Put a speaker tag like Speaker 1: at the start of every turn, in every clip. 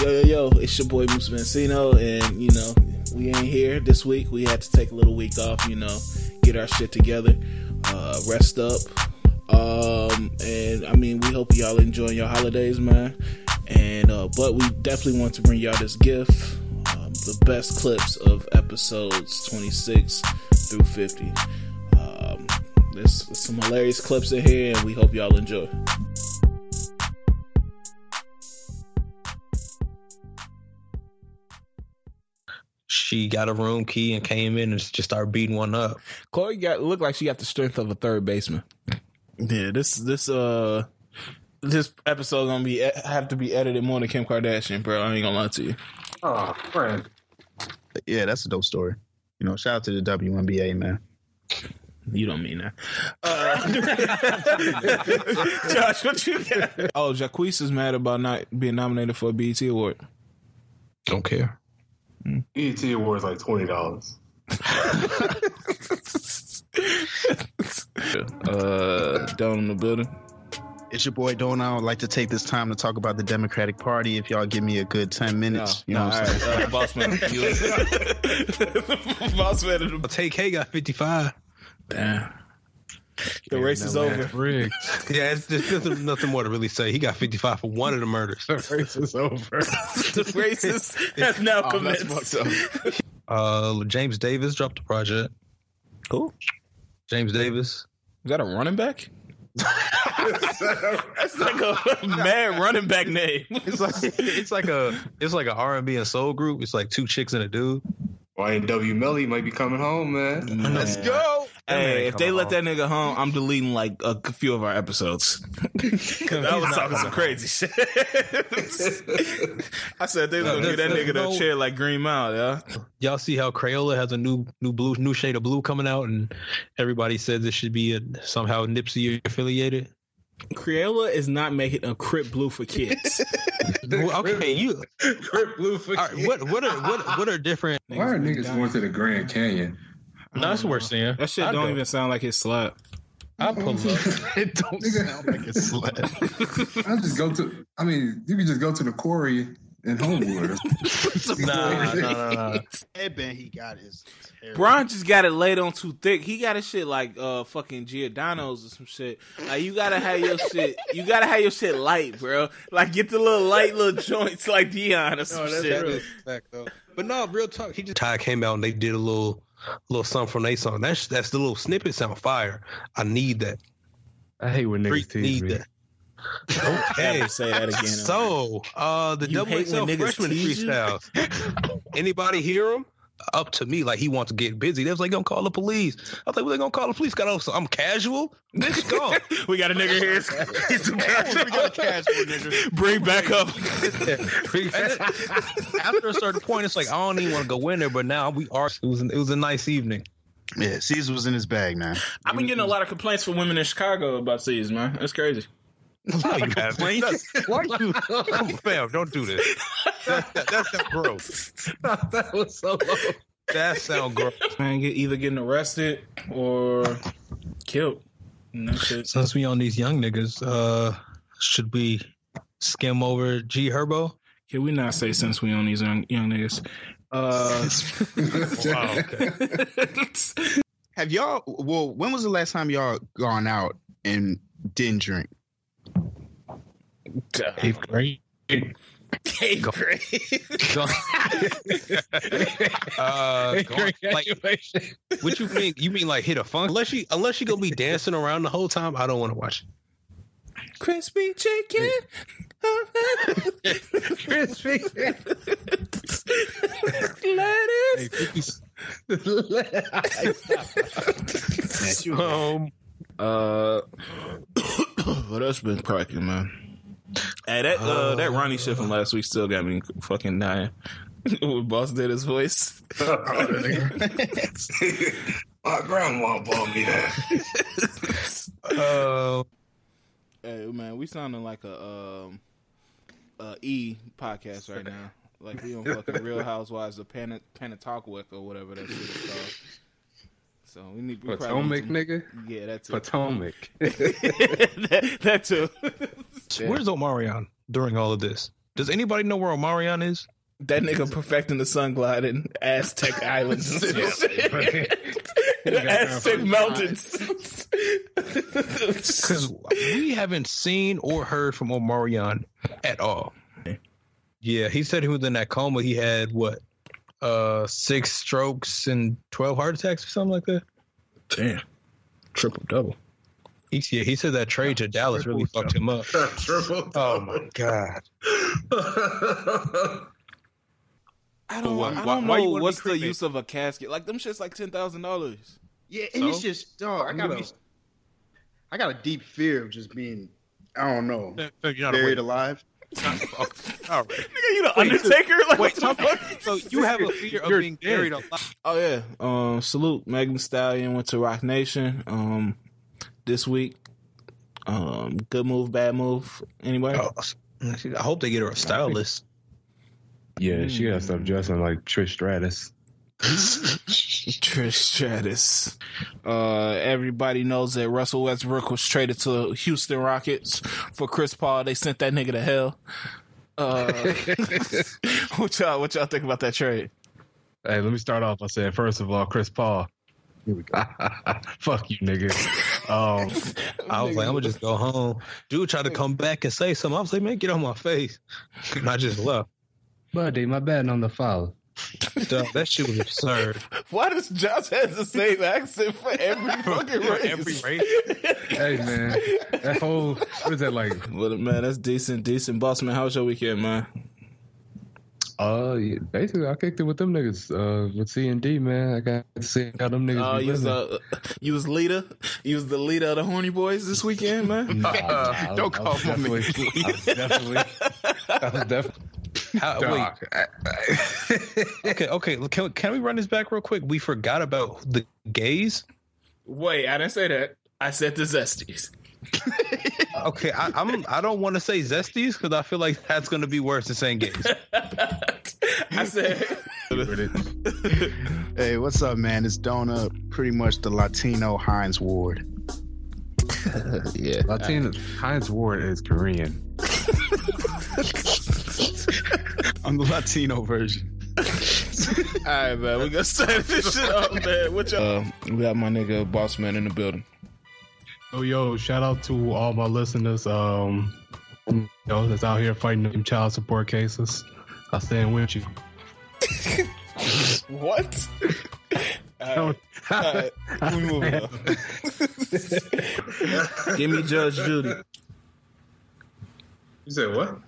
Speaker 1: Yo, yo, yo, it's your boy Moose Vincino, and you know, we ain't here this week. We had to take a little week off, you know, get our shit together, uh, rest up. Um, and I mean, we hope y'all enjoying your holidays, man. And uh, but we definitely want to bring y'all this gift um, the best clips of episodes 26 through 50. Um, there's some hilarious clips in here, and we hope y'all enjoy.
Speaker 2: she got a room key and came in and just started beating one up.
Speaker 1: Chloe got looked like she got the strength of a third baseman. Yeah, this this uh this episode gonna be e, have to be edited more than Kim Kardashian, bro. I ain't gonna lie to you.
Speaker 3: Oh, friend.
Speaker 4: But yeah, that's a dope story. You know, shout out to the WNBA, man.
Speaker 1: You don't mean that. Uh, Josh, what you got? Oh, Jacquees is mad about not being nominated for a BET award.
Speaker 2: Don't care.
Speaker 3: ET E awards like twenty dollars.
Speaker 1: Uh, down in the building.
Speaker 4: It's your boy Don. I would like to take this time to talk about the Democratic Party. If y'all give me a good ten minutes, you know what I'm saying.
Speaker 1: all right, uh, boss man. You- boss man of the
Speaker 2: Take K got 55.
Speaker 1: Damn. The race is over.
Speaker 2: Rigged. yeah, it's just nothing, nothing more to really say. He got 55 for one of the murders.
Speaker 4: Race is over.
Speaker 1: the races have now
Speaker 4: Oh, that's
Speaker 1: commenced.
Speaker 4: fucked up.
Speaker 2: Uh, James Davis dropped the project.
Speaker 1: Cool.
Speaker 2: James Davis.
Speaker 1: Is that a running back? That's like a mad running back name.
Speaker 2: It's like it's like a it's like a R and B and soul group. It's like two chicks and a dude.
Speaker 3: YNW Melly might be coming home, man.
Speaker 1: Let's
Speaker 4: go.
Speaker 1: Hey, if they let that nigga home, I'm deleting like a few of our episodes. Cause I was talking some crazy shit. I said they was gonna give that nigga that chair like Green Mile, yeah.
Speaker 2: Y'all see how Crayola has a new new blue new shade of blue coming out, and everybody says it should be a, somehow Nipsey affiliated.
Speaker 5: Crayola is not making a crip blue for kids.
Speaker 2: Well, okay, you
Speaker 3: Crip Blue for
Speaker 2: all right, what what are what what are different?
Speaker 3: Why are niggas going to the Grand Canyon?
Speaker 2: No, that's worth seeing.
Speaker 5: that shit don't even sound like his slap.
Speaker 2: I pull up.
Speaker 4: It don't sound like it's slut.
Speaker 3: I just go to. I mean, you can just go to the quarry in Homewood.
Speaker 2: Nah, nah, nah, nah.
Speaker 6: headband he got is terrible.
Speaker 1: Bron just got it laid on too thick. He got his shit like uh fucking Giordano's or some shit. Like you gotta have your shit. You gotta have your shit light, bro. Like get the little light little joints like Dion or some shit.
Speaker 2: But no, real talk. He just Ty came out and they did a little, little something from their song. That's that's the little snippet sound fire. I need that.
Speaker 7: I hate when niggas
Speaker 2: Freak
Speaker 7: tease
Speaker 2: need
Speaker 7: me.
Speaker 2: that. Okay.
Speaker 1: say that again.
Speaker 2: So, uh, the
Speaker 1: You
Speaker 2: double
Speaker 1: hate
Speaker 2: XL
Speaker 1: when niggas
Speaker 2: freshman
Speaker 1: tease you?
Speaker 2: freestyles. Anybody hear him? Up to me, like he wants to get busy. They was like, "Gonna call the police." I was like, "Well, they gonna call the police." Got off, so I'm casual. Bitch, go.
Speaker 1: we got a nigga here. He's a Bring back up.
Speaker 2: And then- after a certain point, it's like I don't even want to go in there. But now we are. It was an, it was a nice evening.
Speaker 4: Yeah, Caesar was in his bag, man.
Speaker 1: I've been getting a lot of complaints from women in Chicago about C's, man. That's crazy.
Speaker 2: No, you haven't. That's- Why you? Come on, fam, don't do this. That, that, that sound gross.
Speaker 7: that was so low.
Speaker 2: That sound gross.
Speaker 1: Man, get either getting arrested or killed. And that shit.
Speaker 2: Since we on these young niggas, uh, should we skim over G Herbo?
Speaker 5: Can we not say since we on these young, young niggas? Uh,
Speaker 4: Have y'all? Well, when was the last time y'all gone out and didn't drink?
Speaker 2: Eighth grade.
Speaker 1: Hey, great.
Speaker 2: uh, going- like,
Speaker 7: Graduation.
Speaker 2: what you mean? You mean like hit a funk? Unless you, unless you gonna be dancing around the whole time, I don't want to watch it.
Speaker 1: Crispy chicken.
Speaker 7: Crispy.
Speaker 1: Lettuce.
Speaker 2: Um,
Speaker 1: Uh, what else been cracking, man? Hey, that uh, that Ronnie shit from last week still got me fucking dying. When Boss did his voice,
Speaker 3: My grandma bought me that.
Speaker 2: uh,
Speaker 1: hey man, we sounding like a um a E podcast right now. Like we on fucking Real Housewives of Pan- Panatawkwick or whatever that shit is called. So we need we probably
Speaker 7: Potomac,
Speaker 1: need
Speaker 7: nigga.
Speaker 1: some- yeah, that's it.
Speaker 7: Potomac.
Speaker 1: that, that too.
Speaker 2: where's Omarion during all of this? Does anybody know where Omarion is?
Speaker 1: That nigga perfecting the sun glide in Aztec Islands and shit. Aztec Mountains.
Speaker 2: Because we haven't seen or heard from Omarion at all. Yeah, he said he was in that coma. He had what, uh, six strokes and twelve heart attacks or something like that.
Speaker 8: Damn. Triple double.
Speaker 2: He, yeah, he said that trade to Dallas really fucked him up.
Speaker 3: Triple.
Speaker 2: Oh my god.
Speaker 1: I don't,
Speaker 2: why-
Speaker 1: I
Speaker 2: why-
Speaker 1: don't
Speaker 2: why you
Speaker 1: know
Speaker 2: wanna be
Speaker 1: what's the
Speaker 2: cremated?
Speaker 1: use of a casket. Like them shits like ten thousand dollars.
Speaker 9: Yeah, and it's just dog. I got
Speaker 3: No.
Speaker 9: a, I got a deep fear of just being, I don't know,
Speaker 2: You're
Speaker 9: buried alive.
Speaker 2: All right.
Speaker 1: Nigga, you the Undertaker? Like
Speaker 2: Wait,
Speaker 1: what the fuck?
Speaker 2: So you have a fear of being buried alive.
Speaker 1: Oh yeah. Um, salute Megan Stallion went to Rock Nation. Um, this week. Um, good move, bad move. Anybody?
Speaker 2: Oh, I hope they get her a stylist.
Speaker 7: Yeah, she gotta stop dressing like Trish Stratus.
Speaker 1: Trish Stratus. Uh, everybody knows that Russell Westbrook was traded to Houston Rockets for Chris Paul. They sent that nigga to hell. Uh, what y'all what y'all think about that trade?
Speaker 7: Hey, let me start off. I said, first of all, Chris Paul. Here we go. Fuck you, nigga. Um,
Speaker 2: I was like, I'm gonna just go home. Dude tried to come back and say something. I was like, man, get on my face. And I just left.
Speaker 7: buddy, my bad on the foul.
Speaker 2: Dog, that shit was absurd.
Speaker 1: Why does Josh have the same accent for every fucking race?
Speaker 2: Every race.
Speaker 7: Hey, man, that whole what is that like?
Speaker 1: Well, man, that's decent, decent. Boss man, how was your weekend, man?
Speaker 7: Uh, yeah, basically, I kicked it with them niggas. Uh, with C and D, man, I got to see how them niggas.
Speaker 1: Uh,
Speaker 7: be
Speaker 1: you was
Speaker 7: living.
Speaker 1: uh, you was leader. You was the leader of the horny boys this weekend, man.
Speaker 3: Mm.
Speaker 7: Nah,
Speaker 4: Uh,
Speaker 7: nah,
Speaker 4: don't
Speaker 7: I
Speaker 4: call
Speaker 7: was definitely, I was definitely, I was definitely.
Speaker 2: How, wait,
Speaker 7: Dog, I- I-
Speaker 2: okay, okay. Can, we- can we run this back real quick? We forgot about the gays.
Speaker 1: Wait, I didn't say that. I said the zesties.
Speaker 2: Okay, I, I'm. I don't want to say zesties because I feel like that's gonna be worse than saying gays.
Speaker 1: I said
Speaker 4: Hey, what's up, man? It's Donut, pretty much the Latino Heinz Ward.
Speaker 1: yeah.
Speaker 7: Latina Heinz Ward is Korean.
Speaker 4: I'm the Latino version.
Speaker 1: All right, man. We gonna start this shit up, man. What y'all? Um, we got my nigga Boss Man in the building.
Speaker 7: Oh, yo, shout out to all my listeners. Um, you know, that's out here fighting them child support cases. I stand with you.
Speaker 1: What? All right, all right. We moving on. Give me Judge Judy.
Speaker 3: You said what?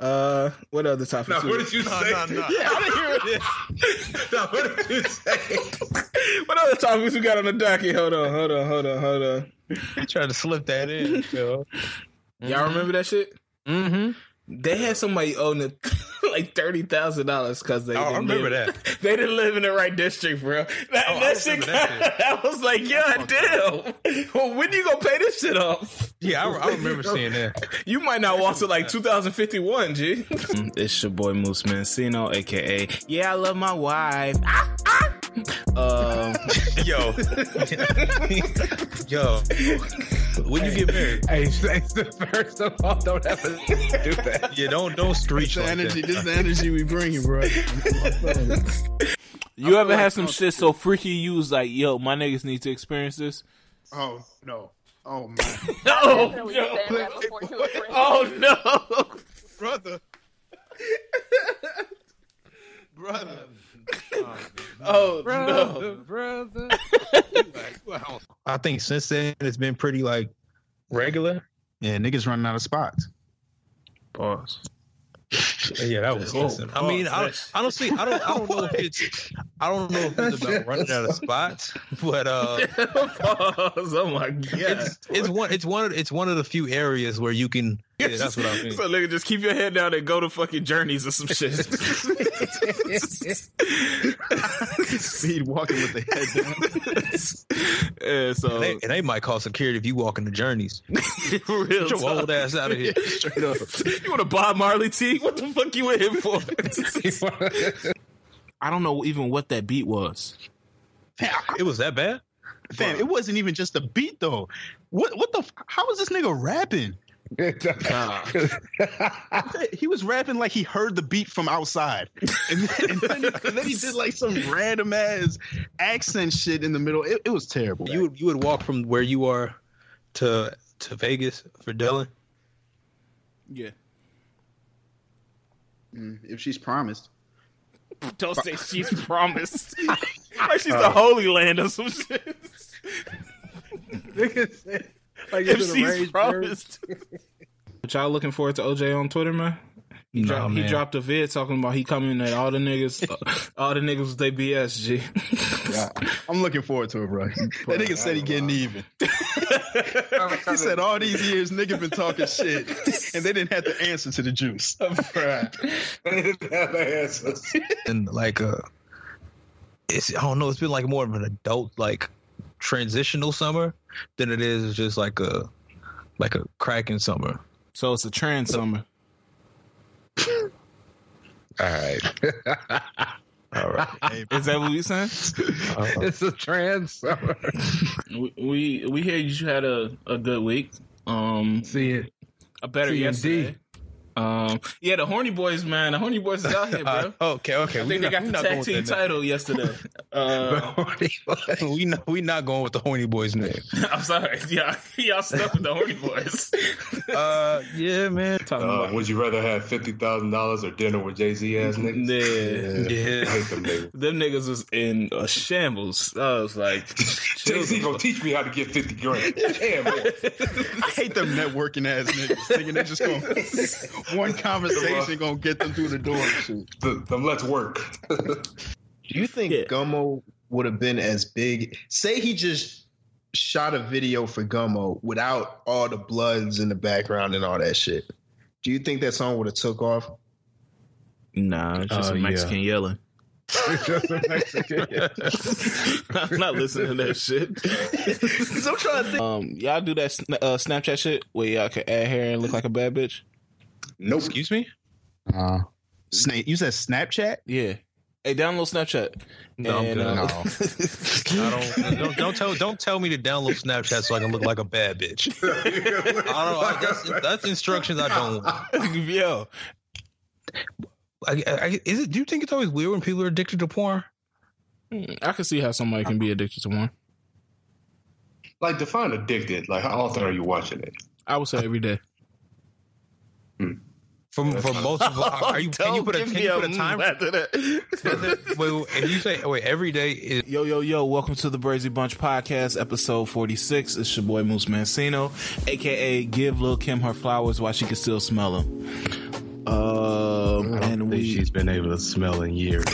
Speaker 1: Uh, what other topics?
Speaker 3: No,
Speaker 1: we-
Speaker 3: what did you say? No, no,
Speaker 1: Yeah, I didn't hear this.
Speaker 3: what did you say?
Speaker 1: What other topics we got on the docket? Hold on, hold on, hold on, hold on.
Speaker 2: Trying to slip that in. Phil.
Speaker 1: Y'all remember that shit?
Speaker 2: Mm-hmm.
Speaker 1: They had somebody owing them like thirty thousand dollars because they.
Speaker 2: Oh, I
Speaker 1: didn't
Speaker 2: remember
Speaker 1: live-
Speaker 2: that.
Speaker 1: They didn't live in the right district, bro. That,
Speaker 2: Oh, I
Speaker 1: that shit.
Speaker 2: remember that
Speaker 1: I was like, God damn. Well, when you gonna pay this shit off?
Speaker 2: Yeah, I, I remember seeing that.
Speaker 1: You might not walk to like 2051, G. Mm, it's your boy Moose Mancino, aka Yeah, I love my wife. Ah, ah. Um,
Speaker 2: Yo, yo, when you get married,
Speaker 7: Hey, first of all, don't have to do that.
Speaker 2: yeah, don't don't screech like that.
Speaker 4: this is the energy we bringing, bro.
Speaker 1: you ever had some shit so freaky you was like, yo, my niggas need to experience this?
Speaker 9: Oh no. Oh my
Speaker 1: No,
Speaker 10: Definitely
Speaker 1: no.
Speaker 10: said that before to a friend.
Speaker 1: Oh no.
Speaker 9: brother. brother.
Speaker 1: Oh no.
Speaker 7: brother.
Speaker 2: I think since then it's been pretty like regular.
Speaker 4: Yeah, niggas running out of spots.
Speaker 8: Boss.
Speaker 2: Yeah, that was. awesome. Oh, I mean, I, I don't see. I don't. I don't know if it's. I don't know if it's about running out of spots, but uh,
Speaker 1: Pause. Oh my god.
Speaker 2: it's, it's one. It's one. Of, it's one of the few areas where you can. Yeah, that's what I mean.
Speaker 1: So nigga, just keep your head down and go to fucking journeys or some shit.
Speaker 4: Speed walking with the head down.
Speaker 1: yeah, so
Speaker 2: They, and they might call security if you walk into journeys.
Speaker 1: real
Speaker 2: Get your
Speaker 1: talk.
Speaker 2: old ass out of here.
Speaker 1: you want to Bob Marley T? What the fuck you in here for? I don't know even what that beat was.
Speaker 2: It was that bad.
Speaker 4: Fam, it wasn't even just a beat though. What what the? f- How was this nigga rapping? he was rapping like he heard the beat from outside, and then, and then, and then he did like some random ass accent shit in the middle. It, it was terrible.
Speaker 2: You would you would walk from where you are to to Vegas for Dylan.
Speaker 11: Yeah.
Speaker 12: Mm, if she's promised.
Speaker 11: Don't say she's promised. like she's
Speaker 1: uh,
Speaker 11: the holy land or some shit.
Speaker 7: Nigga said, like
Speaker 11: if
Speaker 7: it's an
Speaker 11: she's
Speaker 7: arranged marriage.
Speaker 11: promised.
Speaker 1: But y'all looking forward to OJ on Twitter, man? He,
Speaker 13: Nah,
Speaker 1: dropped, he
Speaker 13: man.
Speaker 1: dropped a vid talking about he coming at all the niggas, uh, all the niggas with they BS, G.
Speaker 4: I'm looking forward to it, bro. That nigga said he getting even. he said all these years, nigga been talking shit, and they didn't have to answer to the juice.
Speaker 2: and like uh it's I don't know, it's been like more of an adult like transitional summer than it is just like a like a cracking summer.
Speaker 1: so it's a trans summer.
Speaker 2: All right. All right.
Speaker 1: Is that what we saying?
Speaker 7: It's a trans summer.
Speaker 1: We we, we hear you had a, a good week. Um,
Speaker 7: See it.
Speaker 1: a better
Speaker 7: T and D.
Speaker 1: yesterday. Um, yeah, the horny boys, man. The horny boys is out here, bro.
Speaker 2: Uh, okay, okay.
Speaker 1: I think they got the tag team title yesterday. Uh,
Speaker 2: we know we not going with the horny boys name.
Speaker 1: I'm sorry, y'all, y'all stuck with the horny boys.
Speaker 2: Uh, yeah, man.
Speaker 1: Talking
Speaker 3: Uh,
Speaker 1: about
Speaker 3: would you rather have fifty thousand dollars or dinner with Jay Z ass niggas?
Speaker 1: Yeah.
Speaker 3: I
Speaker 2: Yeah,
Speaker 3: hate them niggas.
Speaker 1: them niggas was in a shambles. I was like,
Speaker 3: Jay Z gonna teach me how to get fifty grand. Damn, man.
Speaker 4: I hate them networking ass niggas. Thinking they just gonna one conversation gonna get them through the door. and shit.
Speaker 3: The, the let's work.
Speaker 4: Do you think
Speaker 1: Yeah.
Speaker 4: Gummo would have been as big? Say he just shot a video for Gummo without all the bloods in the background and all that shit. Do you think that song would have took off?
Speaker 1: nah, it's just
Speaker 13: Oh,
Speaker 1: a
Speaker 13: yeah.
Speaker 1: Mexican yelling. I'm not listening to that shit.
Speaker 4: Because I'm trying to think.
Speaker 11: Um, y'all do that sn- uh, Snapchat shit where y'all can add hair and look like a bad bitch.
Speaker 4: Nope.
Speaker 2: excuse me.
Speaker 14: Uh-huh.
Speaker 4: Uh, Snake, you said Snapchat?
Speaker 11: Yeah. Hey, download Snapchat.
Speaker 2: No, I'm
Speaker 11: And,
Speaker 2: good.
Speaker 11: uh,
Speaker 2: I don't, don't don't tell don't tell me to download Snapchat so I can look like a bad bitch. I don't. I, that's, that's instructions I don't want.
Speaker 11: Yo,
Speaker 2: I, I, is it? Do you think it's always weird when people are addicted to porn?
Speaker 1: Hmm, I can see how somebody can be addicted to one.
Speaker 3: Like define addicted. Like how often are you watching it?
Speaker 1: I would say every day.
Speaker 2: From from most of are you can you
Speaker 11: Don't
Speaker 2: put a
Speaker 11: give
Speaker 2: can
Speaker 11: me
Speaker 2: you put a
Speaker 11: mm
Speaker 2: time?
Speaker 11: after that.
Speaker 2: Wait, wait, if you say wait, every day is
Speaker 11: yo, yo, yo! Welcome to the Brazy Bunch podcast, episode forty-six. It's your boy Moose Mancino, aka Give Lil Kim her flowers while she can still smell them. Um, and
Speaker 13: think
Speaker 11: we,
Speaker 13: she's been able to smell in years.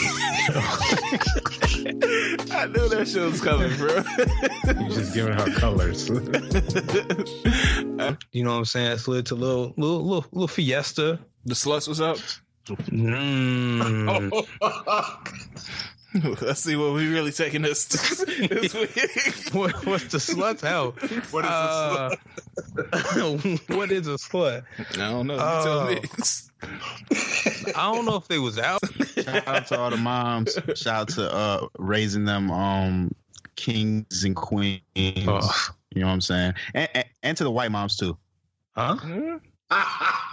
Speaker 11: I knew that shit was coming, bro.
Speaker 13: you just giving her colors.
Speaker 2: you know what I'm saying? It's led to little little little little fiesta.
Speaker 1: The sluts was up.
Speaker 3: Oh,
Speaker 2: Mm.
Speaker 11: Let's see what we really taking this this week.
Speaker 2: What, what's the slut hell?
Speaker 3: What is
Speaker 2: Uh, what is a slut?
Speaker 1: I don't know. You
Speaker 2: Oh.
Speaker 1: tell me.
Speaker 2: I don't know if they was out.
Speaker 4: Shout out to all the moms. Shout out to uh, raising them um, kings and queens.
Speaker 2: Oh.
Speaker 4: You know what I'm saying? And, and, and to the white moms, too.
Speaker 2: Huh?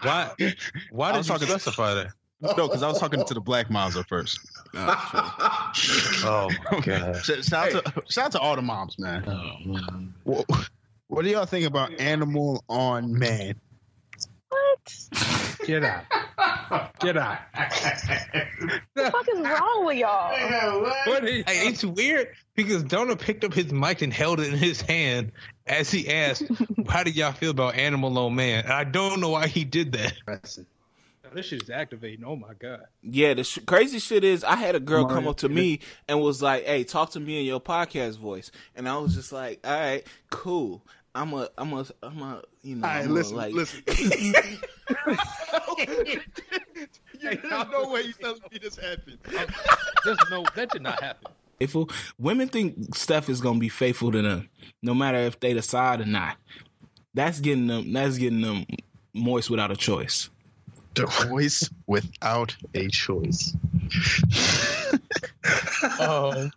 Speaker 2: Why? Why
Speaker 4: I
Speaker 2: did you
Speaker 4: was talking-
Speaker 2: specify that?
Speaker 4: No, because I was talking to the black moms at first.
Speaker 2: Oh my
Speaker 4: Sh- Shout, out to, shout out to all the moms, man. What, what do y'all think about animal on man?
Speaker 13: Get out. Get out.
Speaker 10: the fuck is wrong with y'all?
Speaker 2: What is, hey, it's weird because Donald picked up his mic and held it in his hand as he asked, "How did y'all feel about Animal on Man?" And I don't know why he did that.
Speaker 7: This shit is activating. Oh my god.
Speaker 11: Yeah, the sh- crazy shit is, I had a girl come up to me and was like, "Hey, talk to me in your podcast voice," and I was just like, "All right, cool. I'm a, I'm a, I'm a, you know,
Speaker 4: All right,
Speaker 11: I'm a,
Speaker 4: listen,
Speaker 11: like,
Speaker 4: listen. There's no way you telling me this happened.
Speaker 7: There's no. That did not happen.
Speaker 1: faithful. Women think Steph is gonna be faithful to them, no matter if they decide or not. That's getting them. That's getting them moist without a choice.
Speaker 4: The voice without a choice.
Speaker 2: Um,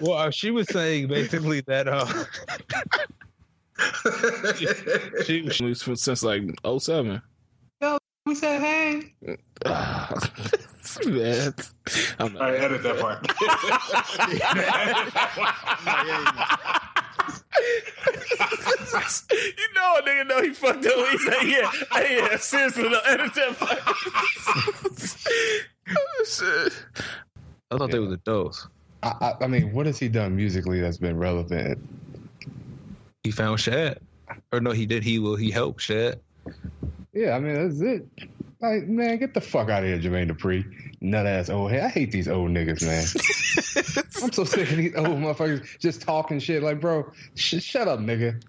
Speaker 2: well, uh, she was saying basically that uh,
Speaker 15: she was from since like 07.
Speaker 3: We said, hey.
Speaker 15: Man, I'm
Speaker 3: All right, edit that part.
Speaker 1: you know a nigga know he fucked up. He said, "Yeah, hey, yeah, seriously, no, edit that part." Oh, shit.
Speaker 2: I thought they was adults.
Speaker 7: I, I, I mean, what has he done musically that's been relevant?
Speaker 2: He found Shad, or no, he did. He will. He helped Shad.
Speaker 7: Yeah, I mean, that's it. Like, man, get the fuck out of here, Jermaine Dupri. Nut ass old head. I hate these old niggas, man. I'm so sick of these old motherfuckers just talking shit. Like, bro, sh- shut up, nigga.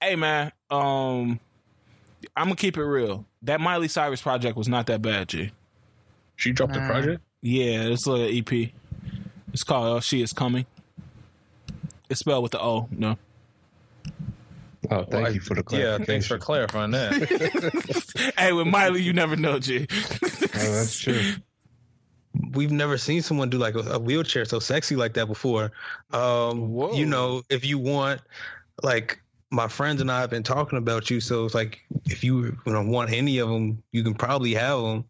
Speaker 1: Hey man, um, I'm gonna keep it real. That Miley Cyrus project was not that bad, G.
Speaker 2: She dropped the project.
Speaker 1: Yeah, it's like an EP. It's called "Oh, She Is Coming." It's spelled with the O. No,
Speaker 7: Oh, thank you for the
Speaker 2: Yeah,
Speaker 7: clarification.
Speaker 2: thanks for clarifying that.
Speaker 1: hey, with Miley, you never know, G.
Speaker 7: Oh, that's true.
Speaker 2: We've never seen someone do like a, a wheelchair so sexy like that before. Um, You know, if you want, like my friends and I have been talking about you, so it's like if you, you know, want any of them, you can probably have them.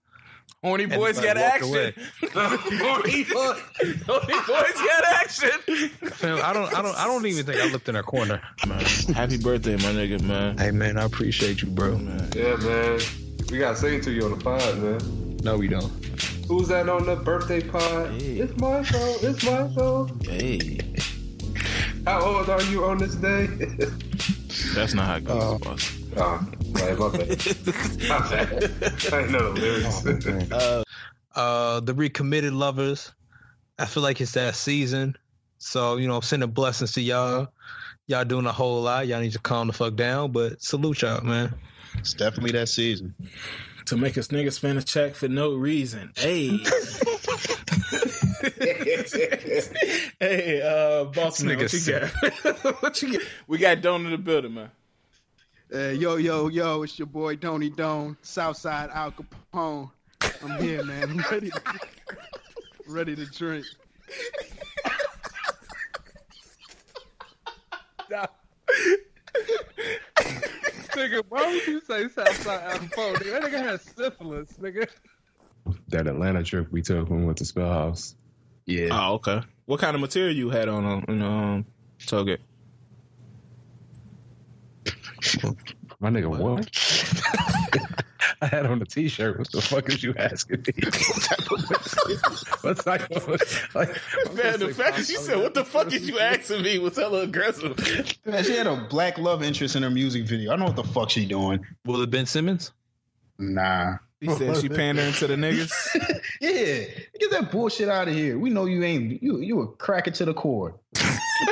Speaker 1: Horny
Speaker 2: And
Speaker 1: boys
Speaker 2: like
Speaker 1: got
Speaker 2: walked
Speaker 1: action.
Speaker 2: away.
Speaker 1: Horny boys got action.
Speaker 2: Fam, I don't, I don't, I don't even think I looked in her corner.
Speaker 1: Happy birthday, my nigga, man.
Speaker 2: Hey man, I appreciate you, bro.
Speaker 3: yeah, man. We gotta sing it to you on the pod, man.
Speaker 2: No, we don't.
Speaker 3: Who's that on the birthday pod? It's my show. It's my show.
Speaker 1: Hey,
Speaker 3: How old are you on this day?
Speaker 1: that's not how it goes, boss.
Speaker 3: oh, right, my bad. My bad. I ain't know the
Speaker 7: Oh,
Speaker 3: lyrics.
Speaker 2: Uh, the recommitted lovers. I feel like it's that season, so you know, I'm sending blessings to y'all. Y'all doing a whole lot. Y'all need to calm the fuck down, but salute y'all, man.
Speaker 16: It's definitely that season.
Speaker 1: To make us nigga spend a check for no reason. Hey, hey, uh, boss man, what you got? what you got? We got Don in the building, man.
Speaker 6: Uh, yo, yo, yo, it's your boy Donny Don, Southside Al Capone. I'm here, man. I'm ready to, ready to drink.
Speaker 14: nigga, why would you say Southside Alphone? That nigga has syphilis, nigga.
Speaker 7: That Atlanta trip we took when we went to Spell House.
Speaker 16: Yeah.
Speaker 1: Oh, okay. What kind of material you had on um, in um toga?
Speaker 7: My nigga, what? I had on a t-shirt. What the fuck is you asking me? What's that? Like,
Speaker 1: Man, the fact that she said, "What the fuck is you asking me?" was hella aggressive.
Speaker 16: Man, she had a black love interest in her music video. I don't know what the fuck she doing.
Speaker 2: Will it Ben Simmons?
Speaker 16: Nah.
Speaker 1: He said she pandering to the niggas.
Speaker 16: Yeah. Get that bullshit out of here. We know you ain't you you a cracker to the core. Get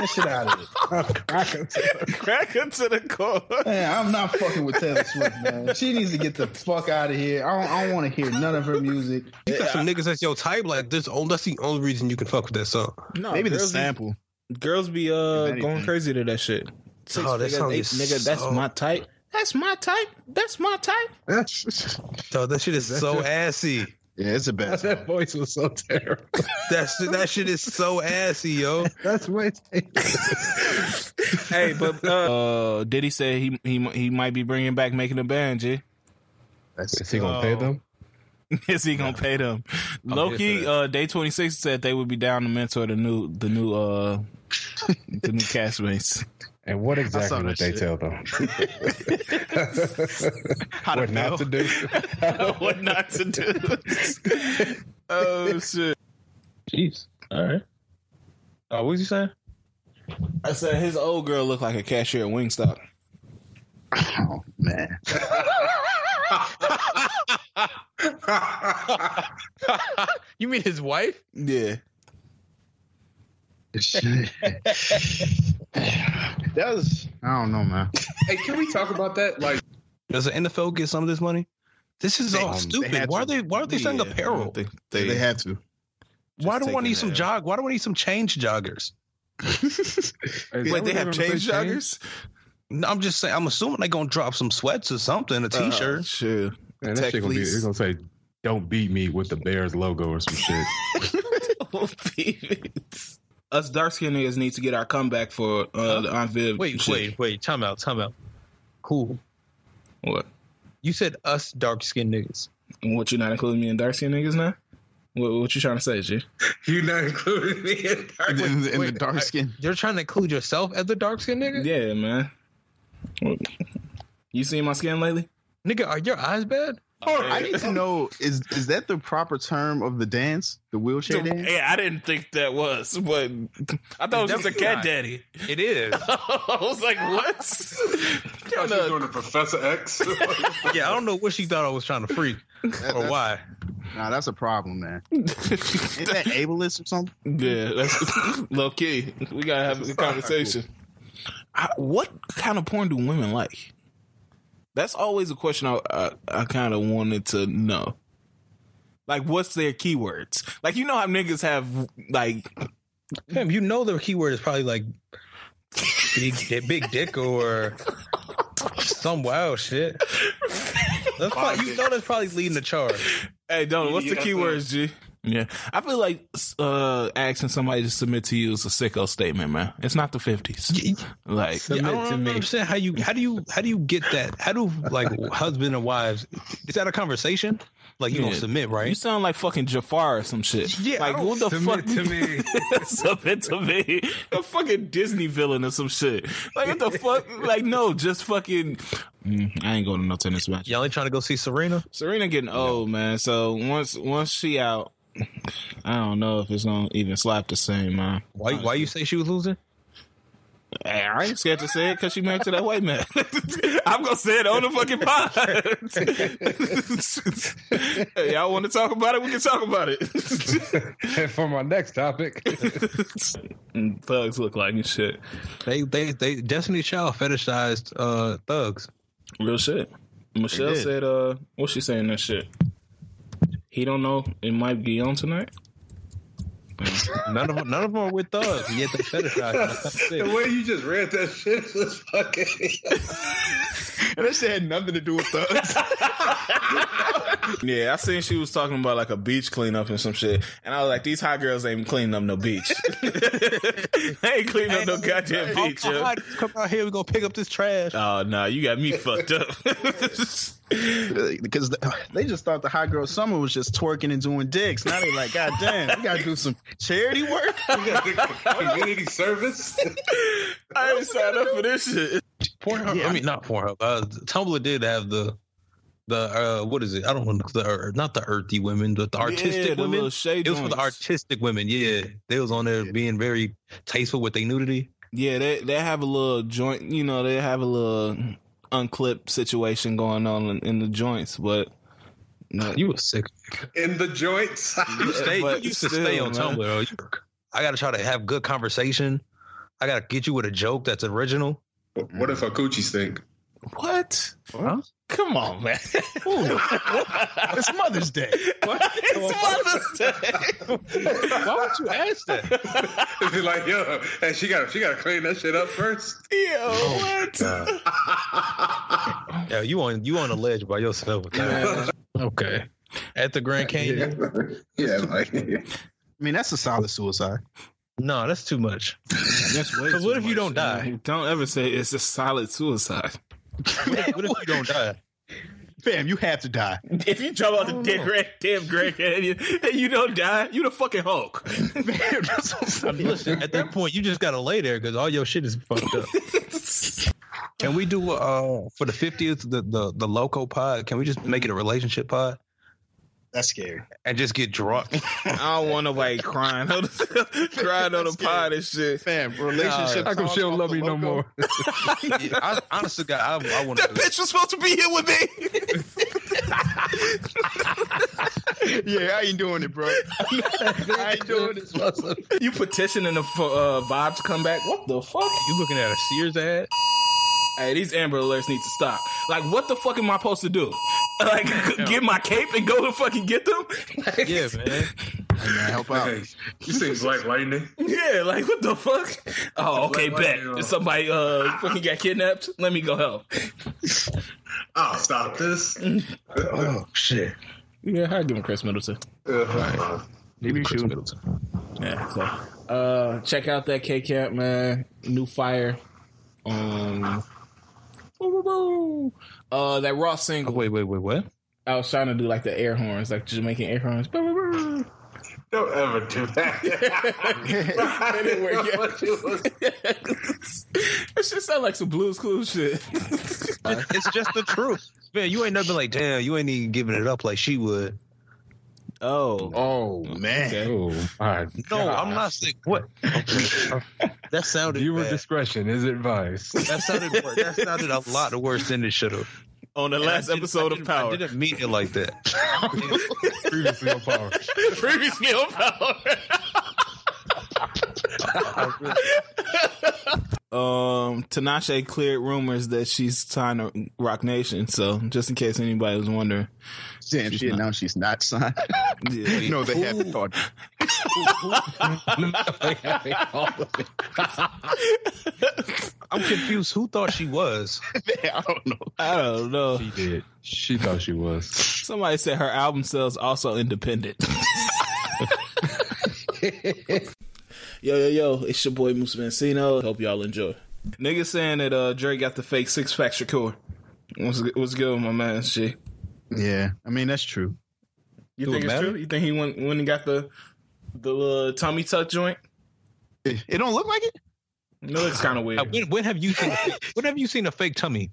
Speaker 16: that shit out of here.
Speaker 1: Crack him to the core.
Speaker 16: Man, I'm not fucking with Taylor Swift, man. She needs to get the fuck out of here. I don't, I don't want to hear none of her music.
Speaker 2: You got some niggas that's your type. Like this, oh, that's the only reason you can fuck with that song.
Speaker 1: No,
Speaker 16: Maybe the
Speaker 1: girls be-
Speaker 16: sample.
Speaker 1: Girls be uh
Speaker 16: anything.
Speaker 1: going crazy to that shit. Six
Speaker 2: Oh, that
Speaker 1: figures,
Speaker 2: song
Speaker 1: eight
Speaker 2: is
Speaker 1: nigga, that's
Speaker 2: so-
Speaker 1: my type. That's my type. That's my type.
Speaker 2: Dog, that shit is so assy.
Speaker 16: Yeah, it's a bad
Speaker 7: that voice was so terrible.
Speaker 2: That shit, that shit is so assy, yo.
Speaker 7: That's way
Speaker 1: hey, but uh, uh, Diddy said he he he might be bringing back making a band. G.
Speaker 7: Is he gonna pay them?
Speaker 1: Is he gonna pay them?
Speaker 2: here for
Speaker 1: Loki,
Speaker 2: that.
Speaker 1: uh, day twenty six said they would be down to mentor the new the new uh the new castmates.
Speaker 7: And what exactly
Speaker 16: that
Speaker 7: would they
Speaker 16: shit.
Speaker 7: tell them?
Speaker 16: How
Speaker 7: what not to do?
Speaker 1: what not to do? oh shit!
Speaker 2: Jeez. All right. Oh, what was you saying?
Speaker 1: I said his old girl looked like a cashier at Wingstop.
Speaker 16: Oh man.
Speaker 2: you mean his wife?
Speaker 1: Yeah,
Speaker 16: Shit. that was I don't know, man.
Speaker 3: hey, can we talk about that? Like,
Speaker 2: Does the NFL get some of this money? This is all
Speaker 16: Um,
Speaker 2: stupid.
Speaker 16: they had
Speaker 2: why are
Speaker 16: to.
Speaker 2: they why are they selling
Speaker 1: Yeah, I
Speaker 2: apparel?
Speaker 1: don't think
Speaker 16: They,
Speaker 1: they-
Speaker 16: have to.
Speaker 2: Why do I
Speaker 1: taking
Speaker 2: need some
Speaker 1: that.
Speaker 2: jog? Why do I need some change joggers?
Speaker 1: Wait, they have change joggers?
Speaker 2: No, I'm just saying. I'm assuming they're gonna drop some sweats or something, a t-shirt.
Speaker 15: Oh,
Speaker 1: Uh, sure.
Speaker 7: And that
Speaker 1: Tech
Speaker 7: shit gonna be.
Speaker 1: fleece.
Speaker 7: They're gonna say, "Don't beat me with the Bears logo or some shit."
Speaker 1: Oh, baby. us dark skinned niggas need to get our comeback for uh, the Aunt Viv.
Speaker 2: Wait,
Speaker 1: shit.
Speaker 2: wait, wait. Time out, time out. Cool.
Speaker 1: What?
Speaker 2: You said us dark skinned niggas.
Speaker 1: What you not including me in dark skinned niggas now? What, what you trying to say, G?
Speaker 16: You not including me in dark
Speaker 4: In, in the- in the
Speaker 2: Wait,
Speaker 4: dark
Speaker 2: I-
Speaker 4: skin.
Speaker 2: You're trying to include yourself as a dark skinned nigga?
Speaker 1: Yeah, man. You seen my skin lately?
Speaker 2: Nigga, are your eyes bad?
Speaker 4: I need to know is is that the proper term of the dance? The wheelchair dance?
Speaker 15: Yeah, I didn't think that was, but I thought it was just a cat daddy.
Speaker 2: It is.
Speaker 15: I was like, what?
Speaker 3: I thought you were doing the Professor X.
Speaker 2: yeah, I don't know what she thought I was trying to freak or why.
Speaker 4: Nah, that's a problem, man. Ain't that ableist or something?
Speaker 1: Yeah, that's low key. We gotta have a conversation. I, what kind of porn do women like? That's always a question I I, I kind of wanted to know. Like, what's their keywords? Like, you know how niggas have like
Speaker 2: Damn, you know the keyword is probably like big di- big dick or some wild shit. That's probably, you know that's probably leading the charge.
Speaker 1: Hey, Donald, what's the
Speaker 3: Yeah,
Speaker 1: keywords, G? Yeah, I feel like uh, asking somebody to submit to you is a sicko statement, man. It's not the fifties. Like,
Speaker 2: Yeah, I
Speaker 16: Submit to
Speaker 2: don't
Speaker 16: me.
Speaker 2: understand how you how do you how do you get that? How do like husband and wives? Is that a conversation? Like you don't
Speaker 1: Yeah.
Speaker 2: submit,
Speaker 1: you
Speaker 2: right?
Speaker 1: sound like fucking Jafar or some shit.
Speaker 2: Yeah,
Speaker 1: like
Speaker 2: I
Speaker 1: what the fuck?
Speaker 17: Submit to me.
Speaker 1: submit to me, a fucking Disney villain or some shit. Like what the fuck? Like no, just fucking. Mm, I ain't going to no tennis match.
Speaker 2: Y'all ain't trying to go see Serena?
Speaker 1: Serena getting old, man. So once once she out, I don't know if it's gonna even slap the same, man.
Speaker 2: Why why you say she was losing?
Speaker 1: Hey, I ain't scared to say it because she married to that white man. I'm gonna say it on the fucking pod. hey, y'all want to talk about it? We can talk about it.
Speaker 7: And for my next topic,
Speaker 1: Thugs look like and shit.
Speaker 2: They they they Destiny Child fetishized uh thugs.
Speaker 1: Real shit. Michelle
Speaker 4: did.
Speaker 1: said, "Uh, what's she saying that shit? He don't know. It might be on tonight.
Speaker 2: None of them, none of them are with thugs. Yet they fetishize. them. That's kinda sick.
Speaker 3: way you just read that shit was fucking.
Speaker 4: And that shit had nothing to do with thugs.
Speaker 1: Yeah, I seen she was talking about like a beach cleanup and some shit, and I was like, these hot girls ain't cleaning up no beach. they ain't cleaning up no goddamn
Speaker 2: Oh,
Speaker 1: beach. yo.
Speaker 2: God, come out here. We gonna pick up this trash.
Speaker 1: Oh no, you got me fucked up."
Speaker 4: because the- they just thought the hot girl summer was just twerking and doing dicks. Now they like, God damn, we gotta do some charity work.
Speaker 3: Community service.
Speaker 1: I ain't signed up for this shit.
Speaker 2: Pornhub. I mean, not Pornhub. Uh, Tumblr did have the the uh, what is it? I don't want the uh, not the earthy women, but the artistic
Speaker 1: yeah, the
Speaker 2: women.
Speaker 1: Little shade
Speaker 2: It was for the
Speaker 1: joints.
Speaker 2: artistic women. Yeah, they was on there being very tasteful with their nudity.
Speaker 1: Yeah, they they have a little joint. You know, they have a little unclipped situation going on in, in the joints, but. No,
Speaker 2: You was sick.
Speaker 3: in the joints.
Speaker 2: You stay. You
Speaker 1: but
Speaker 2: used to stay
Speaker 1: still,
Speaker 2: on
Speaker 1: man.
Speaker 2: Tumblr. yo. You- I gotta try to have good conversation. I gotta get you with a joke that's original.
Speaker 3: what if a coochie stink?
Speaker 1: what? Come on, man.
Speaker 4: It's Mother's Day.
Speaker 1: it's Mother's Day.
Speaker 2: Why would you ask that?
Speaker 3: It'd be like, yo, hey, she got to she got to clean that shit up first.
Speaker 1: Yo, what?
Speaker 2: Yeah, you on you on the ledge by yourself with that. Okay. At the Grand Canyon.
Speaker 17: yeah, yeah, like
Speaker 4: I mean, that's a solid suicide.
Speaker 2: No, that's too much.
Speaker 1: That's way
Speaker 2: 'Cause
Speaker 1: too
Speaker 2: what if you
Speaker 1: much,
Speaker 2: don't die?
Speaker 1: man. Don't ever say it's a solid suicide.
Speaker 2: What if, what if you don't die?
Speaker 4: Fam, you have to die.
Speaker 1: If you jump out the damn Grand, damn Grand Canyon and you don't die, you the fucking Hulk.
Speaker 4: Fam, that's what I'm saying.
Speaker 2: Listen, at that point, you just gotta lay there because all your shit is fucked up. Can we do uh for the fiftieth the the the loco pod? Can we just make it a relationship pod
Speaker 4: That's scary.
Speaker 2: and just get drunk?
Speaker 1: I don't want nobody crying, on the, crying on the pod and shit.
Speaker 4: Fam, relationship.
Speaker 7: how come she don't love me no more?
Speaker 2: Yeah, I, honestly, God, I, I want
Speaker 1: That
Speaker 2: to.
Speaker 1: bitch was supposed to be here with me.
Speaker 4: yeah, I ain't doing it, bro. I ain't doing it.
Speaker 1: you petitioning the for, uh, vibe to come back? What the fuck?
Speaker 2: You looking at a Sears ad?
Speaker 1: Hey, these Amber Alerts need to stop. Like, what the fuck am I supposed to do? Like, get my cape and go to fucking get them? Like,
Speaker 2: Yeah, man.
Speaker 4: help out.
Speaker 3: Hey, you seen Black Lightning?
Speaker 1: Yeah, like what the fuck? Oh, okay,
Speaker 3: Like,
Speaker 1: bet.
Speaker 3: like, uh,
Speaker 1: Somebody uh fucking got kidnapped. Let me go help.
Speaker 3: I'll stop this.
Speaker 2: Oh shit.
Speaker 1: Yeah, I give him Chris Middleton.
Speaker 3: Uh,
Speaker 2: Maybe Chris Middleton.
Speaker 1: Yeah, so Uh, check out that K Cap, man. New fire. Um, woo, woo, woo. Uh, that raw single.
Speaker 2: Oh, wait, wait, wait, what?
Speaker 1: I was trying to do like the air horns, like Jamaican air horns. Woo, woo, woo.
Speaker 3: Don't ever do that.
Speaker 1: Anyway, yeah.
Speaker 3: What you was-
Speaker 1: That shit sound like some Blues Clues shit.
Speaker 2: it's just the truth. Man, you ain't nothing like, damn, you ain't even giving it up like she would.
Speaker 1: Oh.
Speaker 18: Oh man.
Speaker 7: Oh my
Speaker 2: No, I'm not sick. What? that sounded
Speaker 7: Viewer
Speaker 2: bad.
Speaker 7: discretion is advice.
Speaker 2: that sounded worse. That sounded a lot worse than it should have.
Speaker 1: On the last episode of
Speaker 2: I
Speaker 1: Power.
Speaker 2: didn't mean it like that.
Speaker 7: Previously on power.
Speaker 1: Previously on Power. um, Tinashe cleared rumors that she's signed to Rock Nation. So, just in case anybody was wondering,
Speaker 4: Damn, she announced she's not signed.
Speaker 1: yeah,
Speaker 4: no, they haven't thought.
Speaker 2: I'm confused. Who thought she was?
Speaker 4: I don't know.
Speaker 1: I don't know.
Speaker 7: She did. She thought she was.
Speaker 1: Somebody said her album sales also independent. yo, yo, yo! It's your boy Moose Mancino. Hope y'all enjoy. Niggas saying that uh Dre got the fake six pack Shakur. What's good, what's good with my man? She.
Speaker 4: Yeah, I mean that's true.
Speaker 1: You
Speaker 2: Do it
Speaker 1: think it's
Speaker 2: matter?
Speaker 1: true? You think he went when he got the the little tummy tuck joint?
Speaker 4: It, it don't look like it.
Speaker 1: No, it's kind of
Speaker 2: Uh,
Speaker 1: weird.
Speaker 2: When, when have you seen? When have you seen a fake tummy?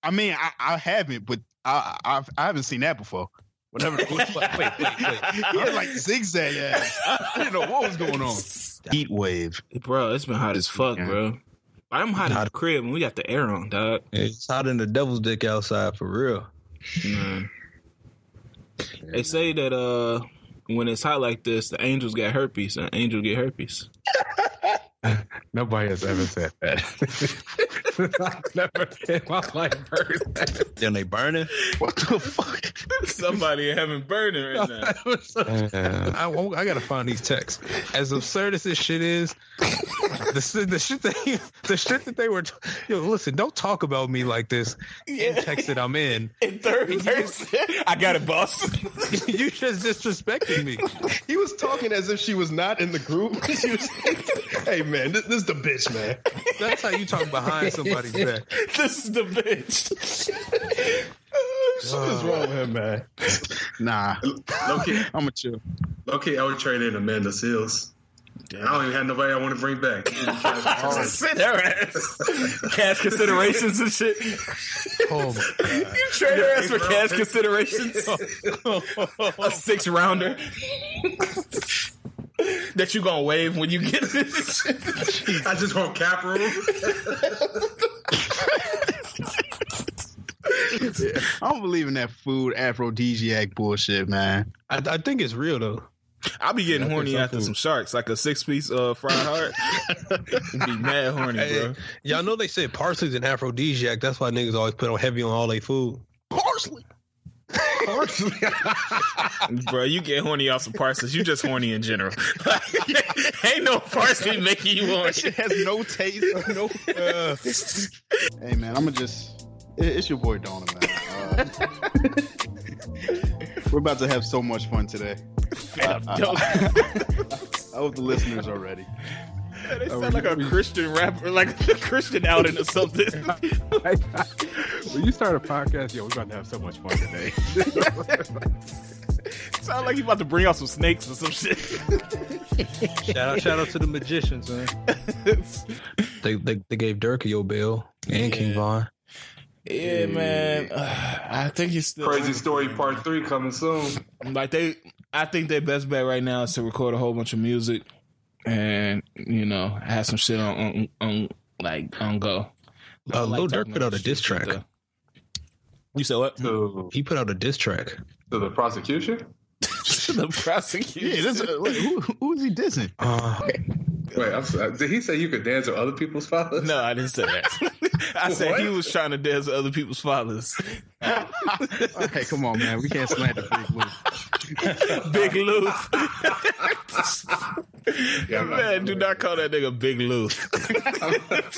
Speaker 4: I mean, I, I haven't, but I, I I've- I haven't seen that before.
Speaker 2: Whatever. Wait, wait, wait. wait.
Speaker 4: He had like zigzag ass. I didn't know what was going on. Heat wave.
Speaker 1: bro, it's been hot as fuck, bro. I'm hot at the crib and we got the air on, dog.
Speaker 2: It's hotter than the devil's dick outside for real.
Speaker 1: Mm. They say that uh when it's hot like this, the angels get herpes and angels get herpes.
Speaker 7: Nobody has ever said that. I've never in my life heard that.
Speaker 2: Then they burn it.
Speaker 4: What the fuck?
Speaker 1: Somebody in heaven burning right now.
Speaker 2: I, I gotta find these texts. As absurd as this shit is, the, shit- the shit that the shit that they were. Yo, listen, don't talk about me like this in text that I'm in.
Speaker 1: In third person, I got it, boss.
Speaker 2: you just disrespected me.
Speaker 18: He was talking as if she was not in the group. She was- hey man, this, this is the bitch, man.
Speaker 2: That's how you talk behind somebody's back.
Speaker 1: this is the bitch.
Speaker 3: What's wrong with him, man?
Speaker 4: Nah,
Speaker 3: Low-key,
Speaker 4: I'm a chill.
Speaker 3: low-key, I would trade in Amanda Seals. I don't even have nobody I want to bring back.
Speaker 1: Sit her ass. Cash considerations and shit.
Speaker 2: Oh my
Speaker 1: You trade her ass for cash considerations. A six rounder that you gonna wave when you get this.
Speaker 3: I just want cap room.
Speaker 4: I don't believe in that food aphrodisiac bullshit, man.
Speaker 2: I, I think it's real though.
Speaker 1: I'll be getting horny after some sharks, like a six piece uh, fried heart. be mad horny,
Speaker 2: Hey,
Speaker 1: bro.
Speaker 2: Y'all know they said parsley's an aphrodisiac. That's why niggas always put on heavy on all their food.
Speaker 4: Parsley.
Speaker 18: Parsley.
Speaker 1: Bro, you get horny off some parsley. You just horny in general. Ain't no parsley making you
Speaker 4: That
Speaker 1: horny.
Speaker 4: shit has no taste. No. Uh. Hey man, I'm gonna just. it- It's your boy Donna, man. Uh, we're about to have so much fun today. I- I, I hope the listeners are ready.
Speaker 1: They sound like a Christian rapper, like a Christian outing or something.
Speaker 7: when you start a podcast, yo, we're about to have so much fun today.
Speaker 1: sound like you about to bring out some snakes or some shit.
Speaker 2: Shout out, shout out to the magicians, man. They they, they gave Dirk a yo bill and King Von.
Speaker 1: yeah, man. I think it's still
Speaker 3: Crazy Story Part Three coming soon.
Speaker 1: like they. I think their best bet right now is to record a whole bunch of music, and you know, have some shit on on, on like on go. I
Speaker 2: Uh,
Speaker 1: like
Speaker 2: Lil
Speaker 1: talking
Speaker 2: Durk put out a
Speaker 1: about
Speaker 2: diss
Speaker 1: shit like
Speaker 2: track.
Speaker 1: that. You said what?
Speaker 3: To,
Speaker 2: He put out a diss track.
Speaker 3: to the prosecution?
Speaker 1: the prosecutor.
Speaker 4: Yeah, this, uh, wait, who who is he dissing?
Speaker 2: Uh,
Speaker 3: Wait, I'm sorry. Did he say you could dance with other people's fathers?
Speaker 1: No, I didn't say that. I said he was trying to dance with other people's fathers.
Speaker 4: Okay, come on, man. We can't slander Big Lou.
Speaker 1: Big Lou.
Speaker 3: Yeah, I'm not
Speaker 1: man,
Speaker 3: doing
Speaker 1: do
Speaker 3: that.
Speaker 1: not call that nigga Big Lou.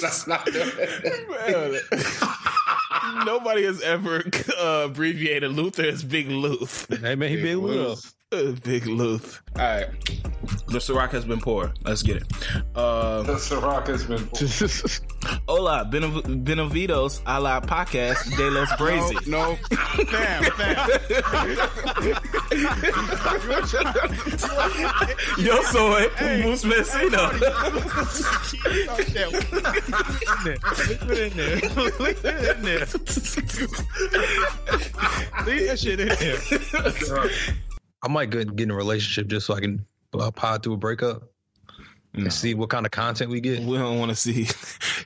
Speaker 3: That's not
Speaker 1: Man. Nobody has ever uh, abbreviated Luther as Big Luth.
Speaker 2: Hey man, he Big, Luth.
Speaker 1: Big Luth. All right. The Ciroc has been poor. Let's get it. Uh,
Speaker 3: The Ciroc has been poor.
Speaker 1: Hola, Benev- Benevidos a la podcast de los Brazy.
Speaker 17: No, fam,
Speaker 1: fam. Yo soy Moose
Speaker 4: Put it in there. Put it in there. Leave that shit in there.
Speaker 2: I might get, get in a relationship just so I can uh, pod through a breakup and see what kind of content we get.
Speaker 1: We don't want to see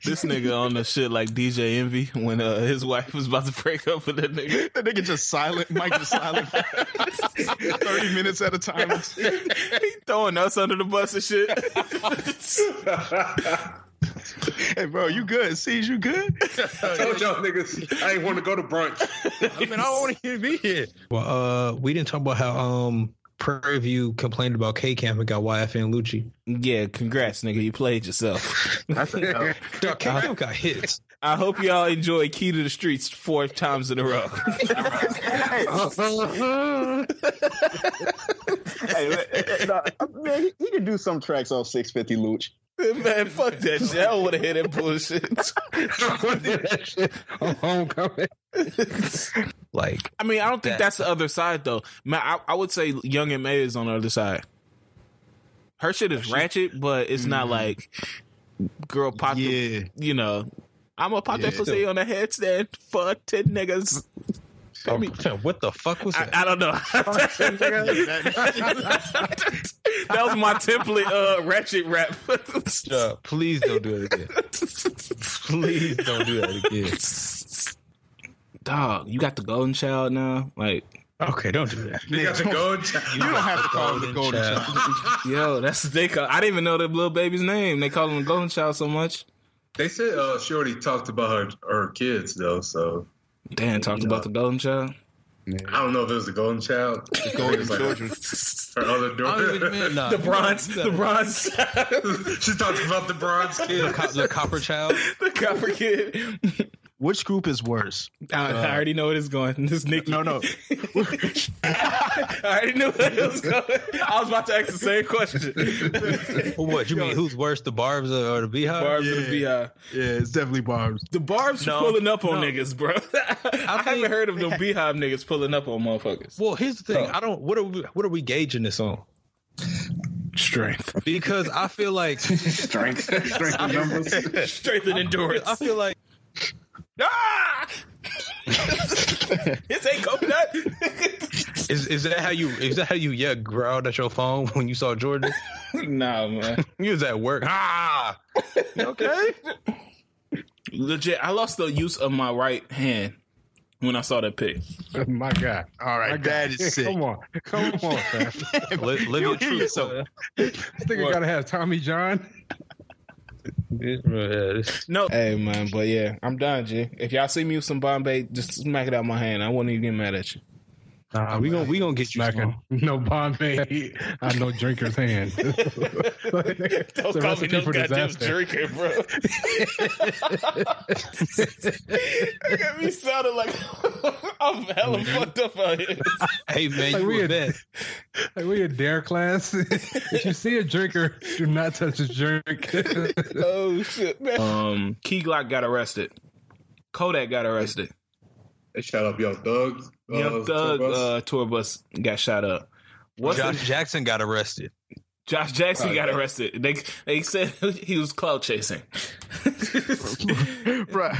Speaker 1: this nigga on the shit like DJ Envy when uh, his wife was about to break up with that nigga.
Speaker 4: That nigga just silent. Mike just silent. for 30 minutes at a time.
Speaker 1: he throwing us under the bus and shit.
Speaker 4: hey, bro, you good? Sees you good?
Speaker 3: I told y'all niggas I ain't want to go to brunch.
Speaker 4: I mean, I don't want to even be here.
Speaker 2: Well, uh, we didn't talk about how um Prairie View complained about K Camp and got YF and Lucci.
Speaker 1: Yeah, congrats, nigga. You played yourself.
Speaker 2: Dude, K Camp got hits.
Speaker 1: I hope y'all enjoy Key to the Streets four times in a row.
Speaker 4: Hey, man, nah, man, he, he could do some tracks off 650 Luch.
Speaker 1: Man, fuck that shit. I don't want to hear that bullshit.
Speaker 7: on homecoming.
Speaker 2: Like
Speaker 1: I mean, I don't think that's the other side though. Man, I, I would say Young and May is on the other side. Her shit is ratchet, but it's not like girl pop. the-
Speaker 4: Mm-hmm. Yeah.
Speaker 1: you know, I'm gonna pop that
Speaker 4: Yeah.
Speaker 1: pussy on the headstand for ten niggas. I mean,
Speaker 2: what the fuck was
Speaker 1: I,
Speaker 2: that?
Speaker 1: I don't know. that was my template uh, ratchet rap.
Speaker 2: Uh, please don't do it again. Please don't do that again.
Speaker 1: Dog, you got the golden child now. Like,
Speaker 2: Okay, don't do that.
Speaker 3: You got the gold.
Speaker 4: You don't have to call him the golden
Speaker 2: child.
Speaker 4: child.
Speaker 1: yo, that's they call. I didn't even know the little baby's name. They call him the golden child so much.
Speaker 3: They said uh, she already talked about her, her kids though, so
Speaker 1: Dan talked about the golden child.
Speaker 3: I don't know if it was the golden child. The golden children. Her other
Speaker 2: I don't even-
Speaker 3: daughter.
Speaker 2: man, nah.
Speaker 1: The bronze, the bronze,
Speaker 3: she talked about the bronze
Speaker 2: The,
Speaker 3: kid.
Speaker 2: co- the copper child.
Speaker 1: the copper kid.
Speaker 4: Which group is worse?
Speaker 1: I, I already know where it's going. This Nikki.
Speaker 4: No, no.
Speaker 1: I already knew where it was going. I was about to ask the same question.
Speaker 2: Well, what you mean? Who's worse, the Barb's or, or the Beehive?
Speaker 1: Barbs and the Beehive.
Speaker 4: Yeah, it's definitely Barb's.
Speaker 1: The Barbs
Speaker 2: No,
Speaker 1: pulling up on niggas, bro. I, haven't
Speaker 2: think-
Speaker 1: heard of the Beehive niggas pulling up on motherfuckers.
Speaker 2: Well, here's the thing. I don't. What are we? What are we gauging this on?
Speaker 1: Strength.
Speaker 2: Because I feel like
Speaker 3: strength, strength in numbers.
Speaker 1: Strength and endurance.
Speaker 2: I feel like
Speaker 1: ah! this ain't coconut.
Speaker 2: is is that how you is that how you yeah growled at your phone when you saw Jordan?
Speaker 1: nah, man.
Speaker 2: You was at work. Ah,
Speaker 1: okay. Legit, I lost the use of my right hand when I saw that pick.
Speaker 7: My God.
Speaker 4: All
Speaker 7: My
Speaker 4: right,
Speaker 7: God.
Speaker 4: that is sick.
Speaker 7: Come on. Come on, man.
Speaker 2: Li- live your truth. So,
Speaker 7: This nigga
Speaker 1: What?
Speaker 7: gotta have Tommy John.
Speaker 1: No. Hey man, but yeah, I'm done, G. If y'all see me with some Bombay, just smack it out my hand. I wouldn't even get mad at you.
Speaker 2: nah, we gonna we gonna get you.
Speaker 7: Smacking.
Speaker 2: small.
Speaker 7: No bomb made. I know drinker's hand. It's a
Speaker 1: Don't call me
Speaker 7: recipe
Speaker 1: no
Speaker 7: for
Speaker 1: goddamn
Speaker 7: disaster.
Speaker 1: drinker, bro. I got me sounding like I'm hella fucked up out here.
Speaker 2: Hey man,
Speaker 7: Like,
Speaker 2: you
Speaker 7: we
Speaker 2: a
Speaker 7: had-
Speaker 2: vet.
Speaker 7: Like we a dare class. if you see a drinker, do not touch a drink.
Speaker 1: Oh shit, man. Um, Key Glock got arrested. Kodak got arrested.
Speaker 3: They shot up Young Thug. uh,
Speaker 1: Young Thug
Speaker 3: tour bus.
Speaker 1: uh, tour bus got shot up. What's the-
Speaker 2: Josh Jackson got arrested.
Speaker 1: Josh Jackson got arrested. They they said he was clout chasing.
Speaker 4: Bro,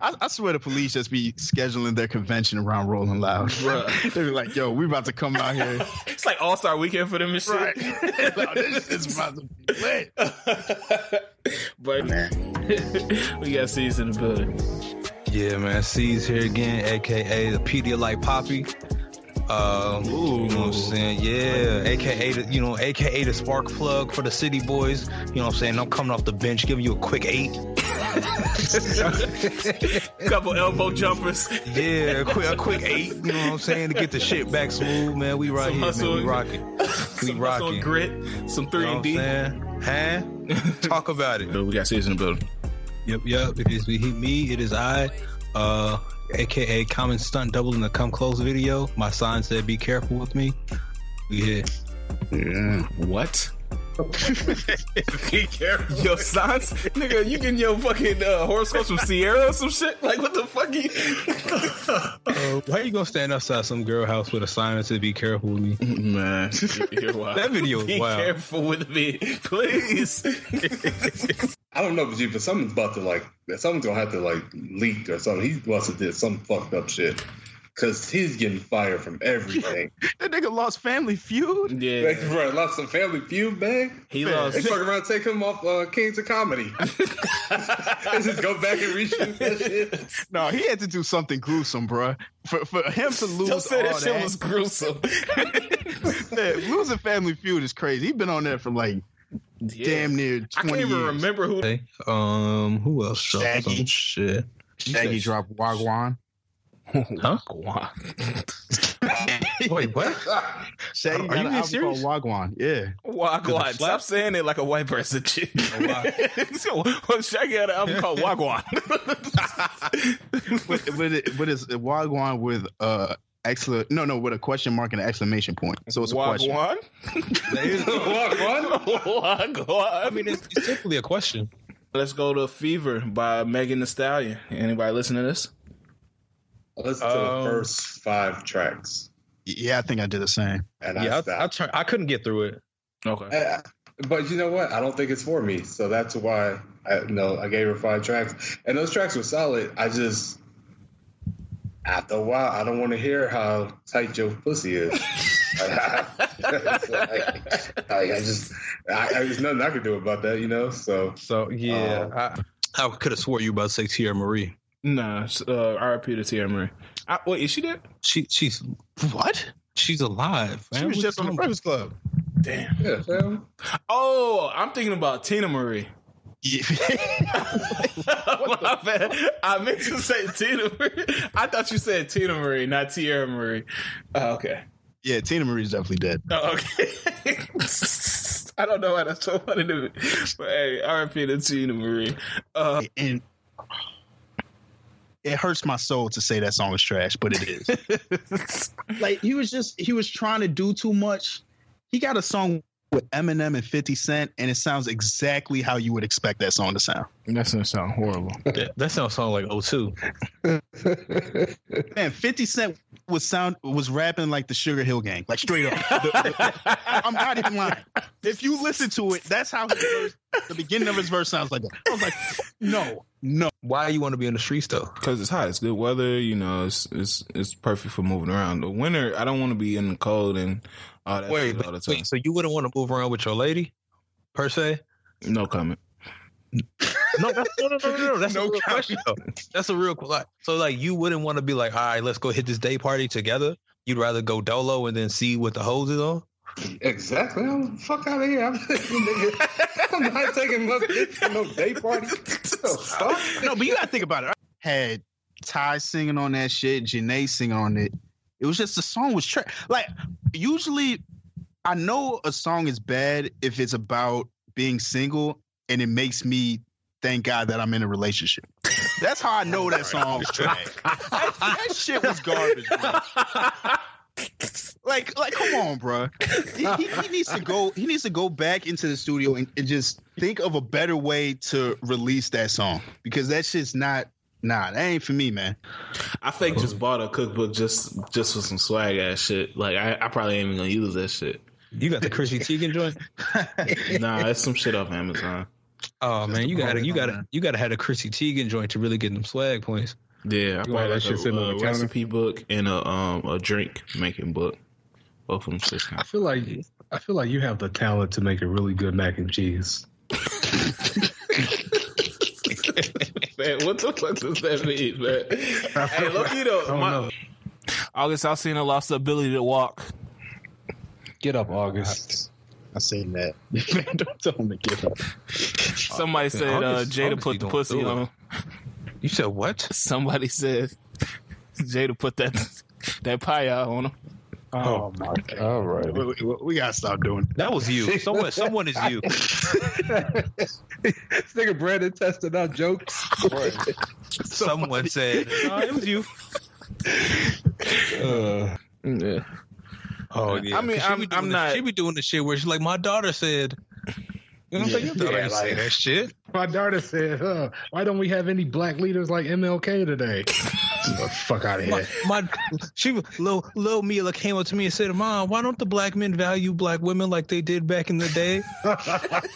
Speaker 4: I, I swear the police just be scheduling their convention around Rolling Loud.
Speaker 1: Bruh.
Speaker 4: they be like, yo, we about to come out here.
Speaker 1: it's like All Star Weekend for them and shit.
Speaker 4: Right. No, this is about to be lit.
Speaker 1: but we got C's in the building.
Speaker 2: Yeah, man. C's here again, aka the Pedialyte Poppy. Um, you know what I'm saying? Yeah, aka the, you know, aka the spark plug for the city boys. You know what I'm saying? I'm coming off the bench, giving you a quick eight.
Speaker 1: Couple elbow jumpers.
Speaker 2: Yeah, a quick, a quick eight. You know what I'm saying? To get the shit back smooth, man. We right
Speaker 1: Some
Speaker 2: here,
Speaker 1: hustle.
Speaker 2: man. We rocking. We
Speaker 1: some muscle and
Speaker 2: rocking.
Speaker 1: grit, some
Speaker 2: You
Speaker 1: three
Speaker 2: know
Speaker 1: and
Speaker 2: what
Speaker 1: D.
Speaker 2: I'm saying? Huh? Talk about it.
Speaker 1: We got C's in the building.
Speaker 2: Yep, yep. It is he, me. It is I. Uh, aka common stunt double in the come close video. My sign said, "Be careful with me." Yeah.
Speaker 1: Yeah. What?
Speaker 4: Be careful.
Speaker 1: Yo, signs, nigga, you getting your fucking uh, horoscopes from Sierra or some shit? Like, what the fuck? You...
Speaker 2: Uh,
Speaker 4: Oh.
Speaker 2: why you gonna stand outside some girl house with a sign that said "Be careful with me"?
Speaker 1: Man, you're wild.
Speaker 2: that video is
Speaker 1: Be
Speaker 2: wild.
Speaker 1: careful with me, please.
Speaker 3: I don't know, but, you, but someone's about to like, someone's gonna have to like leak or something. He must have did some fucked up shit because he's getting fired from everything.
Speaker 4: That nigga lost Family Feud.
Speaker 3: Like, bro, lost some Family Feud, man.
Speaker 1: He
Speaker 3: Man,
Speaker 1: lost-
Speaker 3: They fucking around, take him off uh, Kings of Comedy. Let's just go back and reshoot that shit.
Speaker 4: No, he had to do something gruesome, bruh. For for him to lose
Speaker 1: Don't say
Speaker 4: all
Speaker 1: that shit was gruesome.
Speaker 4: Man, losing Family Feud is crazy. He's been on there for like damn near twenty
Speaker 1: I can't even
Speaker 4: years.
Speaker 1: remember who.
Speaker 2: Hey, um, who else? dropped
Speaker 4: Shaggy.
Speaker 2: some Shit.
Speaker 4: Shaggy dropped Wagwan.
Speaker 2: Huh? Wait, what?
Speaker 4: Shaggy
Speaker 2: Are you
Speaker 4: got an
Speaker 2: being
Speaker 4: album
Speaker 2: serious?
Speaker 4: called Wagwan. Yeah.
Speaker 1: Wagwan. Stop saying it like a white person. Shit. so, Shaggy had an album called Wagwan.
Speaker 4: but but, it, but it's Wagwan with uh excla no no with a question mark and an exclamation point. So it's a question.
Speaker 1: Wagwan?
Speaker 3: Wagwan?
Speaker 1: Wagwan.
Speaker 2: I mean, it's, it's simply a question.
Speaker 1: Let's go to Fever by Megan Thee Stallion. Anybody listen to this?
Speaker 3: Listen to
Speaker 2: Um,
Speaker 3: the first five tracks.
Speaker 4: Yeah, I think I did the same.
Speaker 3: And I
Speaker 2: Yeah, I, I,
Speaker 3: stopped.
Speaker 2: try, I couldn't get through it.
Speaker 1: Okay.
Speaker 3: I- I- but you know what? I don't think it's for me. So that's why I you know I gave her five tracks. And those tracks were solid. I just after a while I don't want to hear how tight your pussy is. It's like, like, I just I, I- there's nothing I could do about that, you know? So
Speaker 2: So yeah,
Speaker 4: Oh.
Speaker 2: I, I could have swore you about to say Tierra Marie.
Speaker 1: Nah, s- uh, RIP to Tierra Marie. I, wait, is she dead?
Speaker 2: She she's
Speaker 4: What?
Speaker 2: she's alive. Man.
Speaker 4: She was
Speaker 2: What
Speaker 4: just
Speaker 2: you
Speaker 4: on the
Speaker 2: talking
Speaker 4: Breakfast Club.
Speaker 1: Damn.
Speaker 3: yeah, fam.
Speaker 1: Oh, I'm thinking about Tina Marie.
Speaker 4: Yeah.
Speaker 1: My bad. I meant to say Tina Marie. I thought you said Tina Marie, not Tierra Marie. Oh, okay.
Speaker 4: yeah, Tina Marie's definitely dead.
Speaker 1: Oh, okay. I don't know why that's so funny to me. But hey, RIP to Tina Marie. Uh,
Speaker 4: And it hurts my soul to say that song is trash, but it is. like he was just he was trying to do too much. He got a song with Eminem and 50 Cent, and it sounds exactly how you would expect that song to sound.
Speaker 1: That's gonna sound horrible.
Speaker 2: about? That, that sounds sound like O2.
Speaker 4: Man, 50 Cent was sound was rapping like the Sugar Hill Gang, like straight up. I'm not even lying. If you listen to it, that's how his verse, the beginning of his verse sounds like. That. I was like, no, no.
Speaker 2: Why you want to be in the streets though?
Speaker 1: Cause it's hot, it's good weather. You know, it's it's it's perfect for moving around. The winter, I don't want to be in the cold and all that
Speaker 2: Wait,
Speaker 1: shit all the
Speaker 2: wait,
Speaker 1: time.
Speaker 2: wait, so you wouldn't want to move around with your lady, per se?
Speaker 1: No comment.
Speaker 2: No, that's, no, no, no, no, no. That's
Speaker 4: No
Speaker 2: a real question. Though. That's a real question. So, like, you wouldn't want to be like, all right, let's go hit this day party together. You'd rather go dolo and then see what the hose is on.
Speaker 3: Exactly. I'm fuck out of here. I'm, nigga, I'm not taking no, no day party. So fuck.
Speaker 4: No, but you gotta think about it. I had Ty singing on that shit, Janae singing on it. It was just the song was trash. Like usually, I know a song is bad if it's about being single and it makes me thank God that I'm in a relationship. That's how I know that song was trash. that, that shit was garbage. Bro. Like, like, come on, bro. He, he, he needs to go. He needs to go back into the studio and, and just think of a better way to release that song because that shit's not. Nah, that ain't for me, man.
Speaker 1: I fake just bought a cookbook just just for some swag ass shit. Like I, I probably ain't even gonna use that shit.
Speaker 2: You got the Chrissy Teigen joint.
Speaker 1: Nah, it's some shit off Amazon.
Speaker 2: Oh man, you gotta, you
Speaker 4: on
Speaker 2: gotta,
Speaker 4: that.
Speaker 2: you gotta have the Chrissy Teigen joint to really get them swag points.
Speaker 1: Yeah, I bought
Speaker 3: that
Speaker 1: like
Speaker 3: shit
Speaker 1: a,
Speaker 3: sitting on
Speaker 1: a
Speaker 3: the counter?
Speaker 1: recipe book and a um a drink making book. Both of them six
Speaker 3: I feel like I feel like you have the talent to make a really good mac and cheese.
Speaker 1: Man, what the fuck does that mean, man? hey, look, you
Speaker 3: I don't
Speaker 1: know,
Speaker 3: know.
Speaker 1: August Alcina lost the ability to walk.
Speaker 3: Get up, August.
Speaker 4: I seen that. Man, don't tell him to get up.
Speaker 1: Somebody said uh,
Speaker 2: August-
Speaker 1: Jada
Speaker 2: August
Speaker 1: put
Speaker 2: you
Speaker 1: the
Speaker 2: don't
Speaker 1: pussy
Speaker 2: do it.
Speaker 1: on.
Speaker 2: You said what?
Speaker 1: Somebody said Jada put that that pie out on him.
Speaker 4: Oh, my god.
Speaker 3: All right.
Speaker 4: We, we- we gotta stop doing that.
Speaker 2: That was you. Someone, someone is you.
Speaker 14: this nigga Brandon testing out jokes.
Speaker 2: someone said. No, it was you.
Speaker 15: yeah.
Speaker 2: Oh yeah.
Speaker 15: I mean,
Speaker 2: 'Cause she
Speaker 15: I'm-
Speaker 2: be doing
Speaker 15: I'm
Speaker 2: the-
Speaker 15: not-
Speaker 2: She be doing the shit where she's like, my daughter said. You know what I'm saying? Your daughter ain't say that shit.
Speaker 7: My daughter said, huh, "Why don't we have any black leaders like MLK today?" Get the fuck out of
Speaker 2: My,
Speaker 7: here.
Speaker 2: my she little little Mila came up to me and said, "Mom, why don't the black men value black women like they did back in the day?"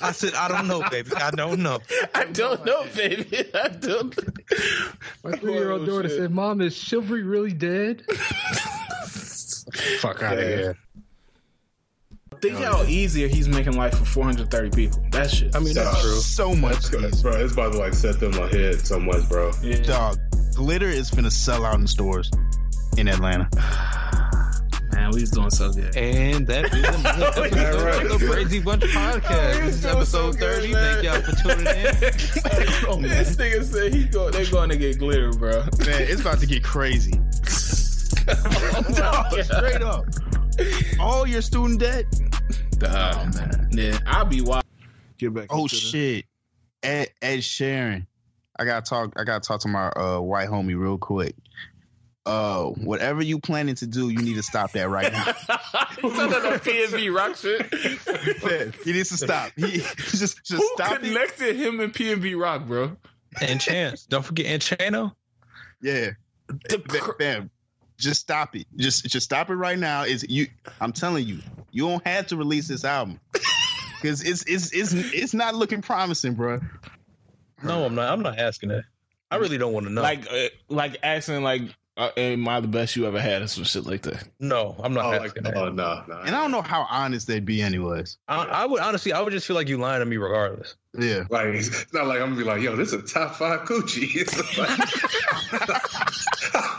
Speaker 2: I said, "I don't know, baby. I don't know."
Speaker 15: I don't know, baby. I don't.
Speaker 7: My three-year-old daughter said, "Mom, is chivalry really dead?" fuck out of here.
Speaker 15: Think how easier he's making life for 430 people. That shit. I mean,
Speaker 3: that's true.
Speaker 4: So much,
Speaker 3: That's, bro, it's about to like set them ahead so much, bro.
Speaker 4: dog. Glitter is gonna sell out in stores in Atlanta.
Speaker 15: Man, we was doing so good.
Speaker 2: And that is
Speaker 3: Oh,
Speaker 2: the crazy bunch of podcasts. This is episode thirty. Thank y'all for tuning in.
Speaker 15: this nigga said he go. They're going to get glitter, bro.
Speaker 4: Man, it's about to get crazy. Dog, straight up. All your student debt.
Speaker 15: Duh. Yeah, I'll be wild. Get back.
Speaker 4: Oh shit. Ed Ed Sharon. I gotta talk I gotta talk to my uh white homie real quick. Uh whatever you planning to do, you need to stop that right now.
Speaker 15: PNB rock shit.
Speaker 4: he needs to stop. He just just
Speaker 15: Who
Speaker 4: stop it.
Speaker 15: connected him and PNB rock, bro?
Speaker 2: And Chance, don't forget and Chano.
Speaker 4: Yeah. Ba- Bam. Just stop it. Just just stop it right now. Is you I'm telling you, you don't have to release this album. Cause it's it's it's it's not looking promising, bro.
Speaker 2: No, I'm not. I'm not asking that. I really don't want to know.
Speaker 15: Like, uh, like asking, like, uh, am I the best you ever had, or some shit like that?
Speaker 2: no, I'm not
Speaker 3: Oh, like,
Speaker 2: asking that.
Speaker 3: oh no, no.
Speaker 4: And I don't know how honest they'd be anyways.
Speaker 2: I, I would honestly, I would just feel like you lying to me regardless.
Speaker 4: Yeah.
Speaker 3: Like it's not like I'm gonna be like, yo, this is a top five coochie. It's like,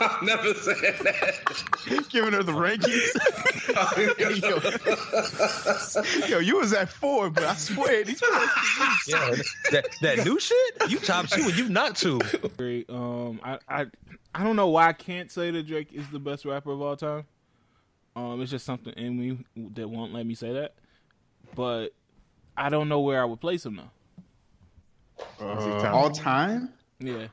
Speaker 3: I'm never saying
Speaker 4: Giving her the rankings.
Speaker 3: that.
Speaker 4: Yo, you was at four, but I swear these
Speaker 2: Yeah, that that new shit. You top two and you not two.
Speaker 1: Great. Um, I, I, I don't know why I can't say that Drake is the best rapper of all time. Um, it's just something in me that won't let me say that. But I don't know where I would place him now.
Speaker 4: Uh, all time.
Speaker 1: Yeah.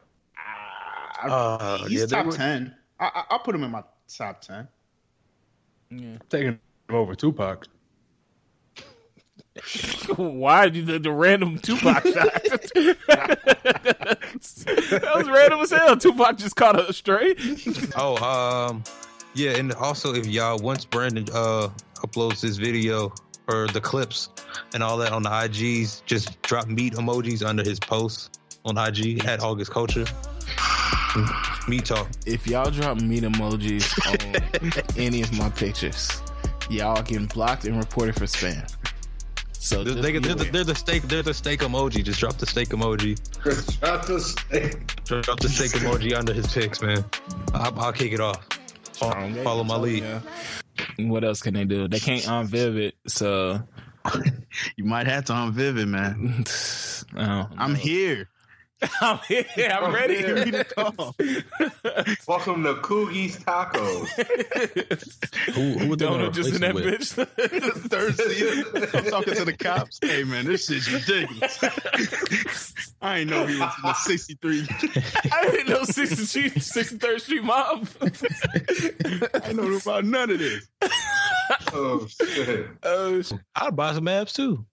Speaker 2: Uh,
Speaker 4: He's
Speaker 2: yeah, they
Speaker 4: top
Speaker 2: were-
Speaker 4: ten. I, I, I'll put him in my top ten.
Speaker 1: Yeah.
Speaker 7: Taking him over Tupac.
Speaker 1: Why did you the, the random Tupac shot? that was random as hell. Tupac just caught a stray.
Speaker 2: Oh, um, yeah, and also if y'all once Brandon uh uploads this video or the clips and all that on the IGs, just drop meat emojis under his posts on IG at August Culture. Meat talk.
Speaker 1: If y'all drop meat emojis on any of my pictures, y'all getting blocked and reported for spam. So
Speaker 2: They're,
Speaker 1: just
Speaker 2: they,
Speaker 1: be
Speaker 2: they're, the,
Speaker 1: aware.
Speaker 2: they're the steak. They're the steak emoji. Just drop the steak emoji.
Speaker 3: Drop the steak.
Speaker 2: Drop the steak emoji under his pics, man. I'll, I'll kick it off. Follow, follow my lead.
Speaker 1: what else can they do? They can't unviv it, so
Speaker 4: You might have to on Vivid, man.
Speaker 1: I
Speaker 4: I'm here.
Speaker 1: am here. I'm ready.
Speaker 4: Give me the call.
Speaker 3: Welcome to Coogie's Tacos.
Speaker 2: Who, who are they gonna
Speaker 1: Donald just
Speaker 2: replace
Speaker 1: in
Speaker 2: him
Speaker 1: that
Speaker 2: with?
Speaker 1: bitch.
Speaker 4: Third season. I'm talking to the cops. Hey man, this shit's ridiculous. I ain't know he was in the 63.
Speaker 1: I didn't know 63 63rd Street Mob.
Speaker 4: I ain't know about none of this.
Speaker 3: oh shit.
Speaker 1: oh,
Speaker 2: I'd buy some abs too.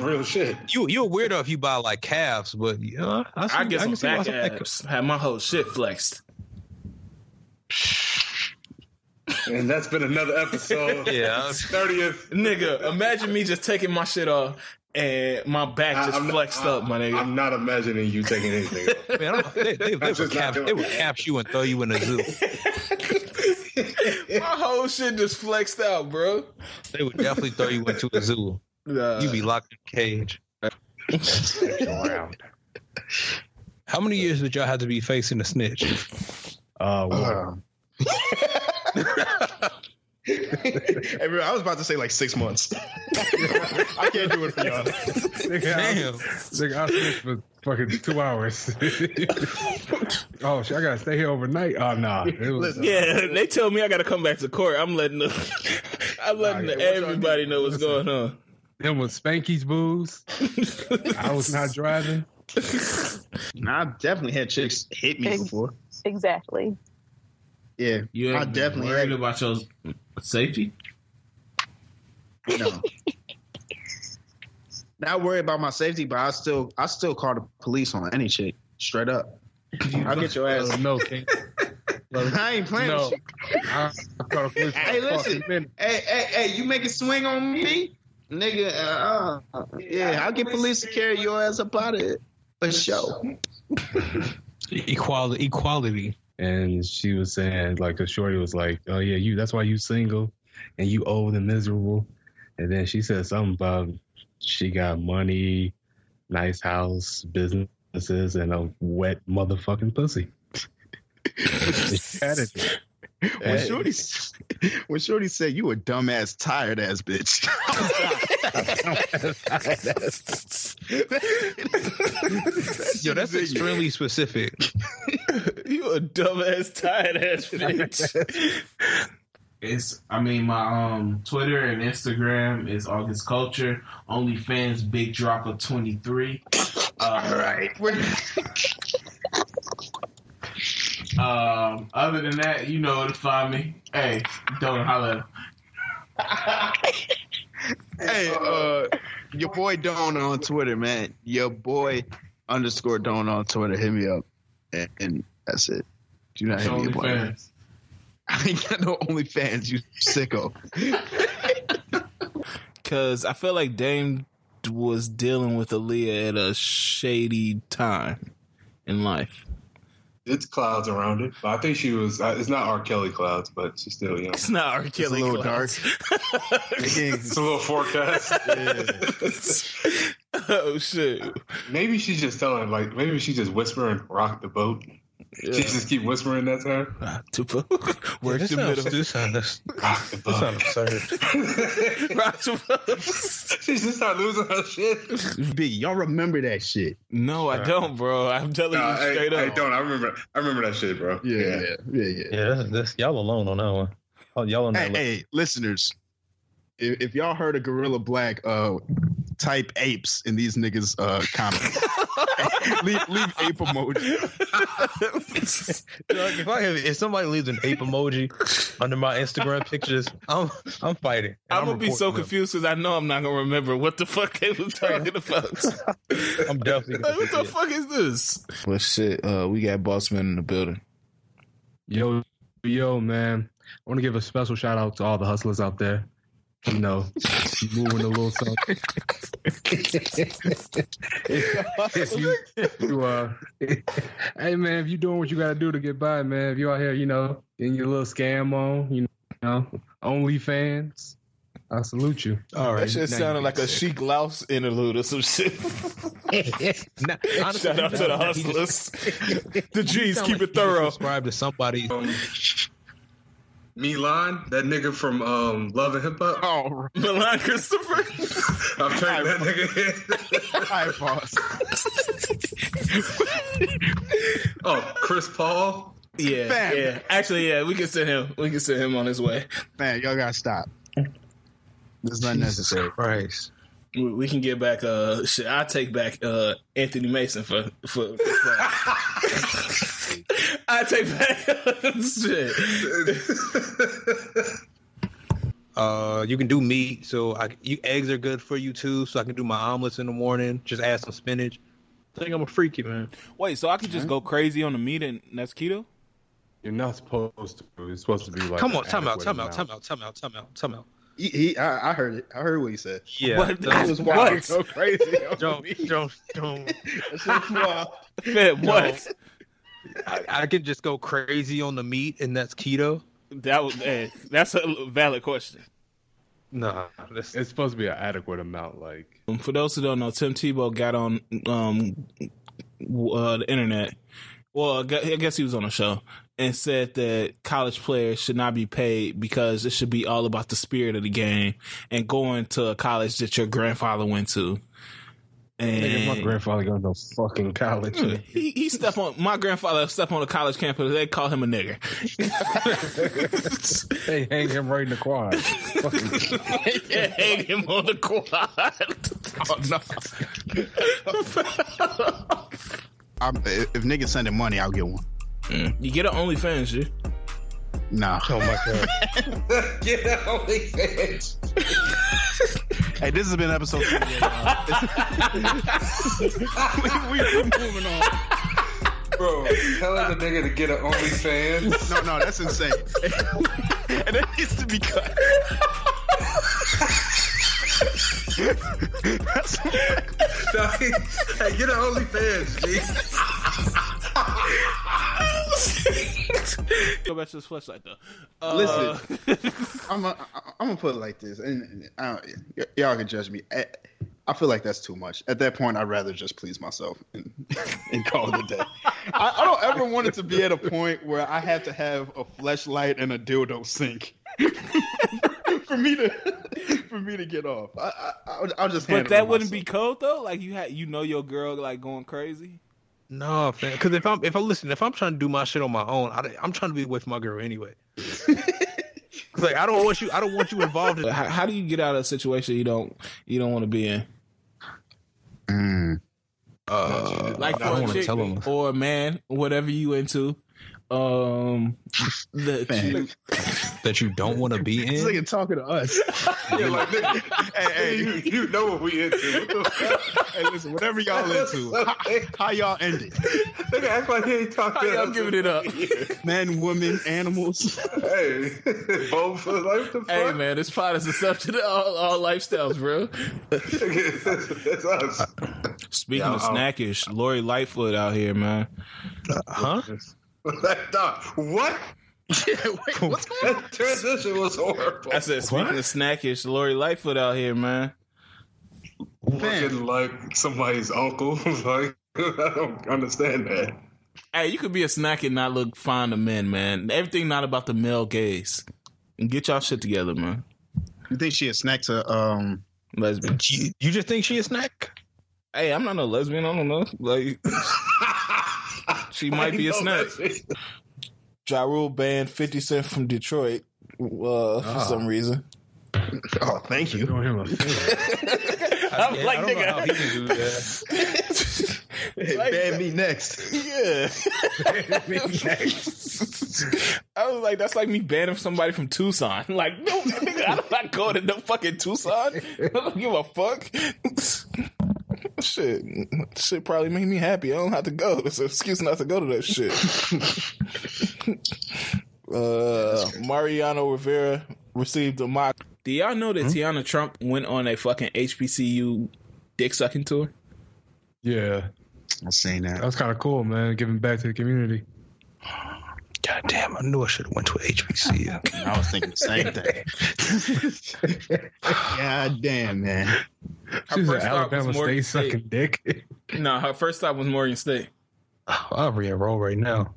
Speaker 3: Real shit.
Speaker 2: You you a weirdo if you buy like calves, but yeah, I, see-
Speaker 1: I get
Speaker 2: can
Speaker 1: some
Speaker 2: see why
Speaker 1: back abs. Had my whole shit flexed.
Speaker 3: And that's been another episode.
Speaker 2: Yeah.
Speaker 3: 30th.
Speaker 1: Nigga, imagine me just taking my shit off and my back
Speaker 3: I-
Speaker 1: just
Speaker 3: I'm not-
Speaker 1: flexed up, my nigga.
Speaker 3: I'm not imagining you taking anything. off.
Speaker 2: Man, I'm- they, they, they,
Speaker 3: I'm
Speaker 2: would
Speaker 3: just not
Speaker 2: cap,
Speaker 3: doing
Speaker 2: they would
Speaker 3: it.
Speaker 2: cap you and throw you in a zoo.
Speaker 1: my whole shit just flexed out, bro.
Speaker 2: They would definitely throw you into a zoo.
Speaker 1: Nah.
Speaker 2: You'd be locked in a cage. How many years would y'all have to be facing a snitch?
Speaker 7: Uh, well,
Speaker 4: Um. Every- I was about to say like six months. I can't do it for y'all.
Speaker 7: nigga, I-
Speaker 2: Damn.
Speaker 7: nigga, I sleep for fucking two hours. oh shit, I gotta stay here overnight. Oh nah, it was, uh,
Speaker 1: Yeah, they tell me I gotta come back to court. I'm letting the, I'm letting
Speaker 7: Nah, yeah, what y'all
Speaker 1: everybody know what's going on.
Speaker 7: them was Spanky's booze. I was not driving.
Speaker 16: Nah, I've definitely had chicks hit me
Speaker 10: Ex-
Speaker 16: before.
Speaker 10: Exactly.
Speaker 16: Yeah,
Speaker 1: You
Speaker 16: I
Speaker 1: ain't
Speaker 16: definitely
Speaker 1: worried about your safety.
Speaker 16: No. Not worry about my safety, but I still I still call the police on any chick. Straight up. I'll get your ass.
Speaker 2: no, King.
Speaker 16: I ain't playing
Speaker 2: No.
Speaker 16: with you. Hey, listen. Hey, hey, hey, you make a swing on me? Nigga, uh, uh, yeah, I'll get police to carry your ass up out of it. For sure.
Speaker 2: Equality, equality.
Speaker 7: and she was saying like the shorty was like, "Oh yeah, you. That's why you single, and you old and miserable." And then she said something about she got money, nice house, businesses, and a wet motherfucking pussy.
Speaker 4: Had it. When
Speaker 7: Hey.
Speaker 4: Shorty, s- when Shorty said you a dumbass, tired ass bitch.
Speaker 2: Yo, that's extremely specific.
Speaker 1: you a dumbass, tired ass bitch. it's I mean my um Twitter and Instagram is August Culture. OnlyFans Big Drop of twenty three. All right. um. Other than that, you know where to find me. Hey, don't holler.
Speaker 4: hey, uh, your boy Don on Twitter, man. Your boy underscore Don on Twitter. Hit me up, and, and that's it. Do not
Speaker 1: It's
Speaker 4: hit me up. on that.
Speaker 1: OnlyFans.
Speaker 4: I ain't got no OnlyFans. You sicko.
Speaker 1: Cause I feel like Dame was dealing with Aaliyah at a shady time in life.
Speaker 3: It's clouds around it, but I think she was. uh, It's not R. Kelly clouds, but she's still you know.
Speaker 1: It's not R. Kelly.
Speaker 4: a little
Speaker 3: It's a little forecast.
Speaker 1: oh shit!
Speaker 3: Maybe she's just telling, like, maybe she's just whispering, "Rock the boat." She just keep whispering that to her.
Speaker 1: Ah, Tupac. Work
Speaker 2: This
Speaker 1: the
Speaker 2: sounds,
Speaker 1: middle.
Speaker 2: this sounds, this
Speaker 3: Rock the
Speaker 2: sounds absurd.
Speaker 3: boat.
Speaker 1: Rock the-
Speaker 3: she's just not losing her shit.
Speaker 4: B, y'all remember that shit?
Speaker 1: no, I don't, bro. I'm telling
Speaker 3: Nah,
Speaker 1: you
Speaker 3: hey,
Speaker 1: straight
Speaker 3: hey,
Speaker 1: up.
Speaker 3: don't. I remember. I remember that shit, bro.
Speaker 4: Yeah, yeah, yeah. yeah.
Speaker 2: Yeah, that's, that's y'all alone on that one. Oh, y'all on that.
Speaker 4: Hey,
Speaker 2: list.
Speaker 4: hey, listeners, if, if y'all heard of Gorilla Black, uh, type apes in these niggas' uh, comments. leave, leave ape emoji.
Speaker 2: Dog, if I have, if somebody leaves an ape emoji under my Instagram pictures, I'm I'm fighting. and
Speaker 1: I'm gonna be so
Speaker 2: reporting
Speaker 1: confused because I know I'm not gonna remember what the fuck they was talking about.
Speaker 2: them. I'm definitely
Speaker 1: like,
Speaker 2: gonna
Speaker 1: what the
Speaker 2: forget.
Speaker 1: fuck is this? Well, shit. Uh, we got Bossman in the building.
Speaker 7: Yo, yo, man. I want to give a special shout out to all the hustlers out there. You know, you moving a little something. if you, if you, uh, hey, man, if you doing what you got to do to get by, man, if you out here, you know, in your little scam on, you know, OnlyFans, I salute you.
Speaker 2: All
Speaker 1: That
Speaker 2: right,
Speaker 1: shit sounded like a chic louse interlude or some shit.
Speaker 2: Nah, honestly,
Speaker 1: Shout out to the
Speaker 2: he just-
Speaker 1: hustlers. the
Speaker 2: he
Speaker 1: G's
Speaker 2: sound
Speaker 1: keep
Speaker 2: like
Speaker 1: it
Speaker 2: he just
Speaker 1: thorough.
Speaker 2: Subscribe to somebody.
Speaker 3: Um, Milan, that nigga from um, Love and Hip Hop.
Speaker 4: Oh,
Speaker 1: Milan Christopher.
Speaker 3: I'm turning that nigga. in.
Speaker 4: right, boss.
Speaker 3: oh, Chris Paul.
Speaker 1: Yeah,
Speaker 4: Fam.
Speaker 1: yeah. Actually, yeah, we can send him. We can send him on his way.
Speaker 4: Man, y'all gotta stop. This is unnecessary.
Speaker 2: Christ.
Speaker 1: We, we can get back. Uh, shit, I take back uh Anthony Mason for for. for I take back shit.
Speaker 2: Uh, you can do meat, so I you eggs are good for you too. So I can do my omelets in the morning. Just add some spinach. I think I'm a freaky man.
Speaker 1: Wait, so I could just go crazy on the meat and that's keto?
Speaker 7: You're not supposed to. It's supposed to be like.
Speaker 2: Come
Speaker 7: an
Speaker 2: on, time out,
Speaker 7: adequate
Speaker 2: time out,
Speaker 7: amount.
Speaker 2: time out, time out, time out, time out.
Speaker 16: He, he, I, I heard it. I heard what he said.
Speaker 2: Yeah,
Speaker 1: What?
Speaker 2: don't-
Speaker 1: was
Speaker 4: Why you
Speaker 1: What?
Speaker 4: go crazy?
Speaker 2: don't, don't, don't.
Speaker 1: Man, what?
Speaker 2: I, I can just go crazy on the meat, and that's keto.
Speaker 1: That was hey, that's a valid question.
Speaker 2: Nah, that's,
Speaker 7: It's supposed to be an adequate amount, like.
Speaker 1: For those who don't know, Tim Tebow got on um uh, the internet. Well, I gue- I guess he was on a show and said that college players should not be paid because it should be all about the spirit of the game and going to a college that your grandfather went to.
Speaker 7: Nigga, my
Speaker 1: And
Speaker 7: grandfather got no fucking college.
Speaker 1: he, he step on my grandfather step on a college campus. They call him a nigger.
Speaker 7: they hang him right in the quad. Fucking-
Speaker 1: Yeah, hang him on the quad. oh no.
Speaker 4: I'm, if if niggas sending money, I'll get one.
Speaker 1: You get an OnlyFans, you.
Speaker 4: Nah.
Speaker 16: Oh my god.
Speaker 3: Get out of OnlyFans.
Speaker 4: Hey, this has been episode. 38, y'all. we, we, we moving on.
Speaker 3: Bro, telling the nigga to get an OnlyFans.
Speaker 4: No, no, that's insane. and that needs to be cut. That's-
Speaker 3: No, he- hey, get an OnlyFans, G.
Speaker 1: Go back to this flashlight though. Uh,
Speaker 4: Listen.
Speaker 1: Listen,
Speaker 4: I'm a, I'm gonna put it like this, and, and I don't, y- y'all can judge me. I, I feel like that's too much. At that point, I'd rather just please myself and, and call it a day. I, I don't ever want it to be at a point where I have to have a flashlight and a dildo sink for me to for me to get off. I, I, I'll- I'll just.
Speaker 1: but
Speaker 4: handle
Speaker 1: that
Speaker 4: it
Speaker 1: wouldn't be
Speaker 4: myself.
Speaker 1: cold though. Like you had, you know, your girl like going crazy.
Speaker 2: No, man. Because if I'm if I'm listening, if I'm trying to do my shit on my own, I, am trying to be with my girl anyway. 'Cause, like I don't want you. I don't want you involved. In,
Speaker 1: How, how do you get out of a situation you don't you don't want to be in?
Speaker 4: Mm.
Speaker 2: uh,
Speaker 1: Like
Speaker 2: I don't
Speaker 1: for a
Speaker 2: want to
Speaker 1: chick
Speaker 2: tell them.
Speaker 1: or a man, whatever you into. Um, that you
Speaker 2: that you don't want to be
Speaker 4: This
Speaker 2: in.
Speaker 4: nigga talking to us.
Speaker 3: Yeah, like, nigga, hey, hey, you, you know what we into. What the fuck?
Speaker 4: hey, listen, whatever y'all into, how, how y'all end it?
Speaker 3: Nigga, act like he ain't talking
Speaker 1: How
Speaker 3: to
Speaker 1: y'all
Speaker 3: us
Speaker 1: giving it
Speaker 3: in
Speaker 1: up?
Speaker 4: Men, women, animals.
Speaker 3: Hey, both of like the
Speaker 1: Hey
Speaker 3: fuck?
Speaker 1: man, this pod is accepted to all, all lifestyles, bro.
Speaker 3: That's us.
Speaker 1: Speaking
Speaker 3: Yeah,
Speaker 1: of
Speaker 3: I'll-
Speaker 1: snackish, Lori Lightfoot out here, man.
Speaker 2: Huh?
Speaker 3: Nah, what?
Speaker 4: Wait, what's going on?
Speaker 3: That transition was horrible.
Speaker 1: I said, speaking of snackish, Lori Lightfoot out here, man.
Speaker 3: Looking like somebody's uncle. like, I don't understand that.
Speaker 1: Hey, you could be a snack and not look fine to men, man. Everything not about the male gaze. Get y'all shit together, man.
Speaker 4: You think she a snack to um?
Speaker 1: Lesbian.
Speaker 2: You, you just think she a snack?
Speaker 1: Hey, I'm not no lesbian. I don't know. Like, she might be a snack. Ja Rule banned 50 Cent from Detroit uh,
Speaker 2: Uh-huh.
Speaker 1: for some reason.
Speaker 4: Oh, thank you.
Speaker 7: Doing him a favor.
Speaker 1: I'm
Speaker 2: Yeah,
Speaker 1: like,
Speaker 2: I don't know how he
Speaker 1: nigga.
Speaker 2: can do that.
Speaker 4: Hey,
Speaker 1: Like-
Speaker 4: ban me next.
Speaker 1: Yeah. I was like, that's like me banning somebody from Tucson. Like, no, nigga, I'm not going to no fucking Tucson. I don't give a fuck. shit. Shit probably made me happy. I don't have to go. It's an excuse not to go to that shit. uh, Mariano Rivera received a mock. Hmm? Do y'all know that Tiana Trump went on a fucking HBCU dick sucking tour?
Speaker 7: Yeah,
Speaker 4: I'm saying
Speaker 7: that was kind of cool, man. Giving back to the community.
Speaker 2: God damn! I knew I should have went to a HBCU.
Speaker 4: I was thinking the same thing. God damn, man.
Speaker 7: She's an
Speaker 1: first thought was
Speaker 7: Alabama
Speaker 1: Morgan State.
Speaker 7: State sucking dick.
Speaker 1: No, her first stop was Morgan State.
Speaker 2: Oh, I'll re-enroll right now.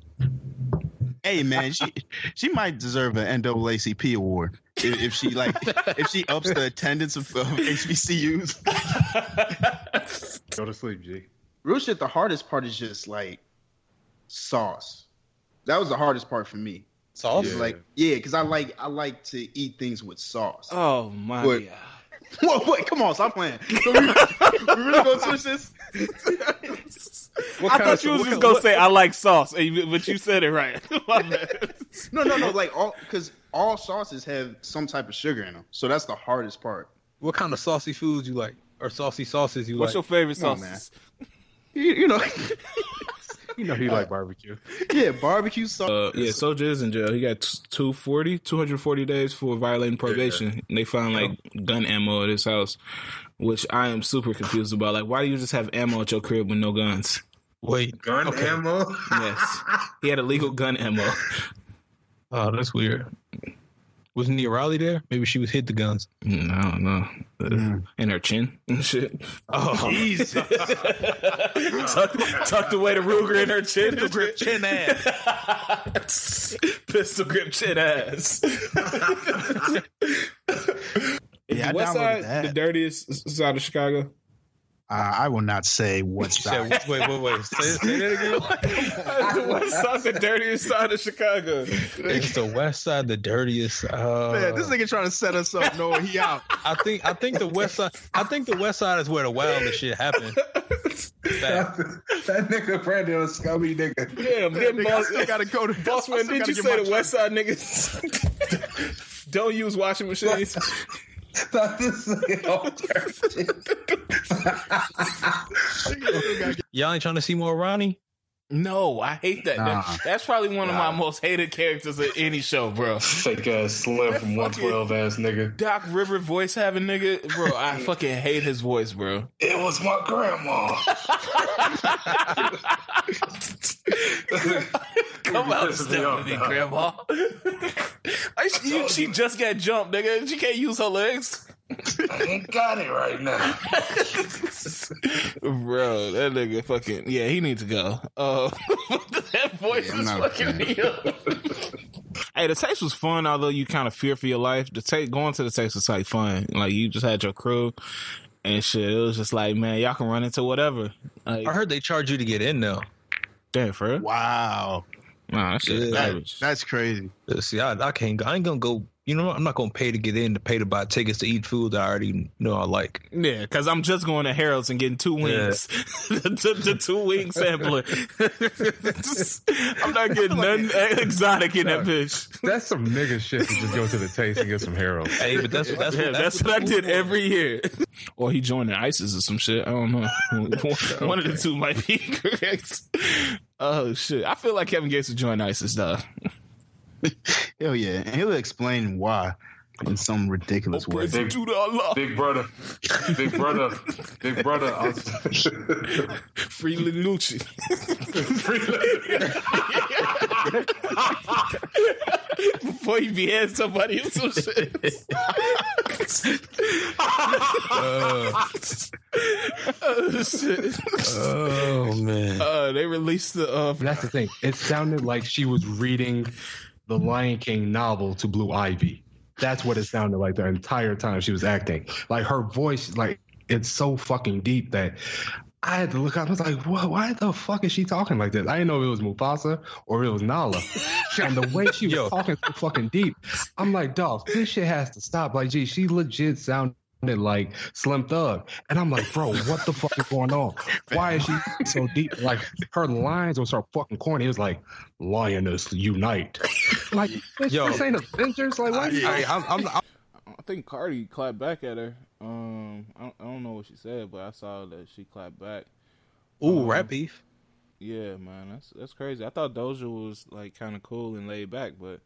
Speaker 4: Hey, man, she she might deserve an NAACP award if, if she like if she ups the attendance of, of HBCUs.
Speaker 7: Go to sleep, G.
Speaker 4: real shit, the hardest part is just like sauce. That was the hardest part for me.
Speaker 2: Sauce?
Speaker 4: It's Like, yeah, because I like I like to eat things with sauce.
Speaker 1: Oh my
Speaker 4: What?
Speaker 1: god.
Speaker 4: Whoa, wait, come on, stop playing. So we, we really gonna switch this?
Speaker 1: I thought you was just gonna say I like sauce, eh, but you said it right. My bad.
Speaker 4: No, no, no. Like all, because all sauces have some type of sugar in them, so that's the hardest part.
Speaker 2: What kind of saucy foods you like, or saucy sauces you
Speaker 1: What's your
Speaker 2: like?
Speaker 1: favorite
Speaker 4: Come on,
Speaker 1: sauce?
Speaker 4: You, you know,
Speaker 7: You know he like barbecue.
Speaker 4: yeah, barbecue sauce.
Speaker 1: Uh, yeah, soldier is in jail. He got t- 240, 240 days for violating probation. And they found like gun ammo at his house, which I am super confused about. Like, why do you just have ammo at your crib with no guns?
Speaker 2: Wait.
Speaker 3: Gun
Speaker 2: Okay.
Speaker 3: ammo?
Speaker 1: Yes, he had illegal gun ammo.
Speaker 2: Oh, that's weird. Was Nia Riley there? Maybe she was hit the guns.
Speaker 1: Mm, I don't know. Uh,
Speaker 17: Mm.
Speaker 1: And her chin and shit.
Speaker 2: Oh,
Speaker 1: tucked, tucked away the Ruger in her chin. Pistol grip chin ass. Pistol grip chin ass.
Speaker 4: Yeah, I
Speaker 1: West
Speaker 4: downloaded
Speaker 1: side,
Speaker 4: that.
Speaker 1: the dirtiest side of Chicago.
Speaker 4: Uh, I will not say what's
Speaker 2: said,
Speaker 4: that.
Speaker 2: wait, wait, wait. Say, say that again.
Speaker 1: the West side, the dirtiest side of Chicago.
Speaker 2: It's the West Side, the dirtiest. Uh,
Speaker 4: Man, this nigga trying to set us up, knowing he out.
Speaker 2: I think I think the West Side. I think the West Side is where the wildest shit happened.
Speaker 17: that nigga Brandon a scummy nigga.
Speaker 15: Yeah, then
Speaker 17: Nigga, I
Speaker 15: boss,
Speaker 17: still gotta go to-
Speaker 15: boss
Speaker 17: I
Speaker 15: man.
Speaker 17: still
Speaker 15: Did
Speaker 17: gotta
Speaker 15: you
Speaker 17: get
Speaker 15: say
Speaker 17: my
Speaker 15: the West Side niggas don't use washing machines?
Speaker 17: Not this
Speaker 2: Y'all ain't trying to see more Ronnie?
Speaker 15: No, I hate that. That- That's probably one of my most hated characters of any show, bro.
Speaker 3: Fake ass slim from 112 ass nigga.
Speaker 15: Doc River voice having nigga, bro. I fucking hate his voice, bro.
Speaker 3: It was my grandma.
Speaker 15: Come out and step with me, Grandma. Like, she, you- she just got jumped, nigga. She can't use her legs,
Speaker 3: I ain't got it right now.
Speaker 15: bro. That nigga fucking yeah. He needs to go. Uh, that voice
Speaker 1: Yeah, I'm
Speaker 15: is
Speaker 1: not a
Speaker 15: fucking ill.
Speaker 1: Hey, the taste was fun, although you kind of fear for your life. The taste going to the taste was like fun. Like you just had your crew and shit. It was just like, man, y'all can run into whatever. Like,
Speaker 2: I heard they charge you to get in though.
Speaker 1: damn, for real?
Speaker 4: Wow.
Speaker 1: Nah, that shit is
Speaker 2: Yeah.
Speaker 1: garbage.
Speaker 4: That's crazy.
Speaker 2: See, I, I can't. go- I ain't gonna go. You know, what? I'm not gonna pay to get in to pay to buy tickets to eat food that I already know I like.
Speaker 1: Yeah, because I'm just going to Harold's and getting two wings, the, the two wing sampler. I'm not getting nothing exotic in that bitch.
Speaker 7: That's some nigga shit to just go to the taste and get some Harold.
Speaker 2: Hey, but that's that's,
Speaker 1: yeah, that's, what, I did every year. Or he joined the ISIS or some shit. I don't know. One of the two might be correct. Oh shit! I feel like Kevin Gates would join ISIS though.
Speaker 4: Hell yeah. And he'll explain why in some ridiculous way.
Speaker 3: Big, big brother, big brother, big brother. I was-
Speaker 1: Free Lenucci. Before you behead somebody or some shit. oh shit!
Speaker 2: Oh man.
Speaker 1: Uh, they released the uh,
Speaker 7: But that's the thing. It sounded like she was reading the Lion King novel to Blue Ivy. That's what it sounded like the entire time she was acting. Like her voice, like it's so fucking deep that I had to look up. I was like, "What? Why the fuck is she talking like this?" I didn't know if it was Mufasa or it was Nala. and the way she was
Speaker 2: Yo.
Speaker 7: talking so fucking deep, I'm like, "Dog, this shit has to stop." Like, gee, she legit sounded like Slim Thug, and I'm like, "Bro, what the fuck is going on? Why is she so deep?" Like, her lines was so fucking corny. It was like, "Lioness unite." Like, this,
Speaker 2: Yo.
Speaker 7: this ain't Avengers. Like, why?
Speaker 4: Hey, I'm, I'm, I'm,
Speaker 1: I think Cardi clapped back at her. Um, I don't, I don't know what she said, but I saw that she clapped back.
Speaker 2: Ooh, rap beef.
Speaker 1: Yeah, man, that's that's crazy. I thought Doja was like kind of cool and laid back, but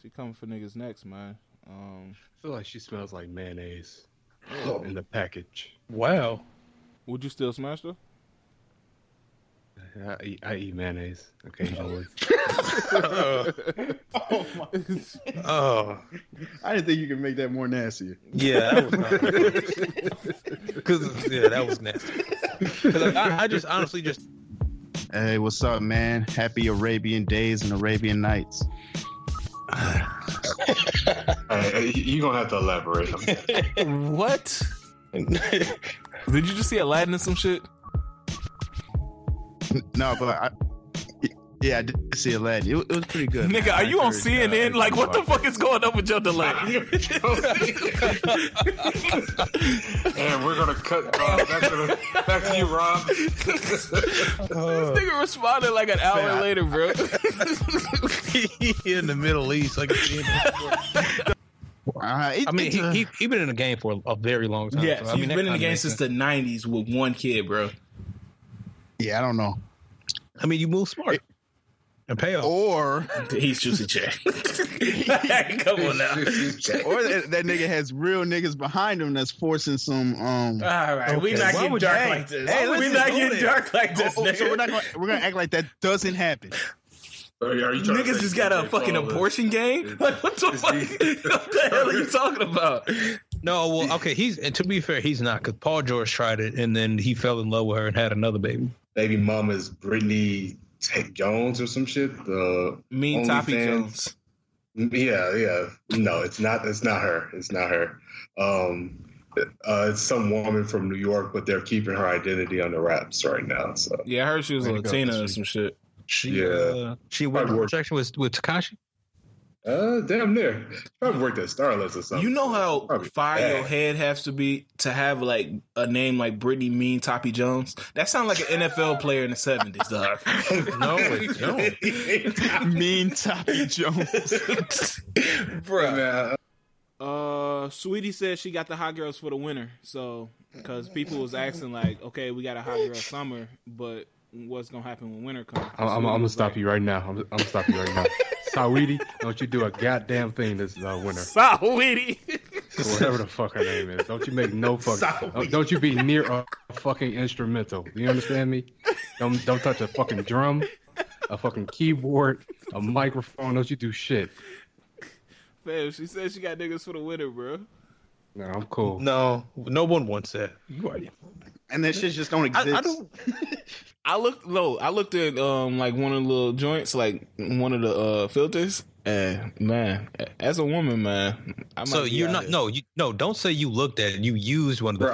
Speaker 1: she coming for niggas next, man. Um,
Speaker 7: I Oh. feel like she smells like mayonnaise in the package.
Speaker 2: Wow.
Speaker 1: would you still smash her?
Speaker 7: I eat, I eat mayonnaise occasionally.
Speaker 2: Oh
Speaker 4: I did not think you could make that more nastier.
Speaker 2: yeah, that was because yeah, that was nasty. 'Cause, like, I, I just honestly just
Speaker 4: Hey, what's up, man? Happy Arabian days and Arabian nights.
Speaker 3: Hey, hey, you you gonna have to elaborate.
Speaker 1: what? Did you just see Aladdin and some shit?
Speaker 4: No, but I, yeah, I did see Aladdin. It was, it was pretty good.
Speaker 1: Nigga,
Speaker 4: man.
Speaker 1: are
Speaker 4: I
Speaker 1: you on
Speaker 4: encourage, uh,
Speaker 1: CNN? like, what the fuck is going on with your delay?
Speaker 3: and we're gonna cut uh, back, to the, back to you, Rob.
Speaker 1: this nigga responded like an hour
Speaker 16: Man, I-
Speaker 1: later, bro.
Speaker 16: in the Middle East, like
Speaker 4: Uh, it-
Speaker 2: I mean
Speaker 4: it's
Speaker 2: he
Speaker 4: a-
Speaker 2: he he been in the game for a, a very long time.
Speaker 1: yeah,
Speaker 2: so, I
Speaker 1: you've
Speaker 2: mean, that
Speaker 1: been in the
Speaker 2: kinda
Speaker 1: game
Speaker 2: makes
Speaker 1: since
Speaker 2: sense.
Speaker 1: the '90s with one kid, bro.
Speaker 4: yeah, I don't know.
Speaker 2: I mean, you move smart and pay off.
Speaker 4: Or
Speaker 1: He's Juicy J. Come on now.
Speaker 4: or that, that nigga has real niggas behind him that's forcing some um
Speaker 1: All right, we
Speaker 4: Okay.
Speaker 1: not
Speaker 4: Why
Speaker 1: getting
Speaker 4: would-
Speaker 1: dark
Speaker 4: hey,
Speaker 1: like this.
Speaker 4: hey,
Speaker 1: we
Speaker 4: let's
Speaker 1: not
Speaker 4: just go
Speaker 1: getting
Speaker 4: there.
Speaker 1: dark like
Speaker 4: Oh,
Speaker 1: this,
Speaker 4: oh,
Speaker 1: nigga.
Speaker 4: so we're not gonna we're gonna act like that doesn't happen.
Speaker 3: Are you- are you trying to
Speaker 1: Niggas
Speaker 3: say
Speaker 1: just got a
Speaker 3: DJ
Speaker 1: fucking
Speaker 3: Paul is-
Speaker 1: abortion game? Like, what the fuck? what the hell are you talking about?
Speaker 2: No, well, okay. He's and to be fair, he's not because Paul George tried it and then he fell in love with her and had another baby.
Speaker 3: Baby mom is Brittany Tate Jones or some shit. The
Speaker 1: Mean
Speaker 3: OnlyFans.
Speaker 1: Toppy Jones.
Speaker 3: Yeah, yeah. No, it's not. It's not her. It's not her. Um, uh, it's some woman from New York, but they're keeping her identity under wraps right now. So
Speaker 1: Yeah, I heard she was
Speaker 7: Way to go, Latina or this
Speaker 1: some shit.
Speaker 2: She,
Speaker 3: Yeah.
Speaker 2: uh, she went
Speaker 3: Probably
Speaker 2: to
Speaker 3: work.
Speaker 2: protection with with Takashi.
Speaker 3: Uh, damn near. Probably worked at Starless or something.
Speaker 1: You know how fire your head has to be to have like a name like Brittany Mean Toppy Jones? That sounds like an NFL player in the 70s, dog.
Speaker 2: no, it
Speaker 1: don't. mean Toppy Jones. Bruh. Uh, Sweetie said she got the hot girls for the winter. So, because people was asking, like, okay, we got a hot girl summer, but what's going to happen when winter comes?
Speaker 7: I'm, I'm, I'm gonna stop you right now. I'm, I'm gonna stop you right now. Saweetie, don't you do a goddamn thing this uh, winter.
Speaker 1: Saweetie.
Speaker 7: Whatever the fuck her name is. Don't you make no fucking. Don't, don't you be near a fucking instrumental. Do you understand me? Don't don't touch a fucking drum, a fucking keyboard, a microphone. Don't you do shit.
Speaker 1: Fam, she said she got niggas for the winter, bro.
Speaker 7: No, I'm cool.
Speaker 2: No, no one wants that. You already.
Speaker 4: And that shit just don't
Speaker 1: I-
Speaker 4: exist.
Speaker 1: I don't- I looked low. I looked at um like one of the little joints, like one of the uh filters. And man, as a woman, man, I might
Speaker 2: so
Speaker 1: be
Speaker 2: you're
Speaker 1: out
Speaker 2: not
Speaker 1: here.
Speaker 2: no you, no don't say you looked at it you used one of the
Speaker 1: Bruh.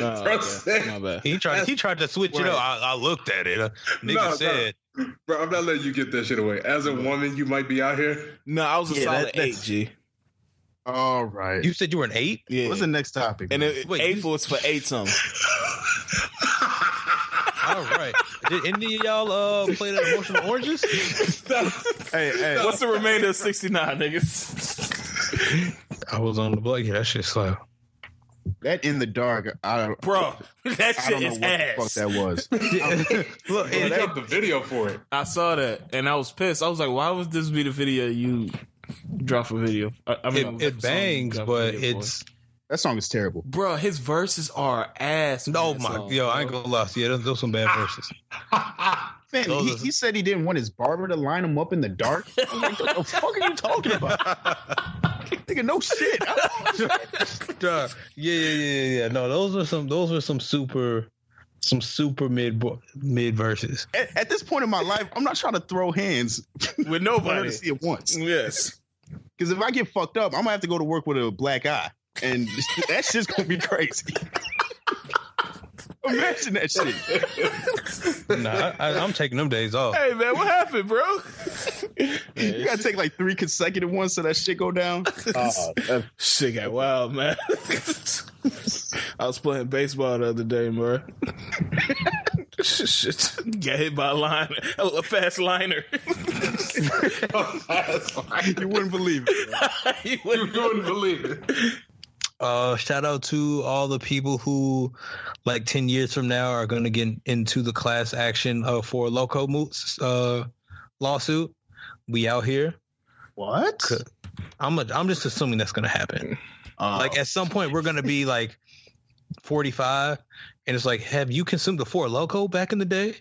Speaker 1: No, Oh, okay. my bad.
Speaker 2: he tried he tried to switch it
Speaker 3: Right.
Speaker 2: up I, I looked at it uh, nigga
Speaker 3: No, no.
Speaker 2: said
Speaker 3: Bro, I'm not letting you get that shit away. As a woman, you might be out here.
Speaker 1: No, I was a
Speaker 2: Yeah,
Speaker 1: solid
Speaker 2: that-
Speaker 1: eight,
Speaker 2: that's-
Speaker 1: G.
Speaker 4: All right.
Speaker 2: you said you were an eight
Speaker 1: Yeah.
Speaker 4: What's the next topic?
Speaker 1: and
Speaker 4: man?
Speaker 1: it, eight was for eight something.
Speaker 2: all right did any of y'all uh play that emotional oranges
Speaker 4: hey, hey.
Speaker 1: What's the remainder of sixty nine, niggas?
Speaker 2: I was on the block yeah that shit slow
Speaker 4: That in the dark, I,
Speaker 1: Bro, that
Speaker 4: I
Speaker 1: shit
Speaker 4: don't know
Speaker 1: is
Speaker 4: what the fuck
Speaker 1: ass.
Speaker 4: that was.
Speaker 2: look
Speaker 3: Bro,
Speaker 2: it-
Speaker 3: they got the video for it.
Speaker 1: I saw that and I was pissed. I was like, why would this be the video you drop a video? I, I mean,
Speaker 2: it, it bangs but it's
Speaker 4: That song is terrible.
Speaker 1: Bro, his verses are ass. on
Speaker 2: no
Speaker 1: that
Speaker 2: my
Speaker 1: song,
Speaker 2: yo I
Speaker 1: bro.
Speaker 2: ain't gonna lie yeah those, those some bad verses
Speaker 4: Man,
Speaker 2: Those
Speaker 4: he,
Speaker 2: are-
Speaker 4: he said he didn't want his barber to line him up in the dark. I'm like, what the fuck are you talking about? Nigga, no shit.
Speaker 2: Duh. yeah, yeah, yeah, yeah, yeah. No, those are some. Those were some super, some super mid mid verses.
Speaker 4: At, at this point in my life, I'm not trying to throw hands.
Speaker 1: with
Speaker 4: I wanted
Speaker 1: nobody.
Speaker 4: to see it once.
Speaker 1: Yes.
Speaker 4: Because if I get fucked up, I'm gonna have to go to work with a black eye, and that shit's gonna be crazy. Imagine that shit.
Speaker 2: Nah, I, I, I'm taking them days off.
Speaker 1: Hey man, what happened, bro?
Speaker 4: You gotta take like three consecutive ones so that shit go down.
Speaker 1: Shit got wild, man. I was playing baseball the other day, bro. Shit, got hit by a line, a fast liner.
Speaker 4: you wouldn't believe it. bro.
Speaker 1: You
Speaker 3: You
Speaker 1: wouldn't-
Speaker 3: wouldn't believe it.
Speaker 2: Uh, shout out to all the people who, like ten years from now, are gonna get into the class action uh, for loco moots uh, lawsuit. We out here.
Speaker 4: What?
Speaker 2: Could- I'm a, I'm just assuming that's gonna happen.
Speaker 4: Uh,
Speaker 1: Oh.
Speaker 2: Like at some point, we're gonna be like 45, and it's like, have you consumed a four loco back in the day?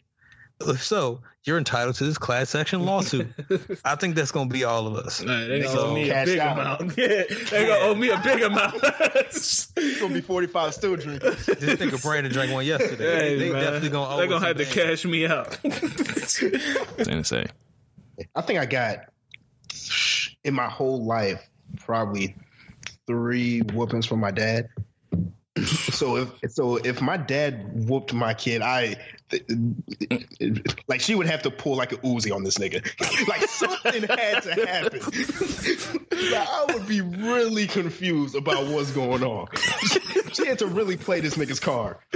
Speaker 2: If so, you're entitled to this class action lawsuit. I think that's gonna be all of us.
Speaker 1: Nah, they gonna
Speaker 2: So-
Speaker 1: owe me a
Speaker 4: Cash
Speaker 1: big
Speaker 4: out.
Speaker 1: amount. Yeah, they gonna owe me a big amount.
Speaker 4: It's gonna be 45 still drinking.
Speaker 2: This nigga Brandon drank one yesterday.
Speaker 1: Hey,
Speaker 2: they
Speaker 1: man.
Speaker 2: definitely gonna owe
Speaker 1: They gonna
Speaker 2: us
Speaker 1: have to
Speaker 2: some
Speaker 1: cash me out. Insane.
Speaker 4: I think I got in my whole life probably three whoopings from my dad. so if so if my dad whooped my kid, I like she would have to pull like a Uzi on this nigga. like something had to happen. Like, I would be really confused about what's going on. she had to really play this nigga's card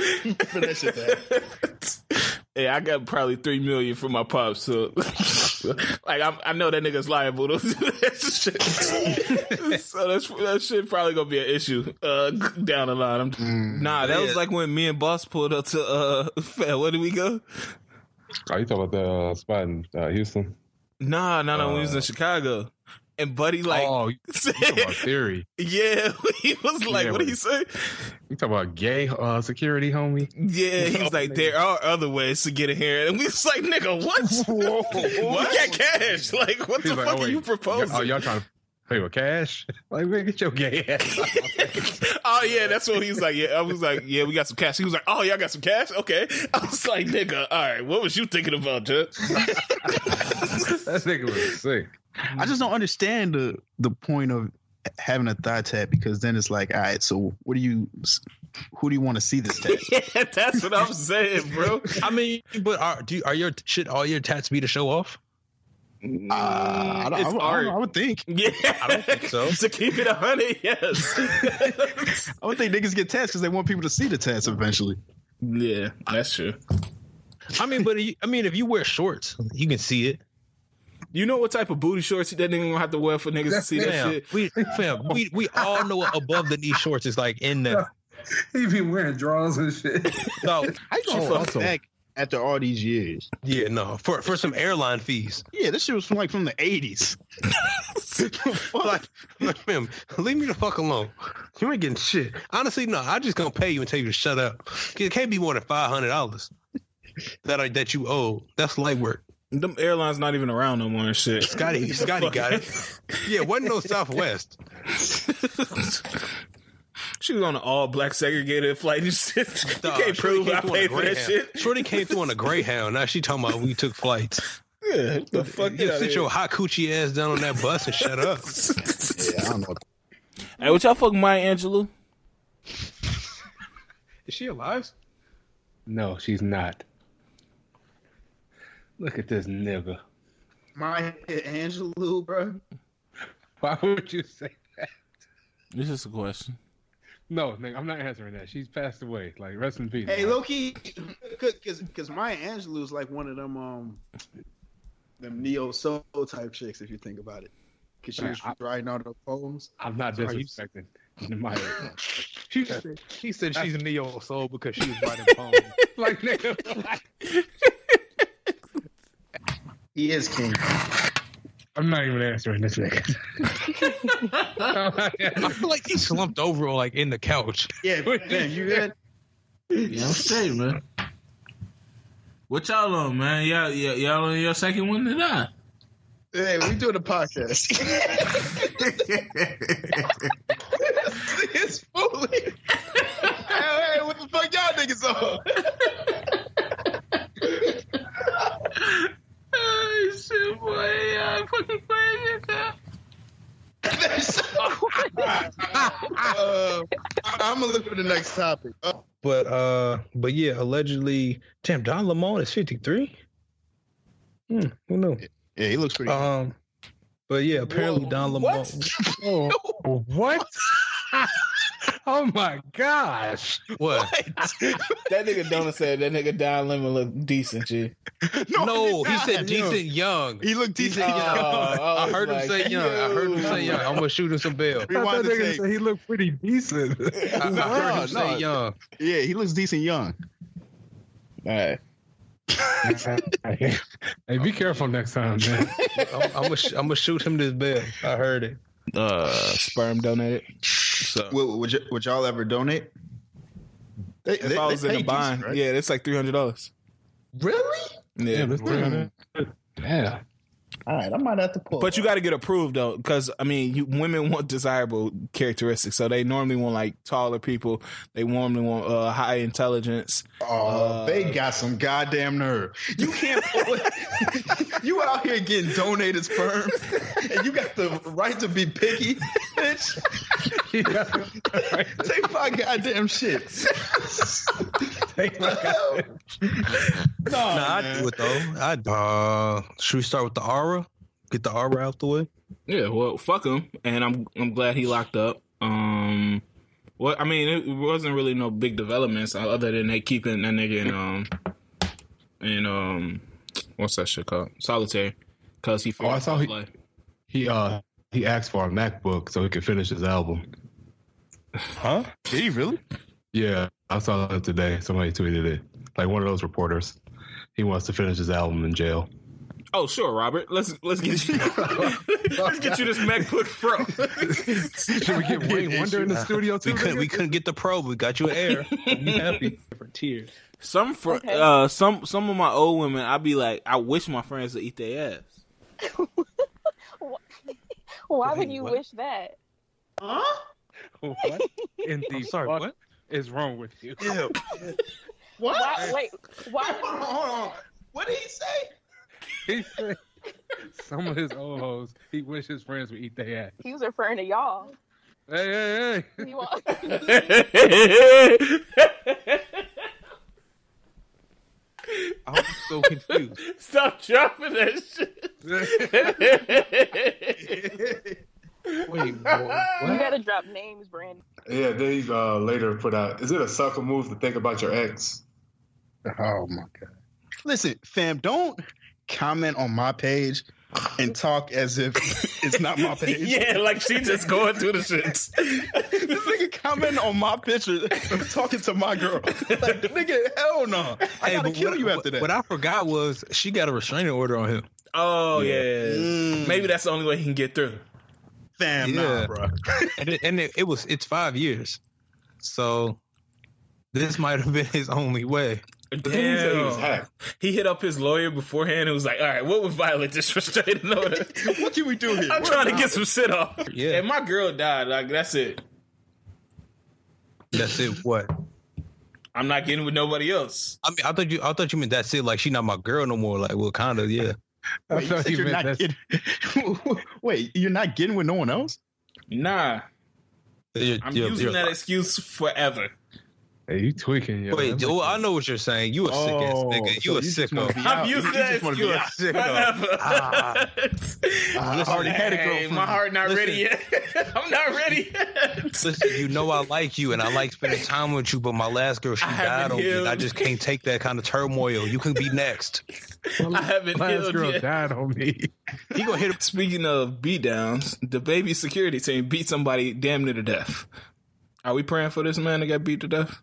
Speaker 4: for that shit to happen.
Speaker 1: Hey, I got probably three million from my pops, so like I'm, I know that nigga's liable to do that shit. so that's that shit probably gonna be an issue uh, down the line. I'm,
Speaker 2: Mm.
Speaker 1: nah, that was
Speaker 2: Yeah.
Speaker 1: like when me and Boss pulled up to uh, fair, where did we go?
Speaker 7: Are you talking about the uh, spot in uh, Houston?
Speaker 1: Nah, nah, nah, we was in
Speaker 7: Uh.
Speaker 1: Chicago, and Buddy like,
Speaker 7: oh, you talking about theory?
Speaker 1: yeah, he was like,
Speaker 7: Yeah,
Speaker 1: what do
Speaker 7: we-
Speaker 1: you say?
Speaker 7: You talking about gay uh, security, homie?
Speaker 1: Yeah, he was like, there are other ways to get in here, and we was like, nigga, what?
Speaker 4: What?
Speaker 1: We got cash. Like, what
Speaker 7: He's
Speaker 1: the
Speaker 7: like,
Speaker 1: fuck
Speaker 7: oh,
Speaker 1: are
Speaker 7: wait.
Speaker 1: you proposing?
Speaker 7: Oh, y'all trying to pay with cash? Like, man, get your gay ass. out.
Speaker 1: oh yeah, that's what he's like. Yeah, I was like, yeah, we got some cash. He was like, oh, y'all got some cash? Okay. I was like, nigga, all right, what was you thinking about, Jud?
Speaker 7: that nigga was sick.
Speaker 4: I just don't understand the the point of having a thigh tap because then it's like, all right, so what do you, who do you want to see this tap?
Speaker 1: yeah, that's what I'm saying, bro.
Speaker 2: things. I mean, but are do you, are your should all your tats be to show off?
Speaker 4: Uh, I, don't,
Speaker 15: It's
Speaker 4: I, would- I,
Speaker 15: art.
Speaker 4: don't know, I would think.
Speaker 15: Yeah,
Speaker 4: I don't think so.
Speaker 15: to keep it hundred, yes.
Speaker 4: I would think niggas get tats because they want people to see the tats eventually.
Speaker 15: Yeah, that's true.
Speaker 2: I mean, but you- I mean, if you wear shorts, you can see it.
Speaker 15: You know what type of booty shorts that nigga gonna have to wear for niggas to see that
Speaker 2: Fam,
Speaker 15: shit?
Speaker 2: We, fam, we we all know what above the knee shorts is like in there.
Speaker 17: He be wearing drawers and shit.
Speaker 2: No,
Speaker 4: How you gonna
Speaker 2: She
Speaker 4: look
Speaker 2: fucked him.
Speaker 4: back after all these years?
Speaker 2: yeah, no, for for some airline fees.
Speaker 4: Yeah, this shit was from like from the eighties.
Speaker 2: like, like, fam, leave me the fuck alone. You ain't getting shit. Honestly, no, I just gonna pay you and tell you to shut up. It can't be more than five hundred dollars that I, that you owe. That's light work.
Speaker 15: Them airlines not even around no more and shit.
Speaker 2: Scotty, Scotty got it. Yeah, wasn't no Southwest.
Speaker 15: She was on an all black segregated flight and shit. You
Speaker 2: Nah,
Speaker 15: can't
Speaker 2: Shorty
Speaker 15: prove
Speaker 2: came
Speaker 15: I
Speaker 2: through on a
Speaker 15: paid for that
Speaker 2: Greyhound.
Speaker 15: shit.
Speaker 2: Shorty came through on a Greyhound. Now she talking about we took flights.
Speaker 15: Yeah, the fuck
Speaker 2: You
Speaker 15: yeah,
Speaker 2: sit your hot coochie ass down on that bus and shut up.
Speaker 4: Yeah, I don't know.
Speaker 15: Hey, what y'all fuck Maya Angelou?
Speaker 2: Is she alive?
Speaker 7: No, she's not. Look at this nigga.
Speaker 4: My Angelou, bro.
Speaker 7: Why would you say that?
Speaker 1: This is a question.
Speaker 7: No, nigga, I'm not answering that. She's passed away. Like rest in peace.
Speaker 4: Hey,
Speaker 7: man.
Speaker 4: Loki, because because Maya Angelou is like one of them um them neo soul type chicks if you think about it. Because she
Speaker 7: Man,
Speaker 4: was
Speaker 7: I-
Speaker 4: writing all the poems.
Speaker 7: I'm not
Speaker 4: Are you-
Speaker 7: disrespecting Maya. she, said,
Speaker 2: She said she's neo soul because she was writing poems.
Speaker 7: like nigga. like-
Speaker 4: He is king.
Speaker 7: I'm not even answering this nigga.
Speaker 2: I feel like he slumped over like in the couch.
Speaker 4: Yeah, man, you heard?
Speaker 1: Yeah, I'm straight, man. What y'all on, man? Y'all, y'all, y'all on your second one tonight?
Speaker 4: Hey, we doing a podcast. it's fooling. hey, hey, what the fuck y'all niggas on?
Speaker 1: Oh, shit, boy. I'm fucking playing it now.
Speaker 4: uh, I'm gonna look for the next topic. Uh,
Speaker 2: But uh, but yeah, allegedly, damn, Don Lamont is fifty three. Hmm, who knew?
Speaker 4: yeah, he looks pretty.
Speaker 2: Um, but yeah, apparently Don Lamont.
Speaker 7: oh, what? oh my gosh.
Speaker 2: What?
Speaker 15: That nigga Donna said that nigga Don Lemon look decent, G.
Speaker 2: No, he said
Speaker 4: Young.
Speaker 2: decent young.
Speaker 4: He looked
Speaker 2: He said
Speaker 4: decent.
Speaker 2: young.
Speaker 15: Oh, I
Speaker 2: I
Speaker 15: was
Speaker 2: heard him
Speaker 15: like,
Speaker 2: say young. I heard him say young. I'm gonna shoot him some bail.
Speaker 7: I thought
Speaker 4: Rewind the
Speaker 7: nigga
Speaker 4: tape.
Speaker 7: said he looked pretty decent.
Speaker 2: I, I heard
Speaker 4: No,
Speaker 2: him say
Speaker 4: no.
Speaker 2: young.
Speaker 4: Yeah, he looks decent young.
Speaker 15: Alright.
Speaker 7: hey, be careful next time, man.
Speaker 2: I'm, I'm gonna sh- I'm gonna shoot him this bail. I heard it.
Speaker 15: Uh sperm donated. So
Speaker 4: Would, would, y- would y'all ever donate? They,
Speaker 15: if I was in a bind, yeah, it's like three hundred dollars.
Speaker 4: Really?
Speaker 15: Yeah.
Speaker 7: that's
Speaker 4: Mm.
Speaker 7: Yeah.
Speaker 4: All right, I might have to pull.
Speaker 15: But you got to get approved though, because I mean, you, women want desirable characteristics, so they normally want like taller people. They normally want uh, high intelligence.
Speaker 4: oh,
Speaker 15: uh,
Speaker 4: they got some goddamn nerve. You can't. pull it. you out here getting donated sperm, and you got the right to be picky, bitch. Take my goddamn shit.
Speaker 7: Take my
Speaker 2: Nah, I do it though. I uh, should we start with the aura? Get the aura out the way.
Speaker 1: Yeah, well, fuck him, and I'm I'm glad he locked up. Um, well, I mean, it wasn't really no big developments uh, other than they keeping that nigga in um, in um, what's that shit called? Solitary, cause he.
Speaker 7: Oh, I saw he-
Speaker 1: like,
Speaker 7: He uh he asked for a MacBook so he could finish his album.
Speaker 2: Huh?
Speaker 4: Did he really?
Speaker 7: Yeah, I saw that today. Somebody tweeted it. Like one of those reporters. He wants to finish his album in jail.
Speaker 1: Oh, sure, Robert. Let's let's get you let's get you this MacBook Pro.
Speaker 7: Should we get Wayne Wonder in the studio
Speaker 2: We
Speaker 7: too?
Speaker 2: couldn't we couldn't get the pro. We got you an air. You happy?
Speaker 1: some fr-
Speaker 10: Okay.
Speaker 1: uh some some of my old women, I'd be like, I wish my friends would eat their ass.
Speaker 10: Why would
Speaker 14: Wait,
Speaker 10: you
Speaker 14: what?
Speaker 10: wish that?
Speaker 14: What in the
Speaker 2: I'm sorry.
Speaker 14: fuck
Speaker 2: What?
Speaker 14: is wrong with you?
Speaker 4: What?
Speaker 10: Why, wait, why?
Speaker 4: Hold on, hold on. What did he say?
Speaker 14: He said some of his old hoes, he wish his friends would eat their ass.
Speaker 10: He was referring to y'all.
Speaker 14: Hey, hey, hey.
Speaker 10: He wa-
Speaker 1: That's
Speaker 2: I'm
Speaker 14: so confused.
Speaker 15: Stop dropping that
Speaker 14: shit.
Speaker 10: Wait, You gotta drop names, Brandon.
Speaker 3: Yeah, they uh, later put out. Is it a sucker move to think about your ex?
Speaker 4: Oh my god! Listen, fam, don't comment on my page and talk as if it's not my page.
Speaker 1: Yeah, like she just going through the shits.
Speaker 4: this nigga comment on my picture of talking to my girl. Like, nigga, hell no! I
Speaker 2: Hey,
Speaker 4: gotta
Speaker 2: but
Speaker 4: kill
Speaker 2: what-
Speaker 4: you after that.
Speaker 2: What I forgot was she got a restraining order on him.
Speaker 15: Oh yeah.
Speaker 1: Maybe that's the only way he can get through.
Speaker 4: Fam,
Speaker 2: Yeah. and it, and it, it was it's five years, so this might have been his only way.
Speaker 3: he said he was
Speaker 1: Damn.
Speaker 3: hacked.
Speaker 1: He hit up his lawyer beforehand and was like, all right, what would violate this restraining order?
Speaker 4: what can we do here?
Speaker 1: I'm
Speaker 4: What
Speaker 1: trying to
Speaker 4: about
Speaker 1: get some shit off.
Speaker 2: Yeah.
Speaker 1: And my girl died. Like, that's it.
Speaker 2: That's it. What?
Speaker 1: I'm not getting with nobody else.
Speaker 2: I mean, I thought you I thought you meant that's it. Like she not my girl no more. Like well, kind of yeah.
Speaker 4: Wait, you said you're not getting- Wait, you're not getting with no one else?
Speaker 1: Nah.
Speaker 2: You're-
Speaker 1: I'm
Speaker 2: you're-
Speaker 1: using
Speaker 2: you're-
Speaker 1: that excuse forever.
Speaker 7: Hey, you tweaking, yo.
Speaker 2: Wait, well, I know what you're saying. You a sick ass
Speaker 7: Oh,
Speaker 2: nigga.
Speaker 7: so
Speaker 2: You a
Speaker 7: you just wanna be
Speaker 2: sicko.
Speaker 1: I'm using that excuse
Speaker 2: You a
Speaker 1: forever.
Speaker 2: sicko.
Speaker 4: I already had a
Speaker 1: Hey,
Speaker 4: girlfriend.
Speaker 1: my heart not ready yet. I'm not ready yet.
Speaker 2: Listen, you know I like you and I like spending time with you, but my last girl, she
Speaker 1: I
Speaker 2: died
Speaker 1: haven't
Speaker 2: on me. and I
Speaker 1: healed.
Speaker 2: just can't take that kind of turmoil. You can be next.
Speaker 1: I haven't
Speaker 7: Last
Speaker 1: healed
Speaker 7: girl
Speaker 1: yet.
Speaker 7: died on me.
Speaker 1: He gonna hit. Speaking of beat downs, the baby security team beat somebody damn near to death. Are we praying for this man that got beat to death?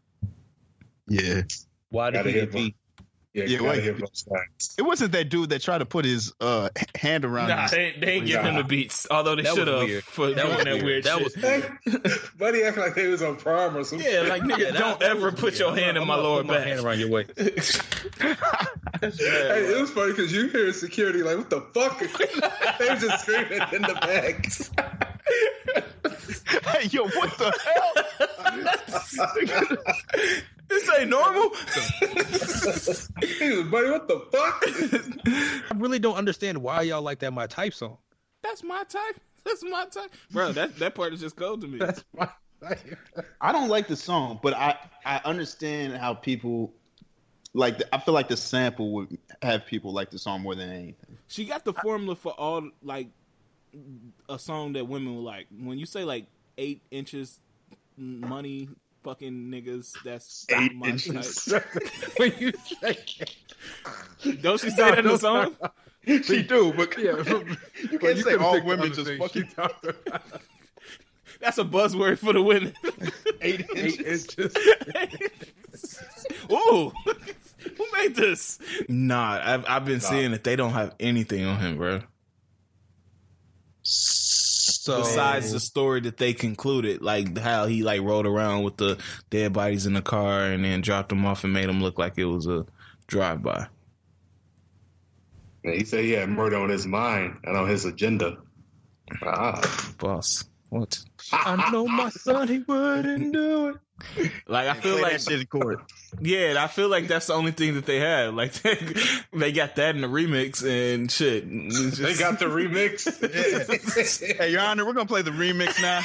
Speaker 4: Yeah.
Speaker 2: Why did
Speaker 3: Gotta
Speaker 2: he
Speaker 3: hit
Speaker 2: get beat?
Speaker 3: Yeah,
Speaker 4: Yeah,
Speaker 3: you gotta
Speaker 4: wait.
Speaker 3: hear both sides.
Speaker 4: It wasn't that dude that tried to put his uh, h- hand around
Speaker 1: Nah,
Speaker 4: his-
Speaker 1: they, they ain't giving him the beats. Although they
Speaker 2: That was
Speaker 1: should have
Speaker 2: weird.
Speaker 1: for
Speaker 2: That
Speaker 1: doing
Speaker 2: was
Speaker 1: that
Speaker 2: weird.
Speaker 1: weird
Speaker 2: That
Speaker 1: shit.
Speaker 2: was
Speaker 3: Buddy acting like they was on prom or something.
Speaker 1: yeah, like nigga,
Speaker 2: that-
Speaker 1: don't
Speaker 2: that
Speaker 1: ever
Speaker 2: was
Speaker 1: put
Speaker 2: weird.
Speaker 1: your
Speaker 2: I'm
Speaker 1: hand
Speaker 2: not-
Speaker 1: in my
Speaker 2: I'm not
Speaker 1: lower
Speaker 2: putting my hand
Speaker 1: back.
Speaker 2: around your waist.
Speaker 3: Hey, it was funny because you hear security like, "What the fuck?" they were just screaming in the back.
Speaker 4: Hey, yo, what the hell?
Speaker 1: this ain't normal.
Speaker 3: He was, buddy, what the fuck?
Speaker 2: I really don't understand why y'all like that my type song.
Speaker 1: That's my type. That's my type, bro. That that part is just cold to me.
Speaker 4: I don't like the song, but I, I understand how people like. The, I feel like the sample would have people like the song more than anything.
Speaker 1: She got the formula for all like a song that women will like. When you say like eight inches, money, fucking niggas. That's eight my inches. Type.
Speaker 7: when you say
Speaker 1: Don't she say that in the song?
Speaker 4: She do, but
Speaker 7: yeah, you
Speaker 4: can't say all women just fucking-
Speaker 1: That's a buzzword for the women.
Speaker 4: eight
Speaker 7: eight
Speaker 4: inches.
Speaker 7: inches.
Speaker 1: Ooh, who made this? Nah, I've I've been seeing that they don't have anything on him, bro.
Speaker 2: So Oh.
Speaker 1: Besides the story that they concluded, like how he like rode around with the dead bodies in the car and then dropped them off and made them look like it was a drive by.
Speaker 3: he said he had murder on his mind and on his agenda. Ah.
Speaker 1: Boss, what?
Speaker 2: I know my son, he wouldn't do it.
Speaker 1: Like I feel
Speaker 4: Play
Speaker 1: like
Speaker 4: that shit in court.
Speaker 1: yeah, I feel like that's the only thing that they had. Like they, they got that in the remix and shit. It's
Speaker 3: They
Speaker 1: just-
Speaker 3: got the remix.
Speaker 4: Hey, Your Honor, we're gonna play the remix now.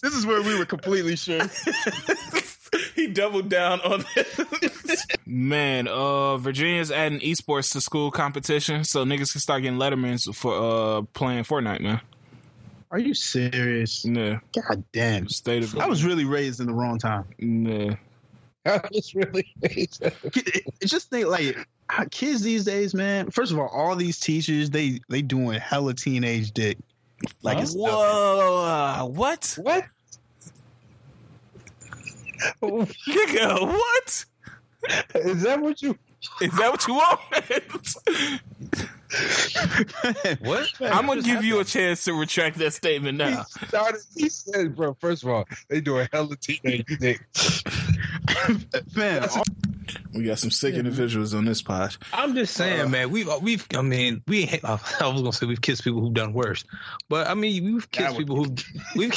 Speaker 4: this is where we were completely sure.
Speaker 1: he doubled down on it. Man, uh, Virginia's adding esports to school competition, so niggas can start getting Lettermans for uh playing Fortnite, man.
Speaker 4: Are you serious?
Speaker 1: Yeah,
Speaker 4: God damn.
Speaker 1: state of
Speaker 4: I was really raised in the wrong time.
Speaker 1: yeah.
Speaker 7: It's really
Speaker 4: It- it- Just think like how kids these days, man. First of all, all these teachers they they doing hella teenage dick. Like it's
Speaker 1: Whoa, uh, what?
Speaker 7: what?
Speaker 1: Nigga, what?
Speaker 7: Oh, Is that what you?
Speaker 1: Is that what you want?
Speaker 2: What?
Speaker 1: I'm gonna give you a chance to retract that statement
Speaker 7: He
Speaker 1: now.
Speaker 7: started. He said, "Bro, first of all, they do a hell of teenage dick."
Speaker 4: man. all-
Speaker 1: We got some sick individuals on this pod.
Speaker 2: I'm just saying, man. We've uh, we've. I mean, we. I was gonna say we've kissed people who've done worse, but I mean, we've kissed
Speaker 4: would-
Speaker 2: people who we've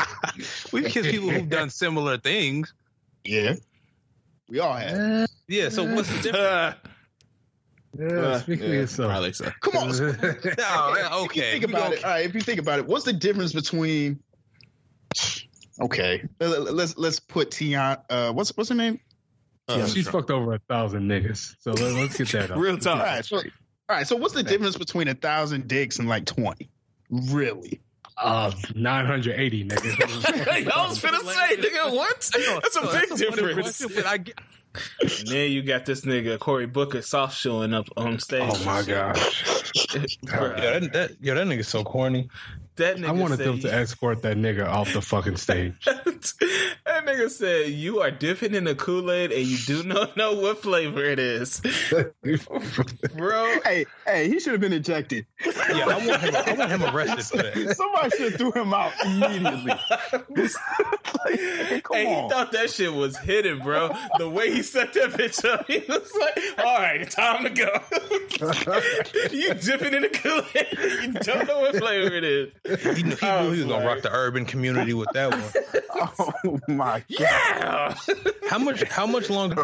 Speaker 2: we've kissed people who've done similar things.
Speaker 4: yeah, we all have.
Speaker 2: Yeah. So what's the difference?
Speaker 7: Yeah,
Speaker 1: Uh,
Speaker 7: speak for
Speaker 1: yeah,
Speaker 7: yourself.
Speaker 1: Probably so.
Speaker 4: Come on,
Speaker 2: No, man,
Speaker 4: If you
Speaker 2: Oh, okay.
Speaker 4: think
Speaker 2: we
Speaker 4: about
Speaker 2: gonna-
Speaker 4: it. All right, if you think about it, what's the difference between? Okay, let- let- let's let's put Tion. Uh, what's what's her name?
Speaker 1: Yeah,
Speaker 7: she's fucked over a thousand niggas. So let, us get that. out.
Speaker 4: Real
Speaker 1: Oh,
Speaker 4: time.
Speaker 7: All
Speaker 4: All
Speaker 7: right,
Speaker 4: right, so, all right, so what's the difference between a thousand dicks and like twenty? Really?
Speaker 7: Uh, nine hundred eighty niggas.
Speaker 19: I was finna say, nigga, what? That's a big difference.
Speaker 1: And then you got this nigga Corey Booker soft showing up on stage. Oh my
Speaker 7: god,
Speaker 2: Yeah, that, that, yo, that nigga's so corny.
Speaker 1: that nigga
Speaker 7: I wanted
Speaker 1: said,
Speaker 7: them to escort that nigga off the fucking stage.
Speaker 1: That nigga said you are dipping in the Kool Aid and you do not know what flavor it is, bro.
Speaker 4: Hey, hey, he should have been ejected.
Speaker 2: Yeah, I want him. I want him arrested for that.
Speaker 4: Somebody should threw him out immediately.
Speaker 1: hey,
Speaker 4: on.
Speaker 1: he thought that shit was hidden, bro. The way he set that bitch up, he was like, "All right, time to go." you dipping in the Kool Aid, you don't know what flavor it is.
Speaker 2: He knew, he, knew he was gonna rock the urban community with that one.
Speaker 4: oh my god!
Speaker 1: Yeah,
Speaker 2: How much? How much longer?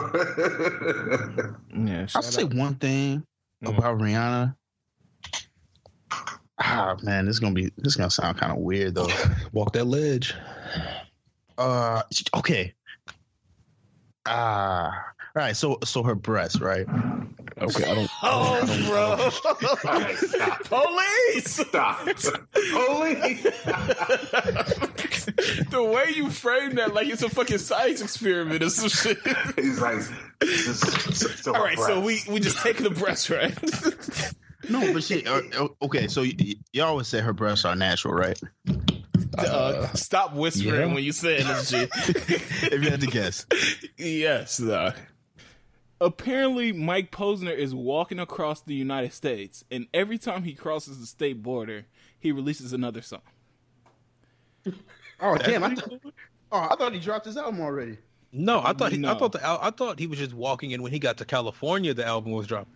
Speaker 1: yeah.
Speaker 4: I'll say one thing about Rihanna. Ah man, this is gonna be this is gonna sound kind of weird though.
Speaker 2: Walk that ledge.
Speaker 4: Uh, she- okay. Ah, all right. So so her breasts, right? Okay, I don't.
Speaker 1: Oh, bro. Police!
Speaker 7: Stop. Holy.
Speaker 1: the way you frame that, like it's a fucking science experiment or some shit.
Speaker 7: He's like,
Speaker 1: All right, so we we just take the breast, right?
Speaker 4: No, but she. Uh, uh, okay, so y- y- y'all always say her breasts are natural, right?
Speaker 1: Uh, stop whispering
Speaker 4: yeah.
Speaker 1: when you say this shit.
Speaker 4: If you had to guess.
Speaker 1: yes, though. Apparently, Mike Posner is walking across the United States, and every time he crosses the state border, he releases another song.
Speaker 20: Oh damn! I thought, oh, I thought he dropped his album already.
Speaker 2: No, I thought he, I
Speaker 1: No.
Speaker 2: thought the, al- I thought he was just walking in when he got to California. The album was dropping.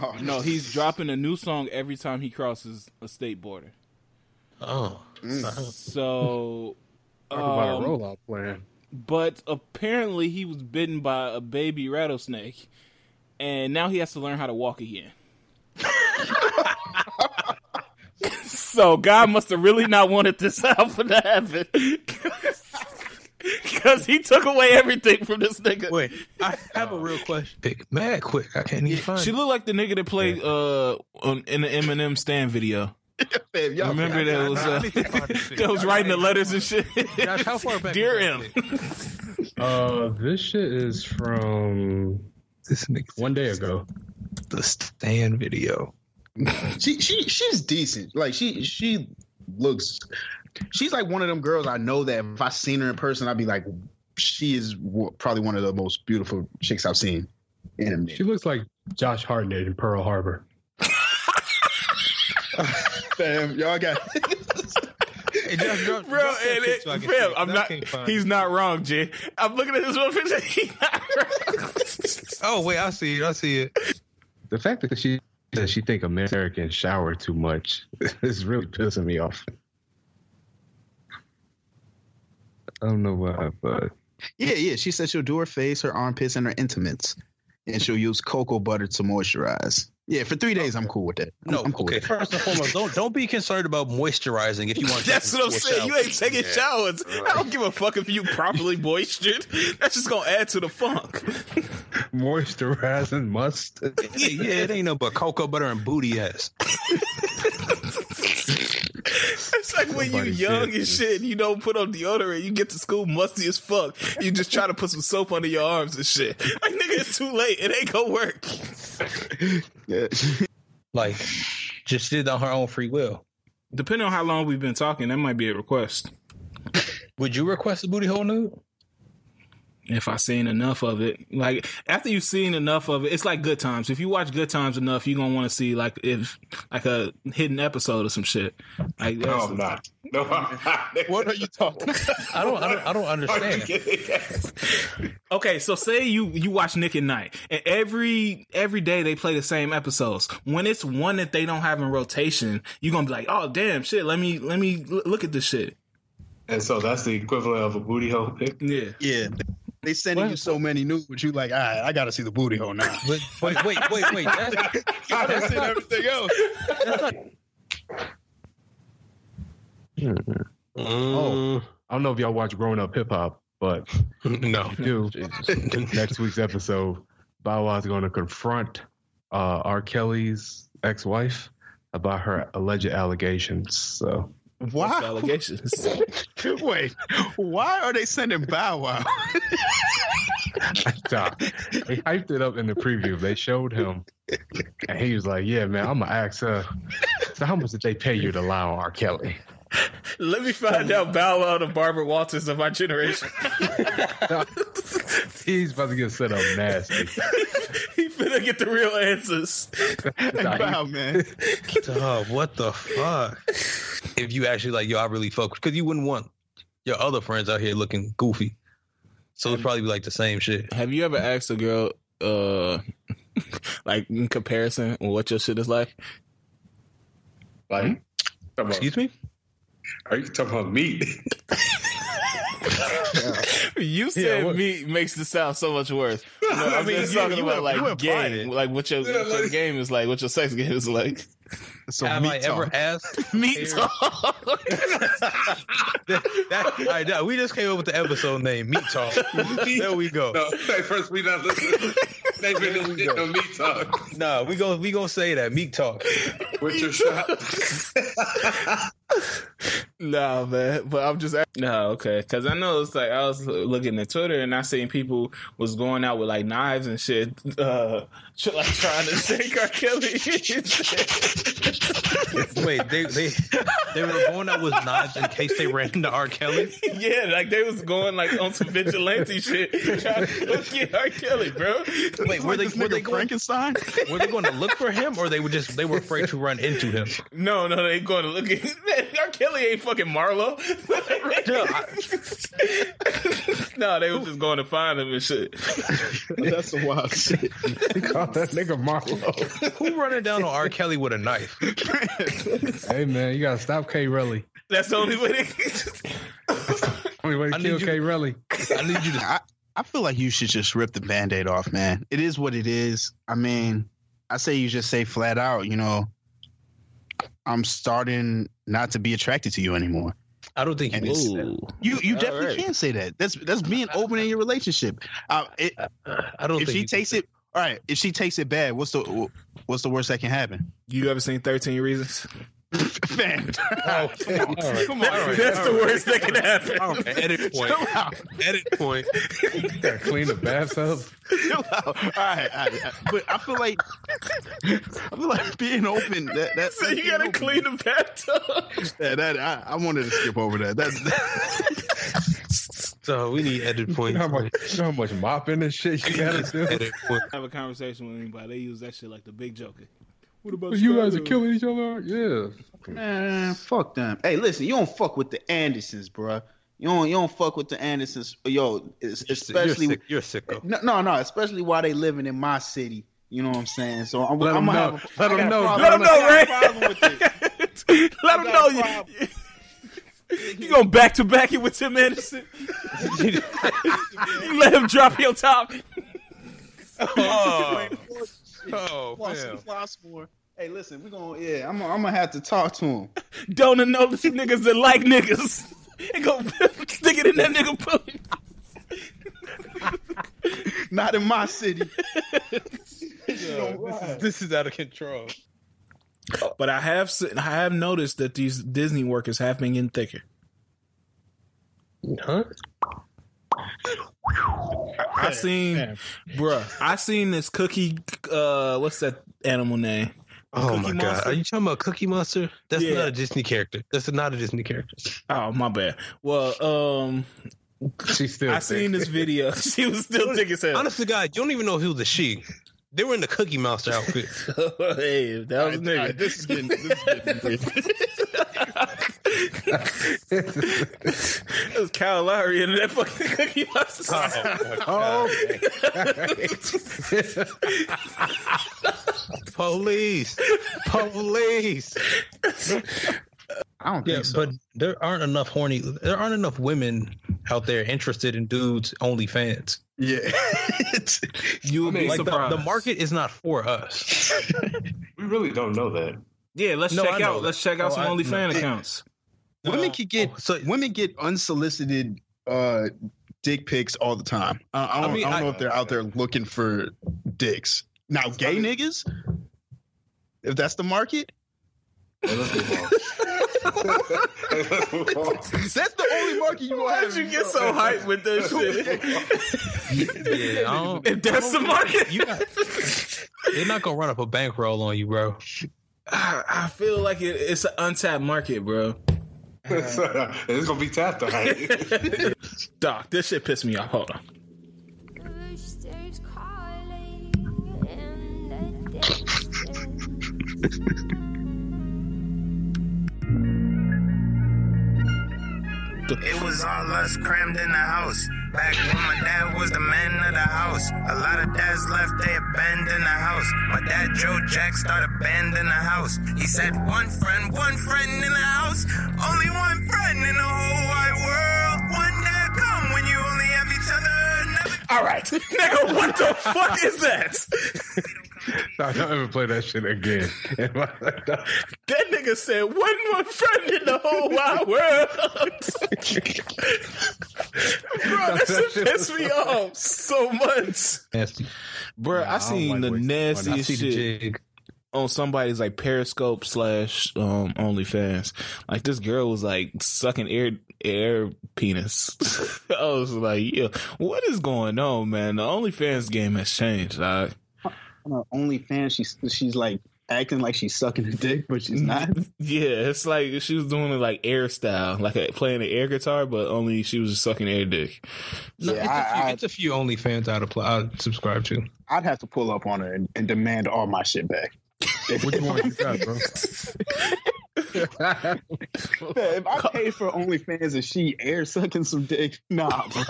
Speaker 4: Oh,
Speaker 1: No, he's dropping a new song every time he crosses a state border.
Speaker 2: Oh,
Speaker 4: mm. Uh-huh.
Speaker 1: So,
Speaker 7: Talk about
Speaker 1: um,
Speaker 7: a rollout plan.
Speaker 1: but apparently he was bitten by a baby rattlesnake, and now he has to learn how to walk again. so God must have really not wanted this album to happen, because he took away everything from this nigga.
Speaker 2: wait, I have a real question. Pick mad Oh. quick. I can't even find.
Speaker 19: She
Speaker 2: it.
Speaker 19: looked like the nigga that played uh on, in the Eminem stand video.
Speaker 4: Fam, y'all
Speaker 19: Remember that was uh, that was writing the letters and shit.
Speaker 2: Josh, how far back?
Speaker 19: Dear
Speaker 2: is that
Speaker 19: M.
Speaker 2: shit?
Speaker 7: Uh, this shit is from
Speaker 2: This nigga
Speaker 7: one day ago.
Speaker 2: the stand video.
Speaker 4: she she she's decent. Like she she looks. She's like one of them girls I know that if I seen her in person, I'd be like, she is w- probably one of the most beautiful chicks I've seen in a minute.
Speaker 7: She looks like Josh Hartnett in Pearl Harbor.
Speaker 4: Fam, y'all got.
Speaker 2: Hey, Josh, drop,
Speaker 1: Bro,
Speaker 2: drop that
Speaker 1: and
Speaker 2: shit
Speaker 1: it,
Speaker 2: so I can see
Speaker 1: fam,
Speaker 2: it.
Speaker 1: I'm
Speaker 2: I
Speaker 1: not.
Speaker 2: can't find
Speaker 1: He's
Speaker 2: it.
Speaker 1: not wrong, Jay. I'm looking at his one picture. He's not wrong.
Speaker 2: Oh wait, I see it. I see it.
Speaker 7: The fact that she that she think Americans shower too much is really pissing me off. I don't know why, but
Speaker 4: yeah, yeah. She said she'll do her face, her armpits, and her intimates, and she'll use cocoa butter to moisturize. Yeah, for three days, I'm cool with that. I'm,
Speaker 2: No,
Speaker 4: I'm cool
Speaker 2: okay.
Speaker 4: with that.
Speaker 2: First and foremost, don't don't be concerned about moisturizing if you want.
Speaker 1: That's what I'm saying. You ain't taking
Speaker 21: Yeah.
Speaker 1: showers. I don't give a fuck if you properly moistured. That's just gonna add to the funk.
Speaker 7: moisturizing must.
Speaker 2: yeah, yeah, it ain't no but cocoa butter and booty ass.
Speaker 1: It's like when you
Speaker 7: Somebody
Speaker 1: young
Speaker 7: said
Speaker 1: and
Speaker 7: this.
Speaker 1: shit, you don't put on deodorant. You get to school musty as fuck. You just try to put some soap under your arms and shit. Like nigga, it's too late. It ain't gonna work.
Speaker 2: Like, just did it on her own free will.
Speaker 1: Depending on how long we've been talking, that might be a request.
Speaker 2: Would you request a booty hole nude?
Speaker 1: If I seen enough of it, like after you've seen enough of it, it's like Good Times. If you watch Good Times enough, you are gonna want to see like if like a hidden episode or some shit. Like
Speaker 7: No,
Speaker 1: that's-
Speaker 7: I'm not.
Speaker 3: No, I'm not.
Speaker 4: What are you talking?
Speaker 2: I don't. I don't, I don't understand.
Speaker 1: Okay, so say you you watch Nick at Night, and every every day they play the same episodes. When it's one that they don't have in rotation, you're gonna be like, "Oh damn, shit! Let me let me l- look at this shit."
Speaker 7: And so that's the equivalent of a booty hole pic.
Speaker 1: Yeah,
Speaker 4: Yeah, they sending you so many nudes, but you like, all right, I gotta see the booty hole now.
Speaker 2: But wait, wait, wait, wait. That's,
Speaker 4: I done seen everything else.
Speaker 3: Mm,
Speaker 7: Oh, I don't know if y'all watch Grown Up Hip Hop. But
Speaker 2: no,
Speaker 7: do, next week's episode, Bow Wow's going to confront uh, R. Kelly's ex-wife about her alleged allegations. So
Speaker 4: Why?
Speaker 15: allegations.
Speaker 4: Wait, why are they sending Bow Wow?
Speaker 7: Nah, they hyped it up in the preview. They showed him, and he was like, "Yeah, man, I'm gonna ask her. So how much did they pay you to lie on R. Kelly?"
Speaker 15: Let me find out Bow Wow the Barbara Walters of our generation.
Speaker 7: He's about to get set up nasty.
Speaker 15: he finna get the real answers.
Speaker 4: wow, man.
Speaker 2: Dog, what the fuck? If you actually like, yo, I really fuck because you wouldn't want your other friends out here looking goofy. So it's probably be like the same shit.
Speaker 1: Have you ever asked a girl, uh, like in comparison, what your shit is like?
Speaker 3: Like,
Speaker 2: Excuse me?
Speaker 3: Are you talking about meat?
Speaker 1: You said meat makes it sound so much worse. No, I mean, you're
Speaker 15: you-
Speaker 1: talking
Speaker 15: you-
Speaker 1: about
Speaker 15: you
Speaker 1: like
Speaker 15: implied
Speaker 1: game, like what your, what your game is like, what your sex game is like.
Speaker 4: So
Speaker 2: Have I
Speaker 4: meat talk.
Speaker 2: ever asked?
Speaker 1: Meat talk.
Speaker 2: That, that, all right, dog, we just came up with the episode name, Meat Talk. There we go.
Speaker 3: No, they first we not listening. They been doing shit on meat talk.
Speaker 2: Nah, we gonna we gonna say that Meat Talk.
Speaker 3: With your shot.
Speaker 1: Nah, man. But I'm just no, okay. Because I know it's like I was looking at Twitter and I seen people was going out with like knives and shit, uh, tr- like trying to shake R. Kelly. and shit.
Speaker 2: Wait, they they they were going out with knives in case they ran into R. Kelly.
Speaker 1: yeah, like they was going like on some vigilante shit, trying to go get R. Kelly, bro.
Speaker 2: Wait, were they
Speaker 4: this
Speaker 2: were
Speaker 4: nigga
Speaker 2: they going
Speaker 4: Frankenstein?
Speaker 2: were they going to look for him or they were just they were afraid to run into him?
Speaker 1: No, no, they going to look at man, R. Kelly ain't fucking Marlo.
Speaker 2: No,
Speaker 1: no, they was just going to find him and shit.
Speaker 4: That's a wild shit.
Speaker 7: He called that nigga Marlo.
Speaker 2: Who running down on R. Kelly with a knife?
Speaker 7: Hey man, you gotta stop K. Relly.
Speaker 1: That's the only way.
Speaker 7: Only way
Speaker 2: I
Speaker 7: to
Speaker 2: need
Speaker 7: kill
Speaker 2: you-
Speaker 7: K. Relly.
Speaker 2: I need you to
Speaker 4: I, I feel like you should just rip the band-aid off, man. It is what it is. I mean, I say you just say flat out, you know, I'm starting not to be attracted to you anymore.
Speaker 2: I don't think you
Speaker 4: And
Speaker 2: will.
Speaker 4: it's- You you
Speaker 1: All
Speaker 4: definitely
Speaker 1: right.
Speaker 4: can say that. That's that's being open in your relationship. Uh, it,
Speaker 2: I don't
Speaker 4: if
Speaker 2: think
Speaker 4: she
Speaker 2: you can
Speaker 4: takes
Speaker 2: say-
Speaker 4: it, all right. If she takes it bad, what's the what's the worst that can happen?
Speaker 1: You ever seen Thirteen Reasons?
Speaker 4: Man,
Speaker 2: Oh, come on.
Speaker 7: All right.
Speaker 2: Come on. All right.
Speaker 1: That's the worst that can happen.
Speaker 2: Edit point. Edit point.
Speaker 7: You gotta clean the bathtub.
Speaker 4: Chill out. All right, all right, all right. but I feel like I feel like being open. That, that
Speaker 1: So you gotta clean the bathtub.
Speaker 4: Yeah, that I, I wanted to skip over that. That's
Speaker 2: So we need edit
Speaker 7: You
Speaker 2: point.
Speaker 7: know how much, you know how much mopping and shit you gotta do.
Speaker 2: Edit point.
Speaker 1: Have a conversation with anybody. They use that shit like the big joker. What about
Speaker 7: You guys are killing each other. Yeah.
Speaker 4: man, fuck them. Hey, listen, you don't fuck with the Andersons, bruh. You don't you don't fuck with the Andersons, yo. es- Especially
Speaker 2: you're, sick, you're sicko.
Speaker 4: no, no, no. Especially while they living in my city. You know what I'm saying? So I'm,
Speaker 7: Let
Speaker 4: I'm
Speaker 7: 'em
Speaker 4: gonna
Speaker 7: know.
Speaker 4: have a,
Speaker 7: Let
Speaker 4: I
Speaker 7: 'em
Speaker 4: got a problem-
Speaker 7: know. Let 'em
Speaker 4: I got
Speaker 1: know,
Speaker 4: a
Speaker 1: Ray.
Speaker 4: problem with it.
Speaker 1: Let
Speaker 4: I
Speaker 1: him
Speaker 4: got
Speaker 1: know
Speaker 4: a problem.
Speaker 1: you. You gonna back to back it with Tim Anderson? you let him drop your top.
Speaker 2: Oh, oh
Speaker 4: Floss-
Speaker 2: man.
Speaker 4: floss for- Hey, listen, we're gonna yeah, I'm gonna, I'm gonna have to talk to him.
Speaker 1: Don't know these niggas that like niggas. And go stick it in that nigga pussy.
Speaker 4: Not in my city.
Speaker 2: This is out of control.
Speaker 1: But I have se- I have noticed that these Disney workers have been getting thicker.
Speaker 2: Huh?
Speaker 1: I seen, bruh, I seen this cookie. Uh, what's that animal name?
Speaker 2: Oh
Speaker 1: Cookie
Speaker 2: my god.
Speaker 1: Monster?
Speaker 2: Are you talking about Cookie Monster? That's
Speaker 1: Yeah.
Speaker 2: not a Disney character. That's not a Disney character.
Speaker 1: Oh my bad. Well, um,
Speaker 7: She's still.
Speaker 1: I seen this video. she was still thick as hell.
Speaker 2: Honest to God, you don't even know who the she. They were in the Cookie Monster outfit.
Speaker 1: hey, if that was a nigga.
Speaker 4: this is getting this is getting weird.
Speaker 1: It was Kyle Lowry and that fucking cookie monster.
Speaker 7: Oh,
Speaker 2: Police. Police.
Speaker 4: I don't think
Speaker 2: Yeah,
Speaker 4: so.
Speaker 2: but there aren't enough horny. There aren't enough women out there interested in dudes only fans.
Speaker 4: Yeah.
Speaker 1: you would be
Speaker 2: Like the,
Speaker 1: surprised.
Speaker 2: the market is not for us.
Speaker 3: We really don't know that.
Speaker 1: Yeah, let's
Speaker 2: No, I
Speaker 1: check out.
Speaker 2: know that.
Speaker 1: Let's check out
Speaker 2: No,
Speaker 1: some
Speaker 2: I-
Speaker 1: OnlyFans
Speaker 2: no.
Speaker 1: accounts.
Speaker 4: women can get
Speaker 2: Oh, So
Speaker 4: women get unsolicited uh
Speaker 16: dick pics all the time. I, I
Speaker 4: I
Speaker 16: don't, I
Speaker 4: mean,
Speaker 16: don't
Speaker 4: I-
Speaker 16: know if they're out there looking for dicks. Now, gay niggas, if that's the market,
Speaker 4: That's the only market you gonna have.
Speaker 1: you get so hyped with that
Speaker 2: Yeah, I don't-
Speaker 1: If that's the market,
Speaker 2: you got, they're not gonna run up a bankroll on you, bro.
Speaker 1: I, I feel like it, it's an untapped market, bro.
Speaker 3: it's gonna be tapped on.
Speaker 1: Doc, this shit pissed me off. Hold on.
Speaker 22: It was all us crammed in the house. Back when my dad was the man of the house. A lot of dads left, they abandoned the house. My dad, Joe Jack, started abandoning the house. He said, One friend, one friend in the house. Only one friend in the whole wide world. One day come when you only have each other. Never
Speaker 1: All right, nigga, what the fuck is that?
Speaker 7: I don't ever play that shit again. in my life.
Speaker 1: That nigga said one more friend in the whole wide world. bro, that shit pissed me off so much.
Speaker 2: Nasty.
Speaker 1: Bro, I seen the nastiest
Speaker 2: I see the
Speaker 1: shit on somebody's like Periscope slash um, OnlyFans. Like this girl was like sucking air air penis. I was like, yeah, what is going on, man? The OnlyFans game has changed. dog.
Speaker 4: On her OnlyFans, she's she's like acting like she's sucking a dick, but she's not.
Speaker 1: Yeah, it's like she was doing it like air style, like a, playing an air guitar, but only she was just sucking air dick.
Speaker 4: Yeah,
Speaker 2: it's, a few, it's a few OnlyFans I'd apply, I'd subscribe to.
Speaker 4: I'd have to pull up on her and, and demand all my shit back.
Speaker 2: What you want to bro?
Speaker 4: Yeah, if I pay for OnlyFans and she air sucking some dick, nah, bro.